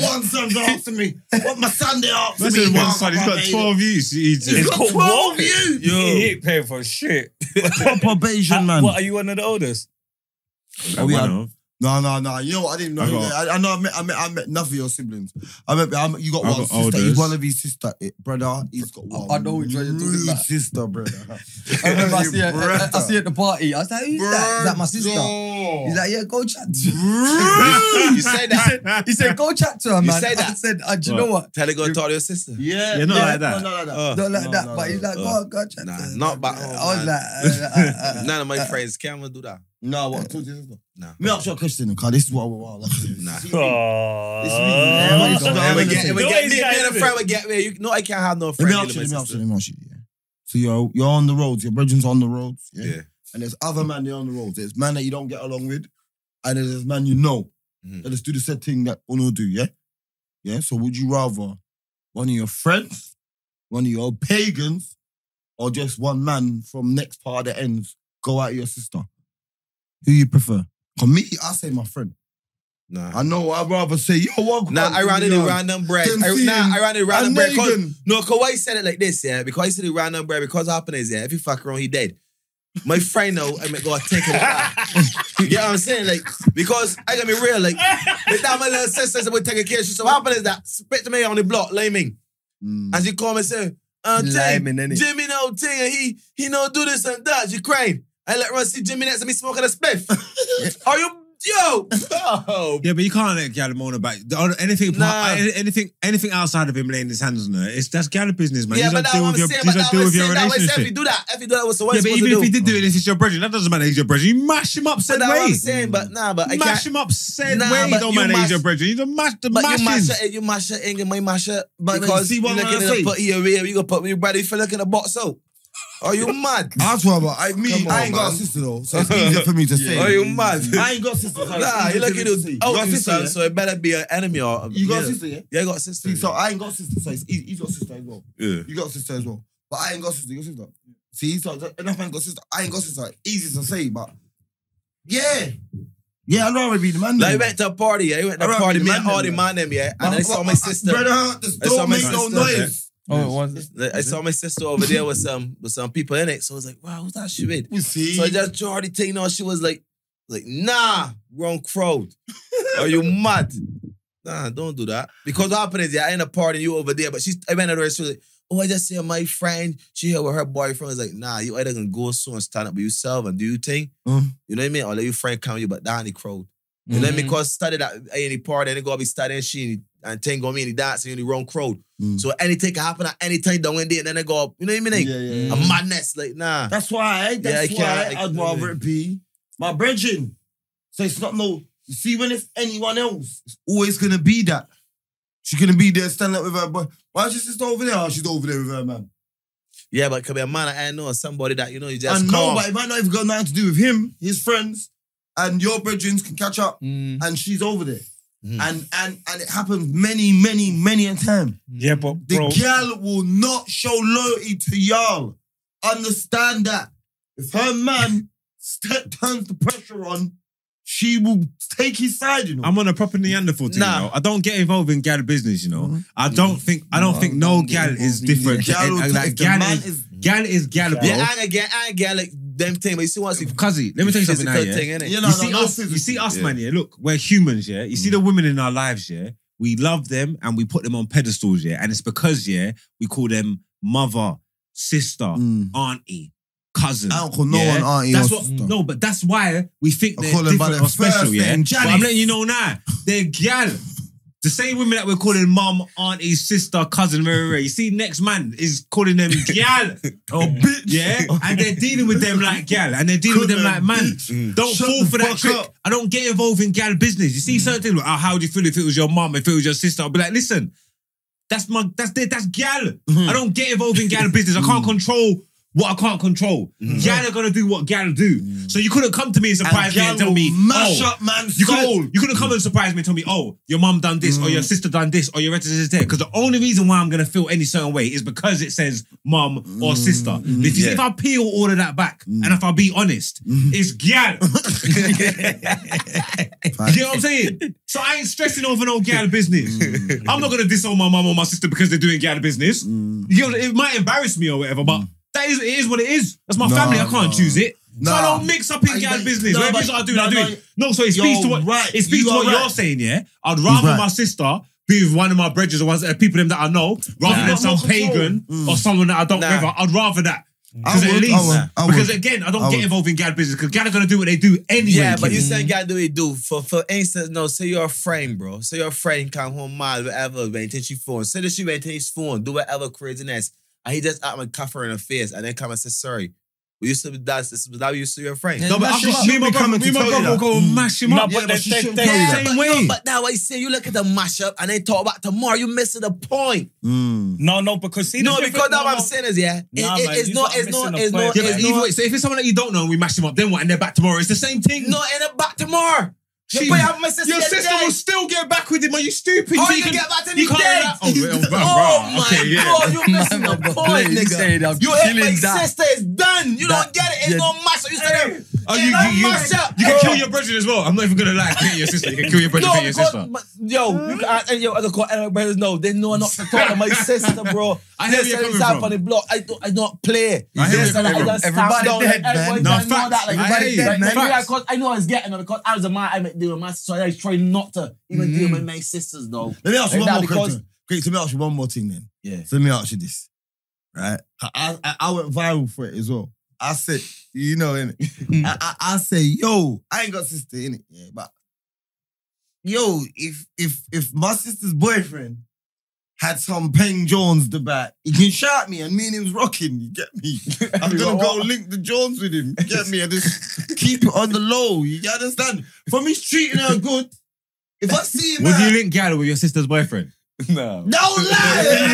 Speaker 2: My one son's asking me, what my son they asked
Speaker 1: That's
Speaker 2: me.
Speaker 1: his one
Speaker 2: Mark,
Speaker 1: son. He's got
Speaker 2: baby.
Speaker 1: 12 views. He's
Speaker 2: He's
Speaker 1: just
Speaker 2: got 12 you.
Speaker 3: Yo. He ain't paying for shit.
Speaker 2: Proper Bayesian man.
Speaker 3: What, are you one of the oldest?
Speaker 1: Oh,
Speaker 2: we
Speaker 1: one
Speaker 2: are-
Speaker 1: of.
Speaker 2: No, no, no. You know what? I didn't know.
Speaker 1: I
Speaker 2: I,
Speaker 1: got-
Speaker 2: I, I know. I met, I met. I met none of your siblings. I met. I met you got
Speaker 1: I
Speaker 2: one
Speaker 1: got
Speaker 2: sister. He's
Speaker 1: elders.
Speaker 2: one of his sister, eh, brother. He's got one.
Speaker 4: I know which one you're talking
Speaker 2: rude
Speaker 4: about.
Speaker 2: Sister, brother.
Speaker 4: I remember I see, her, I,
Speaker 2: Brother.
Speaker 4: I see her at the party. I was like, who's that? Is that my sister? He's like, yeah, go chat to her.
Speaker 5: You say that.
Speaker 4: He said, go chat to her, man.
Speaker 5: You say
Speaker 4: I
Speaker 5: that?
Speaker 4: said, uh, do you
Speaker 1: What?
Speaker 4: know what?
Speaker 5: Tell her go talk to your sister.
Speaker 2: yeah,
Speaker 1: Yeah, not
Speaker 2: yeah,
Speaker 1: like that.
Speaker 2: No, not like that.
Speaker 5: Uh,
Speaker 4: Not like
Speaker 2: No,
Speaker 4: that,
Speaker 2: no,
Speaker 4: but
Speaker 2: no,
Speaker 4: he's like,
Speaker 5: no.
Speaker 4: go, go chat
Speaker 5: Nah,
Speaker 4: to her.
Speaker 5: not back
Speaker 2: Oh,
Speaker 4: I
Speaker 5: home, man.
Speaker 4: was like, uh, uh, uh, uh.
Speaker 5: None of my friends can do that.
Speaker 2: no, what? Talk to your sister.
Speaker 5: Nah.
Speaker 2: Me ask your question, because this is what we're all
Speaker 5: Nah.
Speaker 2: Everybody
Speaker 4: don't
Speaker 5: It
Speaker 2: everybody don't.
Speaker 5: would get, it
Speaker 4: ever
Speaker 5: would
Speaker 3: No,
Speaker 5: get
Speaker 3: he's
Speaker 5: me, me
Speaker 3: not
Speaker 5: and a
Speaker 3: even.
Speaker 5: friend would get me. You know I can't have no
Speaker 2: Let
Speaker 5: friend.
Speaker 2: me ask you. Let me ask you. Let me ask you. Yeah. So you're you're on the roads. Your brethren's on the roads. Yeah.
Speaker 5: Yeah.
Speaker 2: And there's other man they're on the roads. There's man that you don't get along with, and there's this man you know
Speaker 5: Mhm.
Speaker 2: that just do the same thing that Ono do. Yeah. Yeah. So would you rather one of your friends, one of your pagans, or just one man from next part of the ends go out with your sister? Who you prefer? For me, I say my friend.
Speaker 5: Nah.
Speaker 2: I know. I'd rather say yo. What
Speaker 5: Nah, I ran in the random bread.
Speaker 2: Them
Speaker 5: I,
Speaker 2: seeing
Speaker 5: nah, I ran in the random
Speaker 2: And
Speaker 5: bread. 'Cause-
Speaker 2: Megan.
Speaker 5: No, because why he said it like this, yeah? Because he said the random bread, because what happened is, yeah, if you fuck around, he dead. My friend now, I might go take him out. You get what I'm saying? Like, because I got me real, like, this time my little sister said we take a care. She said, what happened is that spit to me on the block, laming.
Speaker 2: Mm.
Speaker 5: And she called me and said, uh, Ting,
Speaker 4: Liming, innit?
Speaker 5: Jimmy no ting, and he he no do this and that. She crying. I let her see Jimmy next to me smoking a spliff. Are you yo? Oh,
Speaker 1: Yeah, but you can't let Gallo moan about the other- anything.
Speaker 5: Nah.
Speaker 1: anything, anything outside of him laying his hands on her. It's that's Gallo business, man.
Speaker 5: yeah,
Speaker 1: you
Speaker 5: but
Speaker 1: don't
Speaker 5: that
Speaker 1: deal
Speaker 5: one
Speaker 1: with your,
Speaker 5: saying,
Speaker 1: you
Speaker 5: but
Speaker 1: don't
Speaker 5: that
Speaker 1: deal
Speaker 5: one
Speaker 1: with your
Speaker 5: saying, that one saying, if you
Speaker 1: relationship.
Speaker 5: do that, if you do that, what's the
Speaker 1: Yeah,
Speaker 5: worst
Speaker 1: but
Speaker 5: supposed to
Speaker 1: even if
Speaker 5: do?
Speaker 1: he did do it, it's your brother. That doesn't matter. He's your brother. You mash him up
Speaker 5: but
Speaker 1: said
Speaker 5: that's what I'm
Speaker 1: way.
Speaker 5: saying, but nah, but I
Speaker 1: Mash
Speaker 5: can't.
Speaker 1: him up said
Speaker 5: Nah,
Speaker 1: way.
Speaker 5: but
Speaker 1: Don't
Speaker 5: you
Speaker 1: matter. He's
Speaker 5: mash-
Speaker 1: your brother. You don't mash the
Speaker 5: But you mash
Speaker 1: mashings.
Speaker 5: it, you mash it, and you might mash it
Speaker 2: But
Speaker 5: because
Speaker 2: see what
Speaker 5: you're
Speaker 2: I'm
Speaker 5: not gonna
Speaker 2: saying?
Speaker 5: put your rear, you gonna put your brother, you feel like in a box out. Are you mad?
Speaker 2: That's why, but I me,
Speaker 5: Come on,
Speaker 2: I ain't got a
Speaker 5: man.
Speaker 2: sister though, so it's easier for me to say.
Speaker 5: Are you mad?
Speaker 2: I
Speaker 5: ain't got sister. Nah, you look at
Speaker 2: got
Speaker 5: it. Oh,
Speaker 2: sister, yeah?
Speaker 5: sister, so it better be an enemy or
Speaker 2: You got a
Speaker 5: yeah.
Speaker 2: sister, yeah?
Speaker 5: Yeah, I got a sister.
Speaker 2: See, so I ain't got a sister, so it's easy. He's got a sister as well.
Speaker 1: Yeah.
Speaker 2: You got a sister as well, but I ain't got a sister. Your sister. See, so enough. I ain't got a sister. I ain't got a sister. Easy to say, but yeah, yeah. I know I would be the man.
Speaker 5: Like, I
Speaker 2: then.
Speaker 5: went to a party, yeah. I went to
Speaker 2: I
Speaker 5: a party,
Speaker 2: remember
Speaker 5: me
Speaker 2: the
Speaker 5: and
Speaker 2: man
Speaker 5: Hardy
Speaker 2: them,
Speaker 5: man them, yeah. And I
Speaker 2: But-
Speaker 5: saw my
Speaker 2: but-
Speaker 5: sister.
Speaker 2: Brother, just
Speaker 5: I saw
Speaker 2: don't
Speaker 5: my
Speaker 2: make no
Speaker 5: sister.
Speaker 2: noise.
Speaker 4: Oh, it was.
Speaker 5: Like, I saw my sister over there with some with some people in it. So I was like, wow, who's that shit with?
Speaker 2: We see.
Speaker 5: So I just Jordy thing on. She was like, like, nah, wrong crowd. Are you mad? Nah, don't do that. Because what happened is, yeah, I in a party, you over there, but she's I went at her, she was like, Oh, I just see my friend. She here with her boyfriend. It's like, nah, you either gonna go soon and stand up with yourself and do your thing.
Speaker 2: Mm. Mm-hmm.
Speaker 5: You know what I mean? Or let your friend come you, but down the crowd. You know what I mean? Because started at any party, and they go be starting she and thing go me and dance in the wrong crowd.
Speaker 2: Mm.
Speaker 5: So anything can happen at any time down in there, and then they go up. You know what I mean? Like,
Speaker 2: Yeah, yeah, yeah.
Speaker 5: A madness, like nah.
Speaker 2: That's why. eh? That's
Speaker 5: Yeah, I
Speaker 2: why
Speaker 5: can't- I-
Speaker 2: I'd rather it be my brethren. So it's not no. You see, when it's anyone else, it's always gonna be that. She's gonna be there, standing up with her boy. Why is your sister over there? Oh, she's over there with her man.
Speaker 5: Yeah, but it could be a man I know, somebody that you know you just
Speaker 2: and no,
Speaker 5: call.
Speaker 2: but it might not even got nothing to do with him, his friends, and your brethren can catch up,
Speaker 1: Mm-hmm.
Speaker 4: Mm.
Speaker 2: and she's over there.
Speaker 5: Mm.
Speaker 2: And and and it happens many, many, many a time.
Speaker 1: Yeah, but
Speaker 2: The
Speaker 1: bro,
Speaker 2: girl will not show loyalty to y'all. Understand that. If her man step turns the pressure on, she will take his side, you know.
Speaker 1: I'm on a proper Neanderthal thing,
Speaker 5: Nah. Mm-hmm.
Speaker 1: you know. I don't get involved in gal business, you know. I don't think I don't
Speaker 4: No,
Speaker 1: think no
Speaker 4: don't get
Speaker 1: gal is
Speaker 4: involved in
Speaker 1: different.
Speaker 2: Gal
Speaker 1: to-
Speaker 2: will
Speaker 1: like,
Speaker 2: take-
Speaker 1: like,
Speaker 2: if the
Speaker 1: gal
Speaker 2: man
Speaker 1: is,
Speaker 2: is-
Speaker 1: gal is gal, bro.
Speaker 5: Yeah, I ain't get, I ain't get like them thing. But you see, once you
Speaker 1: Cuzzy, let me tell you something now,
Speaker 5: physical
Speaker 1: yeah.
Speaker 5: thing, innit?
Speaker 2: You
Speaker 1: you
Speaker 2: know, no,
Speaker 1: see
Speaker 2: no, Mm.
Speaker 1: us,
Speaker 2: no,
Speaker 1: you see us,
Speaker 5: yeah.
Speaker 1: man. Yeah, look, we're humans. Yeah, you see the women in our lives. Yeah, we love them and we put them on pedestals. Yeah, and it's because yeah, we call them mother, sister,
Speaker 2: Mm.
Speaker 1: auntie, cousin.
Speaker 2: I don't call no one auntie
Speaker 1: That's
Speaker 2: or
Speaker 1: what.
Speaker 2: sister.
Speaker 1: No, but that's why we think
Speaker 2: I
Speaker 1: they're
Speaker 2: call them by
Speaker 1: different
Speaker 2: their
Speaker 1: or special.
Speaker 2: first
Speaker 1: Yeah,
Speaker 2: name,
Speaker 1: but I'm
Speaker 2: Janice.
Speaker 1: letting you know now, they're gal. The same women that we're calling mum, auntie, sister, cousin, rah, rah, rah. You see, next man is calling them gal.
Speaker 2: Oh, bitch.
Speaker 1: Yeah, and they're dealing with them like gal, and they're dealing with them like man. Don't
Speaker 2: Shut
Speaker 1: fall
Speaker 2: the
Speaker 1: for that
Speaker 2: fuck
Speaker 1: trick.
Speaker 2: up. Mm.
Speaker 1: I don't get involved in gal business. You see, certain things. Like, oh, how do you feel if it was your mum? If it was your sister? I'll be like, listen, that's my that's their- that's gal.
Speaker 2: Mm-hmm.
Speaker 1: I don't get involved in gal business. I can't control. What I can't control,
Speaker 2: Mm-hmm.
Speaker 1: gal are gonna do what gal do. So you couldn't come to me and surprise me
Speaker 2: gal
Speaker 1: and tell
Speaker 2: Mm-hmm.
Speaker 1: me,
Speaker 2: will mash
Speaker 1: oh,
Speaker 2: up man's
Speaker 1: you
Speaker 2: soul.
Speaker 1: couldn't, you couldn't come and surprise me and tell me, oh, your mum done this, or
Speaker 2: Mm.
Speaker 1: your sister done this, or your relative is there. Because the only reason why I'm going to feel any certain way is because it says mum or
Speaker 2: Mm.
Speaker 1: sister. If, you-
Speaker 5: Yeah.
Speaker 1: if I peel all of that back, and if I be honest,
Speaker 2: Mm.
Speaker 1: it's gal. you get what I'm saying? So I ain't stressing over no gal business.
Speaker 2: Mm.
Speaker 1: I'm not going to disown my mum or my sister because they're doing gal business.
Speaker 2: Mm.
Speaker 1: You know, it might embarrass me or whatever, but that is, it is what it is. That's my
Speaker 2: Nah,
Speaker 1: family. I can't
Speaker 2: nah.
Speaker 1: choose it. So I
Speaker 2: Nah.
Speaker 1: don't mix up in
Speaker 2: I-
Speaker 1: gal
Speaker 2: but-
Speaker 1: business.
Speaker 2: no,
Speaker 1: Whatever
Speaker 2: but-
Speaker 1: it is I do,
Speaker 2: no,
Speaker 1: I do
Speaker 2: no,
Speaker 1: it. No, so it speaks
Speaker 2: you're
Speaker 1: to what
Speaker 2: right.
Speaker 1: it speaks
Speaker 2: You
Speaker 1: to
Speaker 2: are
Speaker 1: what you're
Speaker 2: right.
Speaker 1: saying. Yeah, I'd rather
Speaker 2: right.
Speaker 1: my sister be with one of my brethren or ones, uh, people them that I know, rather
Speaker 5: Nah.
Speaker 1: than
Speaker 2: You've got
Speaker 1: some
Speaker 2: more control. Mm.
Speaker 1: pagan or someone that I don't
Speaker 5: Nah.
Speaker 1: revere. I'd rather that.
Speaker 2: I
Speaker 1: Because at
Speaker 2: would, I
Speaker 1: least,
Speaker 2: would, I would.
Speaker 1: because again, I don't
Speaker 2: I
Speaker 1: get
Speaker 2: would.
Speaker 1: involved in gal business because gal are gonna do what they do anyway.
Speaker 5: Yeah, but you
Speaker 1: kid.
Speaker 5: saying gotta do what you do. For for instance, no, say you're a friend, bro. Say your friend come home mad, whatever, maintain she phone. Say that she maintain his phone, do whatever craziness. And he just act my cuff her in the face and then come and say, sorry. We used to that's this that we used to be your friend.
Speaker 1: no, but I've
Speaker 2: mash him
Speaker 1: got
Speaker 2: up.
Speaker 1: me and my
Speaker 2: She'll be
Speaker 1: brother,
Speaker 2: coming
Speaker 1: me and
Speaker 2: to
Speaker 1: my
Speaker 2: tell you
Speaker 1: brother will
Speaker 2: that.
Speaker 1: go and mash him
Speaker 3: No,
Speaker 1: up.
Speaker 3: but
Speaker 2: but
Speaker 3: they-
Speaker 2: she
Speaker 3: they-
Speaker 2: shouldn't
Speaker 3: they-
Speaker 2: tell you
Speaker 5: Yeah,
Speaker 2: that.
Speaker 5: but,
Speaker 1: Same
Speaker 5: no,
Speaker 1: way.
Speaker 5: but now I say you look at the mashup and they talk about tomorrow, you missing the point.
Speaker 1: Mm.
Speaker 3: No, no, because see,
Speaker 5: No,
Speaker 3: the
Speaker 5: because
Speaker 3: difference-
Speaker 5: now
Speaker 3: no,
Speaker 5: I'm
Speaker 3: no.
Speaker 5: saying is yeah, it,
Speaker 3: Nah,
Speaker 5: it-
Speaker 3: man,
Speaker 5: it's
Speaker 3: you
Speaker 5: not,
Speaker 3: lot
Speaker 5: it's
Speaker 3: missing
Speaker 5: not,
Speaker 3: the
Speaker 5: it's
Speaker 3: point.
Speaker 5: not,
Speaker 1: Yeah, but
Speaker 5: it's
Speaker 1: either
Speaker 5: not.
Speaker 1: way, so if it's someone that you don't know and we mash him up, then what? And they're back tomorrow. It's the same thing.
Speaker 5: No, and I'm back tomorrow.
Speaker 1: She-
Speaker 5: You probably have my sister.
Speaker 1: Your
Speaker 5: the
Speaker 1: sister
Speaker 5: day.
Speaker 1: will still get back with him. Are you stupid?
Speaker 5: Oh,
Speaker 1: So
Speaker 5: you
Speaker 1: can-
Speaker 5: get back to
Speaker 1: you
Speaker 5: the
Speaker 1: can't
Speaker 5: dead.
Speaker 1: do that. Oh, well,
Speaker 5: Oh
Speaker 1: well,
Speaker 5: my
Speaker 1: okay, yeah.
Speaker 5: god, you missing the
Speaker 4: Man,
Speaker 5: point,
Speaker 4: you
Speaker 5: nigga.
Speaker 4: said I'm
Speaker 5: You hit my
Speaker 4: killing that.
Speaker 5: sister, it's done. You
Speaker 4: That-
Speaker 5: don't get it, it's
Speaker 4: yeah.
Speaker 5: no match. You said
Speaker 1: Oh,
Speaker 5: it's
Speaker 1: you,
Speaker 5: no
Speaker 1: you, you,
Speaker 5: match up.
Speaker 1: you can kill your brethren as well. I'm not even gonna lie. Kill your sister. You can kill your brethren.
Speaker 5: no,
Speaker 1: for your
Speaker 5: because
Speaker 1: sister.
Speaker 5: my- yo, you can, and yo, I can call and brothers. No, they know not to talk to my sister, bro.
Speaker 1: I hear where
Speaker 5: They
Speaker 1: you're
Speaker 5: said
Speaker 1: coming
Speaker 5: it's up
Speaker 1: from.
Speaker 5: on the block. I don't, I don't play.
Speaker 1: I hear where you're
Speaker 5: They said
Speaker 1: coming
Speaker 5: I
Speaker 1: from.
Speaker 5: just stand
Speaker 4: Everybody
Speaker 5: down,
Speaker 4: dead, man.
Speaker 5: everybody
Speaker 1: No,
Speaker 5: done know
Speaker 1: facts.
Speaker 5: that, like,
Speaker 1: I
Speaker 5: everybody
Speaker 1: hear you.
Speaker 5: dead, man.
Speaker 1: Facts.
Speaker 5: Because I know it's getting on because I was a man. I met deal with my sister. I was trying not to even deal
Speaker 1: Mm-hmm.
Speaker 5: with my sisters though.
Speaker 2: Let me ask you one
Speaker 5: Like that
Speaker 2: more
Speaker 5: because-
Speaker 2: question. Great, so let me ask you one more thing then.
Speaker 5: Yeah.
Speaker 2: So let me ask you this, right? I, I, I went viral for it as well. I said, you know, innit? I, I, I say, yo, I ain't got sister in it, yeah, but yo, if if if my sister's boyfriend had some Peng Jones the back, he can shout me and me and him's rocking. You get me? I'm gonna go link the Jones with him. You get me? And just keep it on the low. You understand? From me treating her good. If I see him,
Speaker 1: Would
Speaker 2: out-
Speaker 1: you link Gal with your sister's boyfriend?
Speaker 5: No.
Speaker 2: Don't lie! There's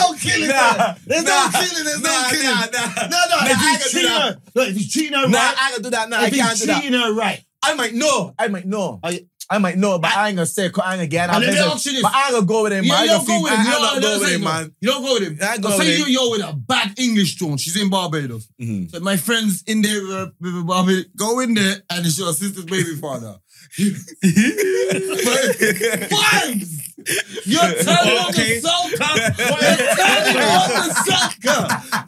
Speaker 2: no killing
Speaker 5: Nah.
Speaker 2: there. There's no killing. There's no
Speaker 5: Nah,
Speaker 2: killing.
Speaker 5: nah, nah.
Speaker 2: No, no.
Speaker 5: Nah, I
Speaker 2: If
Speaker 5: can
Speaker 2: he's
Speaker 5: do
Speaker 2: cheating
Speaker 5: that.
Speaker 2: her, look, if he's cheating her
Speaker 5: Nah,
Speaker 2: right,
Speaker 5: I can do that. Nah, I
Speaker 2: if
Speaker 5: can't
Speaker 2: he's
Speaker 5: do that.
Speaker 2: cheating her right,
Speaker 5: I might know. I might know. I, I might know, but I, ain't gonna say. I ain't gonna get.
Speaker 2: And
Speaker 5: I'm
Speaker 2: then the
Speaker 5: gonna-
Speaker 2: option is-
Speaker 5: But I ain't gonna go with him.
Speaker 2: Yeah,
Speaker 5: man.
Speaker 2: you
Speaker 5: I
Speaker 2: don't
Speaker 5: ain't gonna
Speaker 2: go
Speaker 5: feel-
Speaker 2: with him.
Speaker 5: I-
Speaker 2: You don't, no,
Speaker 5: I'm not going with
Speaker 2: say
Speaker 5: him,
Speaker 2: no.
Speaker 5: man.
Speaker 2: You don't go with him.
Speaker 5: I ain't
Speaker 2: But
Speaker 5: going
Speaker 2: say
Speaker 5: with
Speaker 2: you,
Speaker 5: him.
Speaker 2: you're with a bad English tone. She's in Barbados.
Speaker 5: Mm-hmm.
Speaker 2: So my friend's in there with a, with a Barbados. Go in there and it's your sister's baby father. Vibes! You're turning on
Speaker 1: Okay.
Speaker 2: the soca. You're turning on the soca.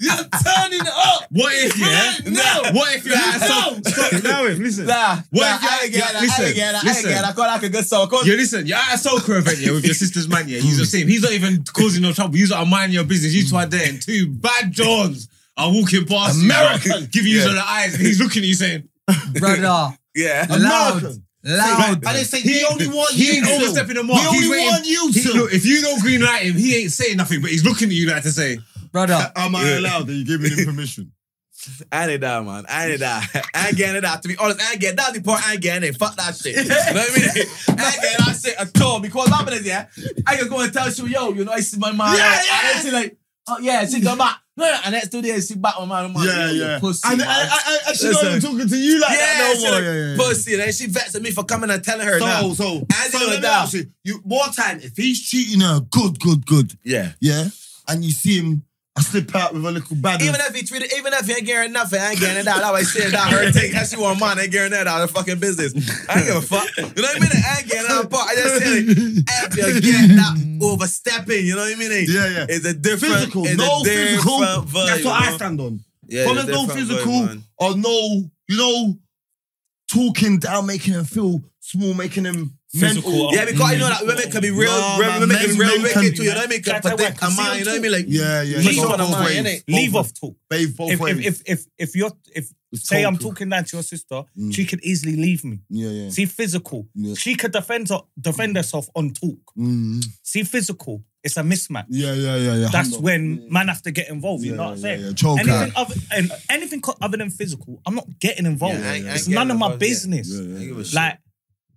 Speaker 2: You're turning up.
Speaker 1: What if yeah?
Speaker 2: Right now.
Speaker 1: What if you're at a
Speaker 2: No.
Speaker 1: soc- Stop it now? If listen.
Speaker 5: Nah,
Speaker 1: What
Speaker 5: nah,
Speaker 1: if you-
Speaker 5: I
Speaker 1: yeah,
Speaker 5: ain't get that. I
Speaker 1: listen,
Speaker 5: ain't get that. I ain't
Speaker 1: listen.
Speaker 5: get that. I call that a good song. I call-
Speaker 1: You listen, you're at a soccer event yeah, with your sister's man, yeah. He's the same. He's not even causing no trouble. He's like, mind your business. You two are there, and two bad Johns are walking past you,
Speaker 2: American.
Speaker 1: like, giving you the eyes, and he's looking at you saying,
Speaker 4: brother.
Speaker 5: Yeah.
Speaker 4: Loud, loud.
Speaker 2: And they say, we only want you
Speaker 1: he ain't
Speaker 2: to.
Speaker 1: overstepping the mark.
Speaker 2: We
Speaker 1: he's
Speaker 2: only
Speaker 1: waiting-
Speaker 2: want you
Speaker 1: he-
Speaker 2: to.
Speaker 1: look, if you don't green light him, he ain't saying nothing, but he's looking at you like to say,
Speaker 4: brother.
Speaker 2: Am I allowed? Are you giving him permission?
Speaker 5: I ain't that, man. I ain't that. I ain't getting it out. To be honest, I ain't getting that. The point, I ain't getting it. Fuck that shit. you know what I mean? I ain't getting that shit at all. Because what happened is, yeah, I can go and tell you, yo, you know, this is my man.
Speaker 2: Yeah,
Speaker 5: And
Speaker 2: yeah.
Speaker 5: then she like, oh, yeah, she come back. No, no, and next two days, she back with my man.
Speaker 2: Yeah,
Speaker 5: you
Speaker 2: yeah.
Speaker 5: Pussy,
Speaker 2: And I,
Speaker 5: man.
Speaker 2: I, I, I should not
Speaker 5: Listen.
Speaker 2: even talking to you like
Speaker 5: yeah,
Speaker 2: that no
Speaker 5: she
Speaker 2: more.
Speaker 5: like,
Speaker 2: Yeah, yeah, yeah.
Speaker 5: pussy. Then she vexed at me for coming and telling her
Speaker 2: so,
Speaker 5: now.
Speaker 2: so,
Speaker 5: I
Speaker 2: so
Speaker 5: know
Speaker 2: let me
Speaker 5: that.
Speaker 2: ask you, you, more time, if he's cheating her, good, good, good,
Speaker 5: Yeah.
Speaker 2: yeah, and you see him slip out with a little bad
Speaker 5: Even if he treated, even if he ain't getting nothing, I ain't getting it out. That's why I said that her take. That's you want mine. I ain't getting that out of the fucking business. I ain't give a fuck. You know what I mean? I ain't getting that part. I just said it. After you get that overstepping, you know what I mean?
Speaker 2: yeah, yeah.
Speaker 5: It's a different,
Speaker 2: Physical,
Speaker 5: it's
Speaker 2: no
Speaker 5: a different
Speaker 2: physical.
Speaker 5: vibe,
Speaker 2: That's what
Speaker 5: you
Speaker 2: I
Speaker 5: know?
Speaker 2: stand on.
Speaker 5: Yeah,
Speaker 2: From
Speaker 5: it's a
Speaker 2: no
Speaker 5: different
Speaker 2: physical
Speaker 5: vibe, man.
Speaker 2: or oh, no, you know, talking down, making him feel small, making him
Speaker 3: Physical
Speaker 2: mental.
Speaker 3: or-
Speaker 5: Yeah, because you know that women can be real,
Speaker 2: Nah,
Speaker 5: real-
Speaker 2: man,
Speaker 5: women can be
Speaker 2: men-
Speaker 5: real
Speaker 2: men can
Speaker 5: wicked
Speaker 2: be-
Speaker 5: too. You know what I mean? Can
Speaker 3: That's how I
Speaker 5: protect a
Speaker 3: can see
Speaker 5: man. You know what I mean? Like,
Speaker 2: Yeah, yeah.
Speaker 5: Leave
Speaker 2: both
Speaker 5: on a man,
Speaker 2: ways.
Speaker 5: innit?
Speaker 3: Leave
Speaker 2: Both-
Speaker 3: off talk.
Speaker 2: Bathe both
Speaker 3: If,
Speaker 2: ways.
Speaker 3: if, if, if, if you're, if,
Speaker 2: It's
Speaker 3: say I'm
Speaker 2: total.
Speaker 3: talking down to your sister,
Speaker 2: Mm.
Speaker 3: she could easily leave me.
Speaker 2: Yeah, yeah.
Speaker 3: See, physical.
Speaker 2: Yeah.
Speaker 3: She could defend, her, defend herself on talk.
Speaker 2: Mm.
Speaker 3: See, physical. It's a mismatch.
Speaker 2: Yeah, yeah, yeah, yeah.
Speaker 3: That's
Speaker 2: Humble.
Speaker 3: when man have to get involved. you know what I'm saying?
Speaker 2: Yeah, Choke
Speaker 3: Anything
Speaker 2: out.
Speaker 3: other, and anything co- other than physical, I'm not getting involved.
Speaker 5: Yeah, I ain't- I ain't
Speaker 3: it's
Speaker 5: getting
Speaker 3: none of my
Speaker 5: involved, yeah.
Speaker 3: business.
Speaker 5: I ain't give a shit.
Speaker 3: Like,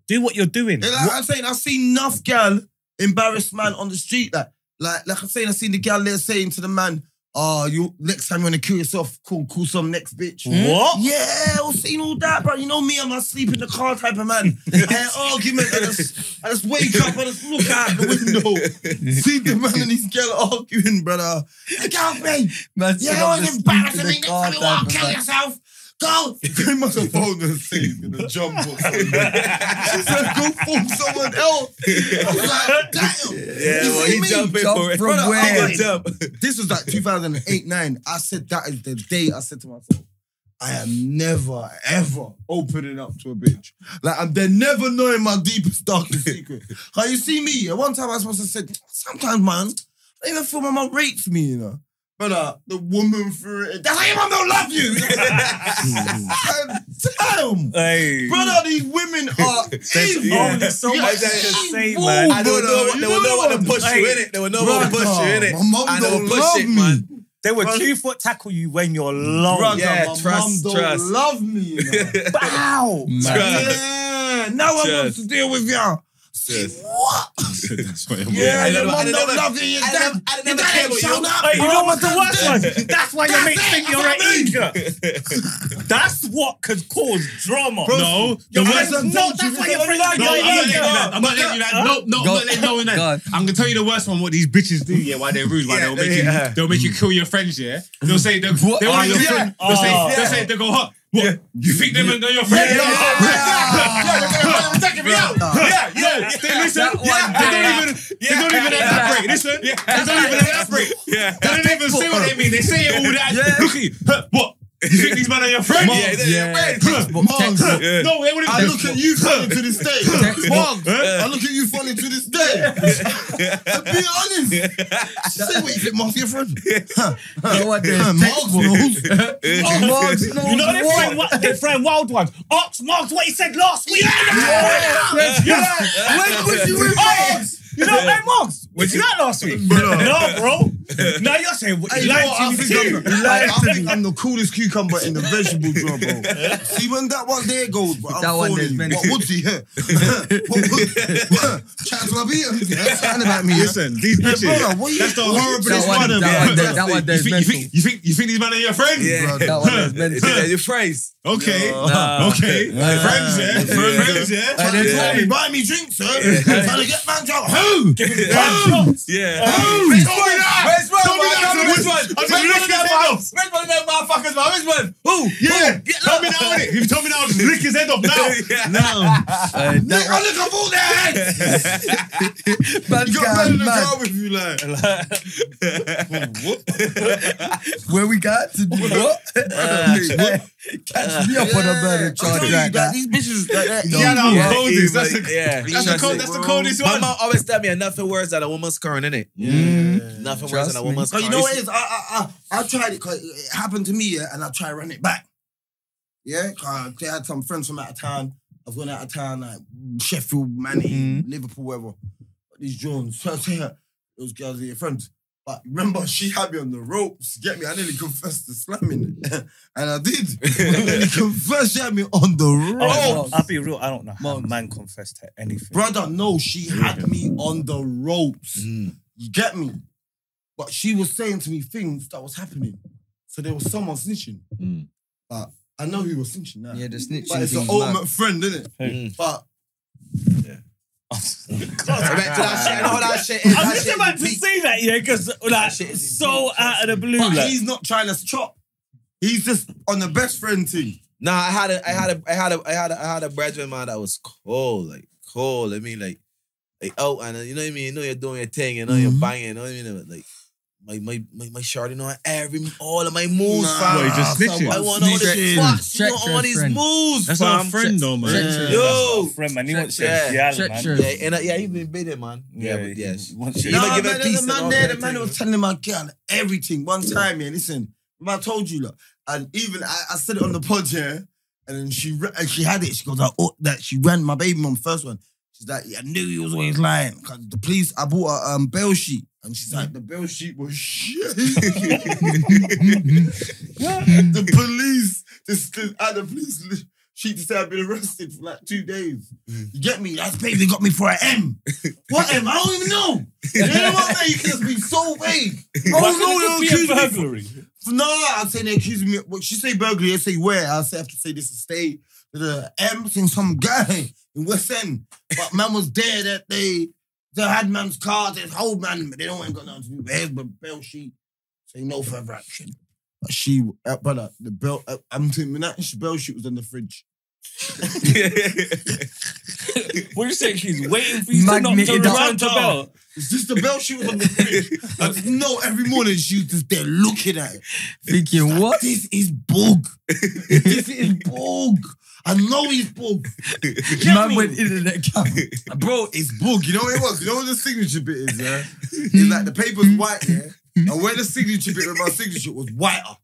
Speaker 3: do what you're doing.
Speaker 2: And like I'm saying, I've seen enough gal embarrassed man on the street. Like, like, like I'm saying, I've seen the gal there saying to the man, "Oh, you next time you wanna kill yourself, call call some next bitch."
Speaker 3: Hmm? What?
Speaker 2: Yeah, I've seen all that, bro. You know me, I'm a sleep in the car type of man. I had argument, I just, I just wake up, I just look out the window, see the man and his gal arguing, brother. Like, help me!
Speaker 4: Man,
Speaker 2: Yeah,
Speaker 4: took
Speaker 2: I
Speaker 4: up the
Speaker 2: was
Speaker 4: sleep
Speaker 2: embarrassed
Speaker 4: in
Speaker 2: to
Speaker 4: the
Speaker 2: me. Next
Speaker 4: car
Speaker 2: time you want
Speaker 4: type
Speaker 2: to
Speaker 4: of
Speaker 2: kill
Speaker 4: man.
Speaker 2: yourself, go. Give him the phone and say he's gonna jump or something. She said, go phone someone else. I was like, damn.
Speaker 5: yeah,
Speaker 2: You
Speaker 5: well,
Speaker 2: see
Speaker 5: he
Speaker 2: me?
Speaker 5: jumping
Speaker 4: Jump
Speaker 5: for it.
Speaker 4: from
Speaker 5: Brother, I'm
Speaker 4: where?
Speaker 5: gonna jump.
Speaker 2: This was like 2008, 9. I said, that is the day I said to myself, I am never, ever opening up to a bitch. Like, I'm, they're never knowing my deepest, darkest secret. Like, you see me, at one time I was supposed to say, sometimes, man, I even feel my mum rapes me, you know. But uh, the woman threw it. That's how your mum don't love you. Damn.
Speaker 3: Hey.
Speaker 2: Brother, these women are evil.
Speaker 3: yeah. There's so
Speaker 2: You're
Speaker 3: much to say, man.
Speaker 5: And they will know what
Speaker 2: You
Speaker 5: they will know what to push you
Speaker 3: Hey.
Speaker 5: in it. They will know what to
Speaker 2: Brother,
Speaker 5: push you in it.
Speaker 2: my mum
Speaker 5: And they will
Speaker 2: don't
Speaker 5: push
Speaker 2: love
Speaker 5: it,
Speaker 2: me.
Speaker 5: man.
Speaker 3: They will
Speaker 2: Brother-
Speaker 3: two foot tackle you when you're low.
Speaker 2: Brother,
Speaker 5: Yeah,
Speaker 2: my mum
Speaker 5: trust,
Speaker 2: don't
Speaker 5: trust.
Speaker 2: love me. You know?
Speaker 3: Bow.
Speaker 2: yeah,
Speaker 5: Mm.
Speaker 2: no one wants to deal with y'all.
Speaker 5: Yes.
Speaker 2: What?
Speaker 1: That's what it was.
Speaker 2: Yeah,
Speaker 5: I
Speaker 2: your
Speaker 5: never- I
Speaker 2: mum
Speaker 5: never-
Speaker 2: don't love you. Your
Speaker 5: I
Speaker 2: dad,
Speaker 5: never- I
Speaker 2: your
Speaker 5: never
Speaker 2: dad
Speaker 5: care
Speaker 2: ain't
Speaker 5: what
Speaker 2: shown
Speaker 5: you-
Speaker 2: up.
Speaker 3: Hey, you know
Speaker 2: bro.
Speaker 3: what the worst
Speaker 2: That's
Speaker 3: was? That's why your
Speaker 2: That's
Speaker 3: mates
Speaker 2: it,
Speaker 3: think you're
Speaker 2: that's
Speaker 3: an eager. That's what could cause drama.
Speaker 1: No, the
Speaker 2: Your man's
Speaker 1: worst-
Speaker 2: on
Speaker 3: No,
Speaker 2: don't
Speaker 3: that's
Speaker 2: you-
Speaker 3: why your friends
Speaker 1: No,
Speaker 3: are
Speaker 1: I'm not letting you
Speaker 3: eager.
Speaker 1: that. I'm not letting you that. Nope, no, I'm not letting no one that.
Speaker 4: God.
Speaker 1: I'm gonna tell you the worst one. What these bitches do, yeah? Why they're rude? Why
Speaker 5: Yeah,
Speaker 1: they'll make you?
Speaker 5: yeah.
Speaker 1: They'll make you kill your friends, yeah? They'll say they, they want
Speaker 4: are
Speaker 1: your
Speaker 4: your
Speaker 1: friend. They'll say
Speaker 3: Oh.
Speaker 1: they'll say they go, huh? What? You think them and they're your friend?
Speaker 2: Yeah, yeah,
Speaker 1: yeah, taking me out. Yeah, yeah. They listen. Yeah, they don't even. They don't even elaborate. Listen. They don't even elaborate.
Speaker 5: Yeah.
Speaker 1: They don't even say what they mean. They say it all that. Look at you. Huh, What? You think these men are your friends?
Speaker 5: Yeah, they're your friends.
Speaker 1: Huh,
Speaker 2: Mom,
Speaker 1: huh, No, they wouldn't.
Speaker 2: I look at you funny to this day. Mom,
Speaker 1: Huh?
Speaker 2: I look at you funny to this day. I'm being honest. Say what you think, Mark, your friend.
Speaker 4: You know what they
Speaker 2: Huh, Mark knows.
Speaker 4: Mark knows
Speaker 3: You know, they friend,
Speaker 4: what?
Speaker 3: wa- they friend wild ones. Ox Marks what he said last week.
Speaker 2: When was you in
Speaker 3: Hey, you know, hey, Marks, was you that last week? No, bro. now you're saying what
Speaker 2: Hey,
Speaker 3: you
Speaker 2: you know what? I
Speaker 3: lied
Speaker 2: think,
Speaker 3: to me.
Speaker 2: I'm,
Speaker 3: too.
Speaker 2: I, I think I'm the coolest cucumber in the vegetable drawer, bro. See, when that one there goes, bro, I'm
Speaker 4: That one
Speaker 2: phoning
Speaker 4: there's
Speaker 2: you.
Speaker 4: many.
Speaker 2: What would he hear? What would what? Chance will be here. That's chatting about me. yeah?
Speaker 1: Listen, these bitches.
Speaker 2: brother, what you-
Speaker 1: that's the
Speaker 2: what you-
Speaker 1: horrible
Speaker 4: That
Speaker 1: one,
Speaker 4: one- that
Speaker 1: bro.
Speaker 4: one- that- that one there's
Speaker 1: you, think, you,
Speaker 4: mental.
Speaker 1: think, you think you think these men are your friends?
Speaker 5: Yeah.
Speaker 4: That one is
Speaker 5: It's
Speaker 4: mental.
Speaker 5: your phrase.
Speaker 1: Okay,
Speaker 5: Nah.
Speaker 1: okay, friends, yeah,
Speaker 5: Yeah.
Speaker 1: friends, yeah.
Speaker 2: Trying to
Speaker 5: Yeah.
Speaker 2: tell me, buy me drinks, sir. Trying to get man drunk. Who? Give me
Speaker 5: Yeah.
Speaker 1: Who's
Speaker 5: Where's one? Where's one? I can't remember Which one? Which one of them motherfuckers? Which one of them motherfuckers? man? Which one? Who?
Speaker 1: Yeah, tell me now, innit? If you tell me now, I'll just lick his head off now.
Speaker 5: No.
Speaker 2: Nick, I look, I've all their heads.
Speaker 4: Bad
Speaker 2: You got
Speaker 4: guy,
Speaker 2: man in the
Speaker 4: mad.
Speaker 2: car with you, like.
Speaker 4: Where we got to do what?
Speaker 5: Uh,
Speaker 4: Catch me up on a murder
Speaker 2: I'm
Speaker 4: charge
Speaker 2: telling you,
Speaker 4: like
Speaker 2: like,
Speaker 4: that.
Speaker 2: these bitches, like, that.
Speaker 1: Yeah, no,
Speaker 5: Yeah,
Speaker 1: coldest.
Speaker 5: even-
Speaker 1: That's the,
Speaker 5: yeah.
Speaker 1: that's the, cold, that's the coldest
Speaker 5: My
Speaker 1: one.
Speaker 5: mom always tell me nothing worse than a woman's current, innit?
Speaker 4: Mm.
Speaker 5: Nothing worse
Speaker 4: Trust
Speaker 5: than a
Speaker 4: me.
Speaker 5: woman's
Speaker 2: But
Speaker 5: current.
Speaker 2: you know what it is? I, I, I, I tried it because it happened to me, yeah, and I tried run it back. Yeah, 'cause they had some friends from out of town. I've gone out of town, like Sheffield, Manny,
Speaker 4: Mhm.
Speaker 2: Liverpool, wherever. But these Jones, so I say her, those girls are your friends. But remember, she had me on the ropes. Get me? I nearly confessed to slamming, and I did. I nearly confessed. She had me on the ropes.
Speaker 4: Oh,
Speaker 3: I'll be real. I don't know how a
Speaker 4: Mugs.
Speaker 3: man confessed to anything.
Speaker 2: Brother, no, she had me on the ropes.
Speaker 5: Mm.
Speaker 2: You get me? But she was saying to me things that was happening. So there was someone snitching.
Speaker 1: Mm.
Speaker 2: But I know who was snitching now.
Speaker 4: Yeah, the snitching
Speaker 2: But it's
Speaker 4: thing's
Speaker 2: an
Speaker 4: mad.
Speaker 2: ultimate friend, isn't it?
Speaker 5: Mm.
Speaker 2: But
Speaker 5: Back to that shit. I know what that shit is.
Speaker 3: I
Speaker 5: That
Speaker 3: was just
Speaker 5: shit
Speaker 3: about
Speaker 5: is
Speaker 3: to
Speaker 5: deep.
Speaker 3: say that, yeah, because like
Speaker 5: shit is
Speaker 3: so out of the blue.
Speaker 2: but
Speaker 3: like,
Speaker 2: he's not trying to chop. He's just on the best friend team.
Speaker 5: Nah, I had a, I had a, I had a, I had a, I had a brethren man that was cold, like cold. I mean, like, like out and uh, you know what I mean. You know you're doing your thing, you know you're banging, you know what I mean. But, like, my my my my shorty know every all of my moves,
Speaker 2: Nah,
Speaker 5: fam.
Speaker 1: What, he just
Speaker 2: someone
Speaker 1: snitching?
Speaker 5: I want all the
Speaker 2: snitching.
Speaker 5: spots, you
Speaker 4: Check
Speaker 5: know
Speaker 4: your
Speaker 5: all these
Speaker 4: friend.
Speaker 5: moves,
Speaker 1: That's
Speaker 5: fam.
Speaker 1: not a friend, though, man.
Speaker 4: Check-
Speaker 5: Yo,
Speaker 3: friend, man, he
Speaker 4: Check-
Speaker 3: wants
Speaker 5: yeah.
Speaker 3: yeah, yeah,
Speaker 4: Check-
Speaker 3: man.
Speaker 4: check.
Speaker 5: yeah, and uh, yeah, he been bidding, man. Yeah, but yes.
Speaker 3: he wants
Speaker 5: You
Speaker 3: your-
Speaker 5: might give her
Speaker 2: man,
Speaker 5: peace
Speaker 2: there's a
Speaker 5: and
Speaker 2: man
Speaker 5: all
Speaker 2: there,
Speaker 5: that
Speaker 2: the man
Speaker 5: thing.
Speaker 2: was telling my girl everything one time, yeah. Listen, remember I told you, look, and even I, I said it on the pod, yeah, and then she re- and she had it. She goes, like, oh, that she ran my baby mom first one. She's like, yeah, I knew he was always lying. Cause the police, I bought a um, bail sheet. And she's
Speaker 5: Mm-hmm.
Speaker 2: like, the bail sheet was shit. the police, this, this, and the police li- she just said I've been arrested for like two days.
Speaker 3: Mm.
Speaker 2: You get me? That's baby got me for an M. What M? I don't even know. You know what I'm saying? You can just be so vague. I
Speaker 3: Why
Speaker 2: don't know.
Speaker 3: couldn't it
Speaker 2: They
Speaker 3: just be a
Speaker 2: accuse me.
Speaker 3: burglary.
Speaker 2: No, I'm saying they accuse me. Well, she say burglary. I say where? I say I have to say this estate. The M in some guy in West End. But man was there that day. They had man's car. There's whole man. But they don't ain't got nothing to do with his but bail sheet. Say no further action. But she, uh, brother, the belt. Uh, I'm thinking that bell sheet was in the fridge.
Speaker 3: What you saying? She's waiting for you to knock to
Speaker 4: Magneted up.
Speaker 3: round to bell.
Speaker 2: It's just the bell she was on the fridge. I just know every morning she was just there looking at it.
Speaker 4: Thinking what?
Speaker 2: This is bog. this is bog. I know it's bog. Get
Speaker 4: Man
Speaker 2: me?
Speaker 4: went in and that
Speaker 2: Bro, it's bog. You know what it was? You know what the signature bit is, yeah? It's like the paper's white, yeah? And where the signature bit with my signature was whiter.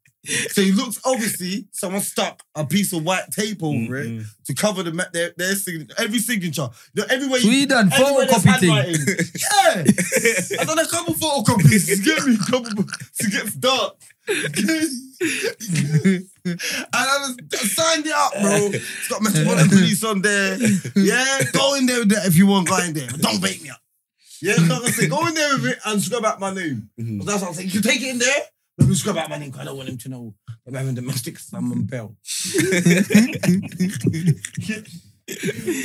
Speaker 2: So he looks, obviously, someone stuck a piece of white tape over it to cover the ma- their, their signature. Every signature. You know, everywhere you
Speaker 4: Sweden
Speaker 2: Everywhere there's
Speaker 4: photocopy thing.
Speaker 2: handwriting. Yeah. I've done a couple photocopies to get me a couple to get dark. and I just signed it up, bro. It's got Metropolitan Police on there. Yeah, go in there with that if you want, go in there. But don't bait me up. Yeah, you know what I'm saying? go in there with it and scrub out my name. But That's what I'm saying. You take it in there, let me scrub out my name 'cause I don't want him to know I'm having domestic salmon bell.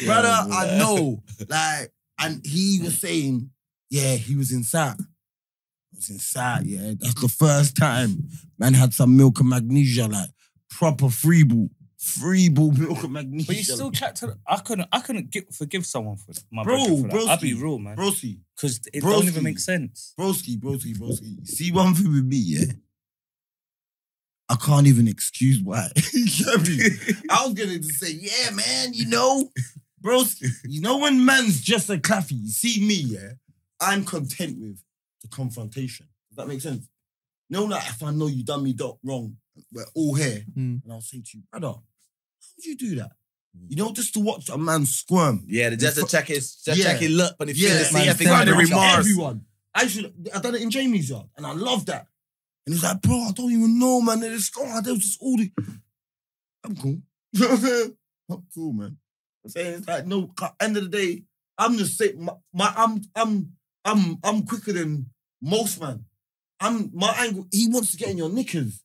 Speaker 2: Brother, I know. Like, and he was saying, yeah, he was inside. He was inside, yeah. That's the first time man had some milk and magnesia, like proper free ball. Free ball milk and magnesia.
Speaker 3: But you still chat to. I couldn't. I couldn't give, forgive someone for that, my
Speaker 2: Bro,
Speaker 3: bro. For that.
Speaker 2: broski.
Speaker 3: I'll be real, man,
Speaker 2: Broski,
Speaker 3: because it
Speaker 2: broski.
Speaker 3: don't even make sense.
Speaker 2: broski, broski, broski. See one thing with me, yeah. I can't even excuse why. You get me? I was gonna just say, yeah, man, you know, broski. You know when man's just a claffy, you see me, yeah. I'm content with the confrontation. Does that make sense? No, like if I know you done me dot wrong, we're all here,
Speaker 4: Mm.
Speaker 2: and I'll say to you, brother, how would you do that? You know, just to watch a man squirm.
Speaker 5: Yeah, just to check his, just
Speaker 2: Yeah.
Speaker 5: check his look and if
Speaker 2: Yeah,
Speaker 5: yeah, see
Speaker 2: man,
Speaker 5: if he got
Speaker 4: thank
Speaker 5: the
Speaker 4: you.
Speaker 5: remorse.
Speaker 2: Everyone. I should I done it in Jamie's yard, and I love that. And he's like, bro, I don't even know, man. They just gone. They was just all the. I'm cool. You know what I'm saying? I'm cool, man. I'm saying it's like no. c- End of the day, I'm just sick. My, my I'm I'm I'm I'm quicker than most man. I'm my angle. He wants to get in your knickers.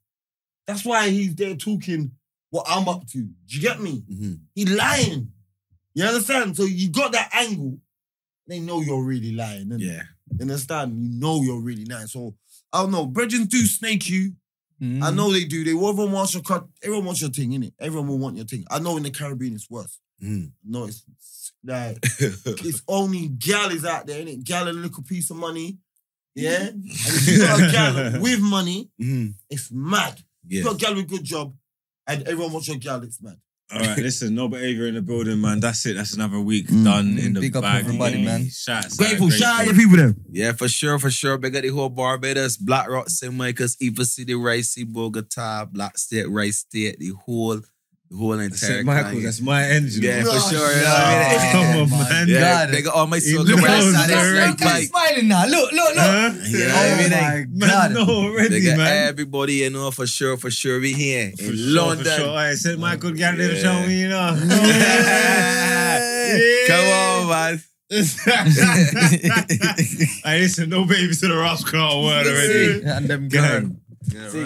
Speaker 2: That's why he's there talking what I'm up to. Do you get me? He lying. You understand? So you got that angle. They know you're really lying. innit?
Speaker 1: Yeah.
Speaker 2: You understand? You know you're really nice. So I don't know. Brethren do snake you.
Speaker 4: Mm.
Speaker 2: I know they do. They everyone wants your cut. Everyone wants your thing, innit? Everyone will want your thing. I know in the Caribbean it's worse.
Speaker 5: Mm.
Speaker 2: No, it's, it's like it's only galleys out there, innit? Gal a little piece of money. Yeah. And if you got a gal with money,
Speaker 5: Mm.
Speaker 2: it's mad. You
Speaker 5: Yeah.
Speaker 2: got a gal with good job and everyone wants your gal, it's mad.
Speaker 1: All right, listen, no behavior in the building, man. That's it. That's another week
Speaker 2: Mm.
Speaker 1: done in the
Speaker 4: Big up
Speaker 1: bag.
Speaker 4: everybody, man.
Speaker 1: Shots,
Speaker 2: Grateful,
Speaker 1: man.
Speaker 2: shout out your people there.
Speaker 5: Yeah, for sure, for sure. Big up the whole Barbados, Black Rock, St. Michael's, Eva City, Ricey, Bogota, Black State, Rice State, the whole, the whole entire.
Speaker 1: St. Michael,
Speaker 5: clan.
Speaker 1: that's my engine.
Speaker 5: yeah,
Speaker 1: man.
Speaker 5: for
Speaker 2: Gosh,
Speaker 5: sure. you know what I mean?
Speaker 1: Oh,
Speaker 4: yeah.
Speaker 1: Come on,
Speaker 4: My
Speaker 1: man.
Speaker 4: God.
Speaker 5: Yeah, they got all my
Speaker 1: It
Speaker 5: soccer when I
Speaker 1: knows
Speaker 5: started
Speaker 1: already.
Speaker 5: straight
Speaker 4: Look,
Speaker 5: like,
Speaker 4: smiling now. Look, look, look.
Speaker 1: Huh?
Speaker 5: you know
Speaker 4: Oh
Speaker 5: what I mean? Like, eh,
Speaker 1: Man,
Speaker 4: my God.
Speaker 1: no
Speaker 5: They
Speaker 1: already,
Speaker 5: got
Speaker 1: man.
Speaker 5: everybody, you know, for sure, for sure. We here
Speaker 1: For
Speaker 5: in
Speaker 1: sure,
Speaker 5: London.
Speaker 1: For sure. All right, St. Michael, get them
Speaker 5: Yeah.
Speaker 1: show me, you know.
Speaker 5: Come on, man.
Speaker 1: I listen, no baby to the rascal word already.
Speaker 4: And them
Speaker 1: Gang.
Speaker 4: girl.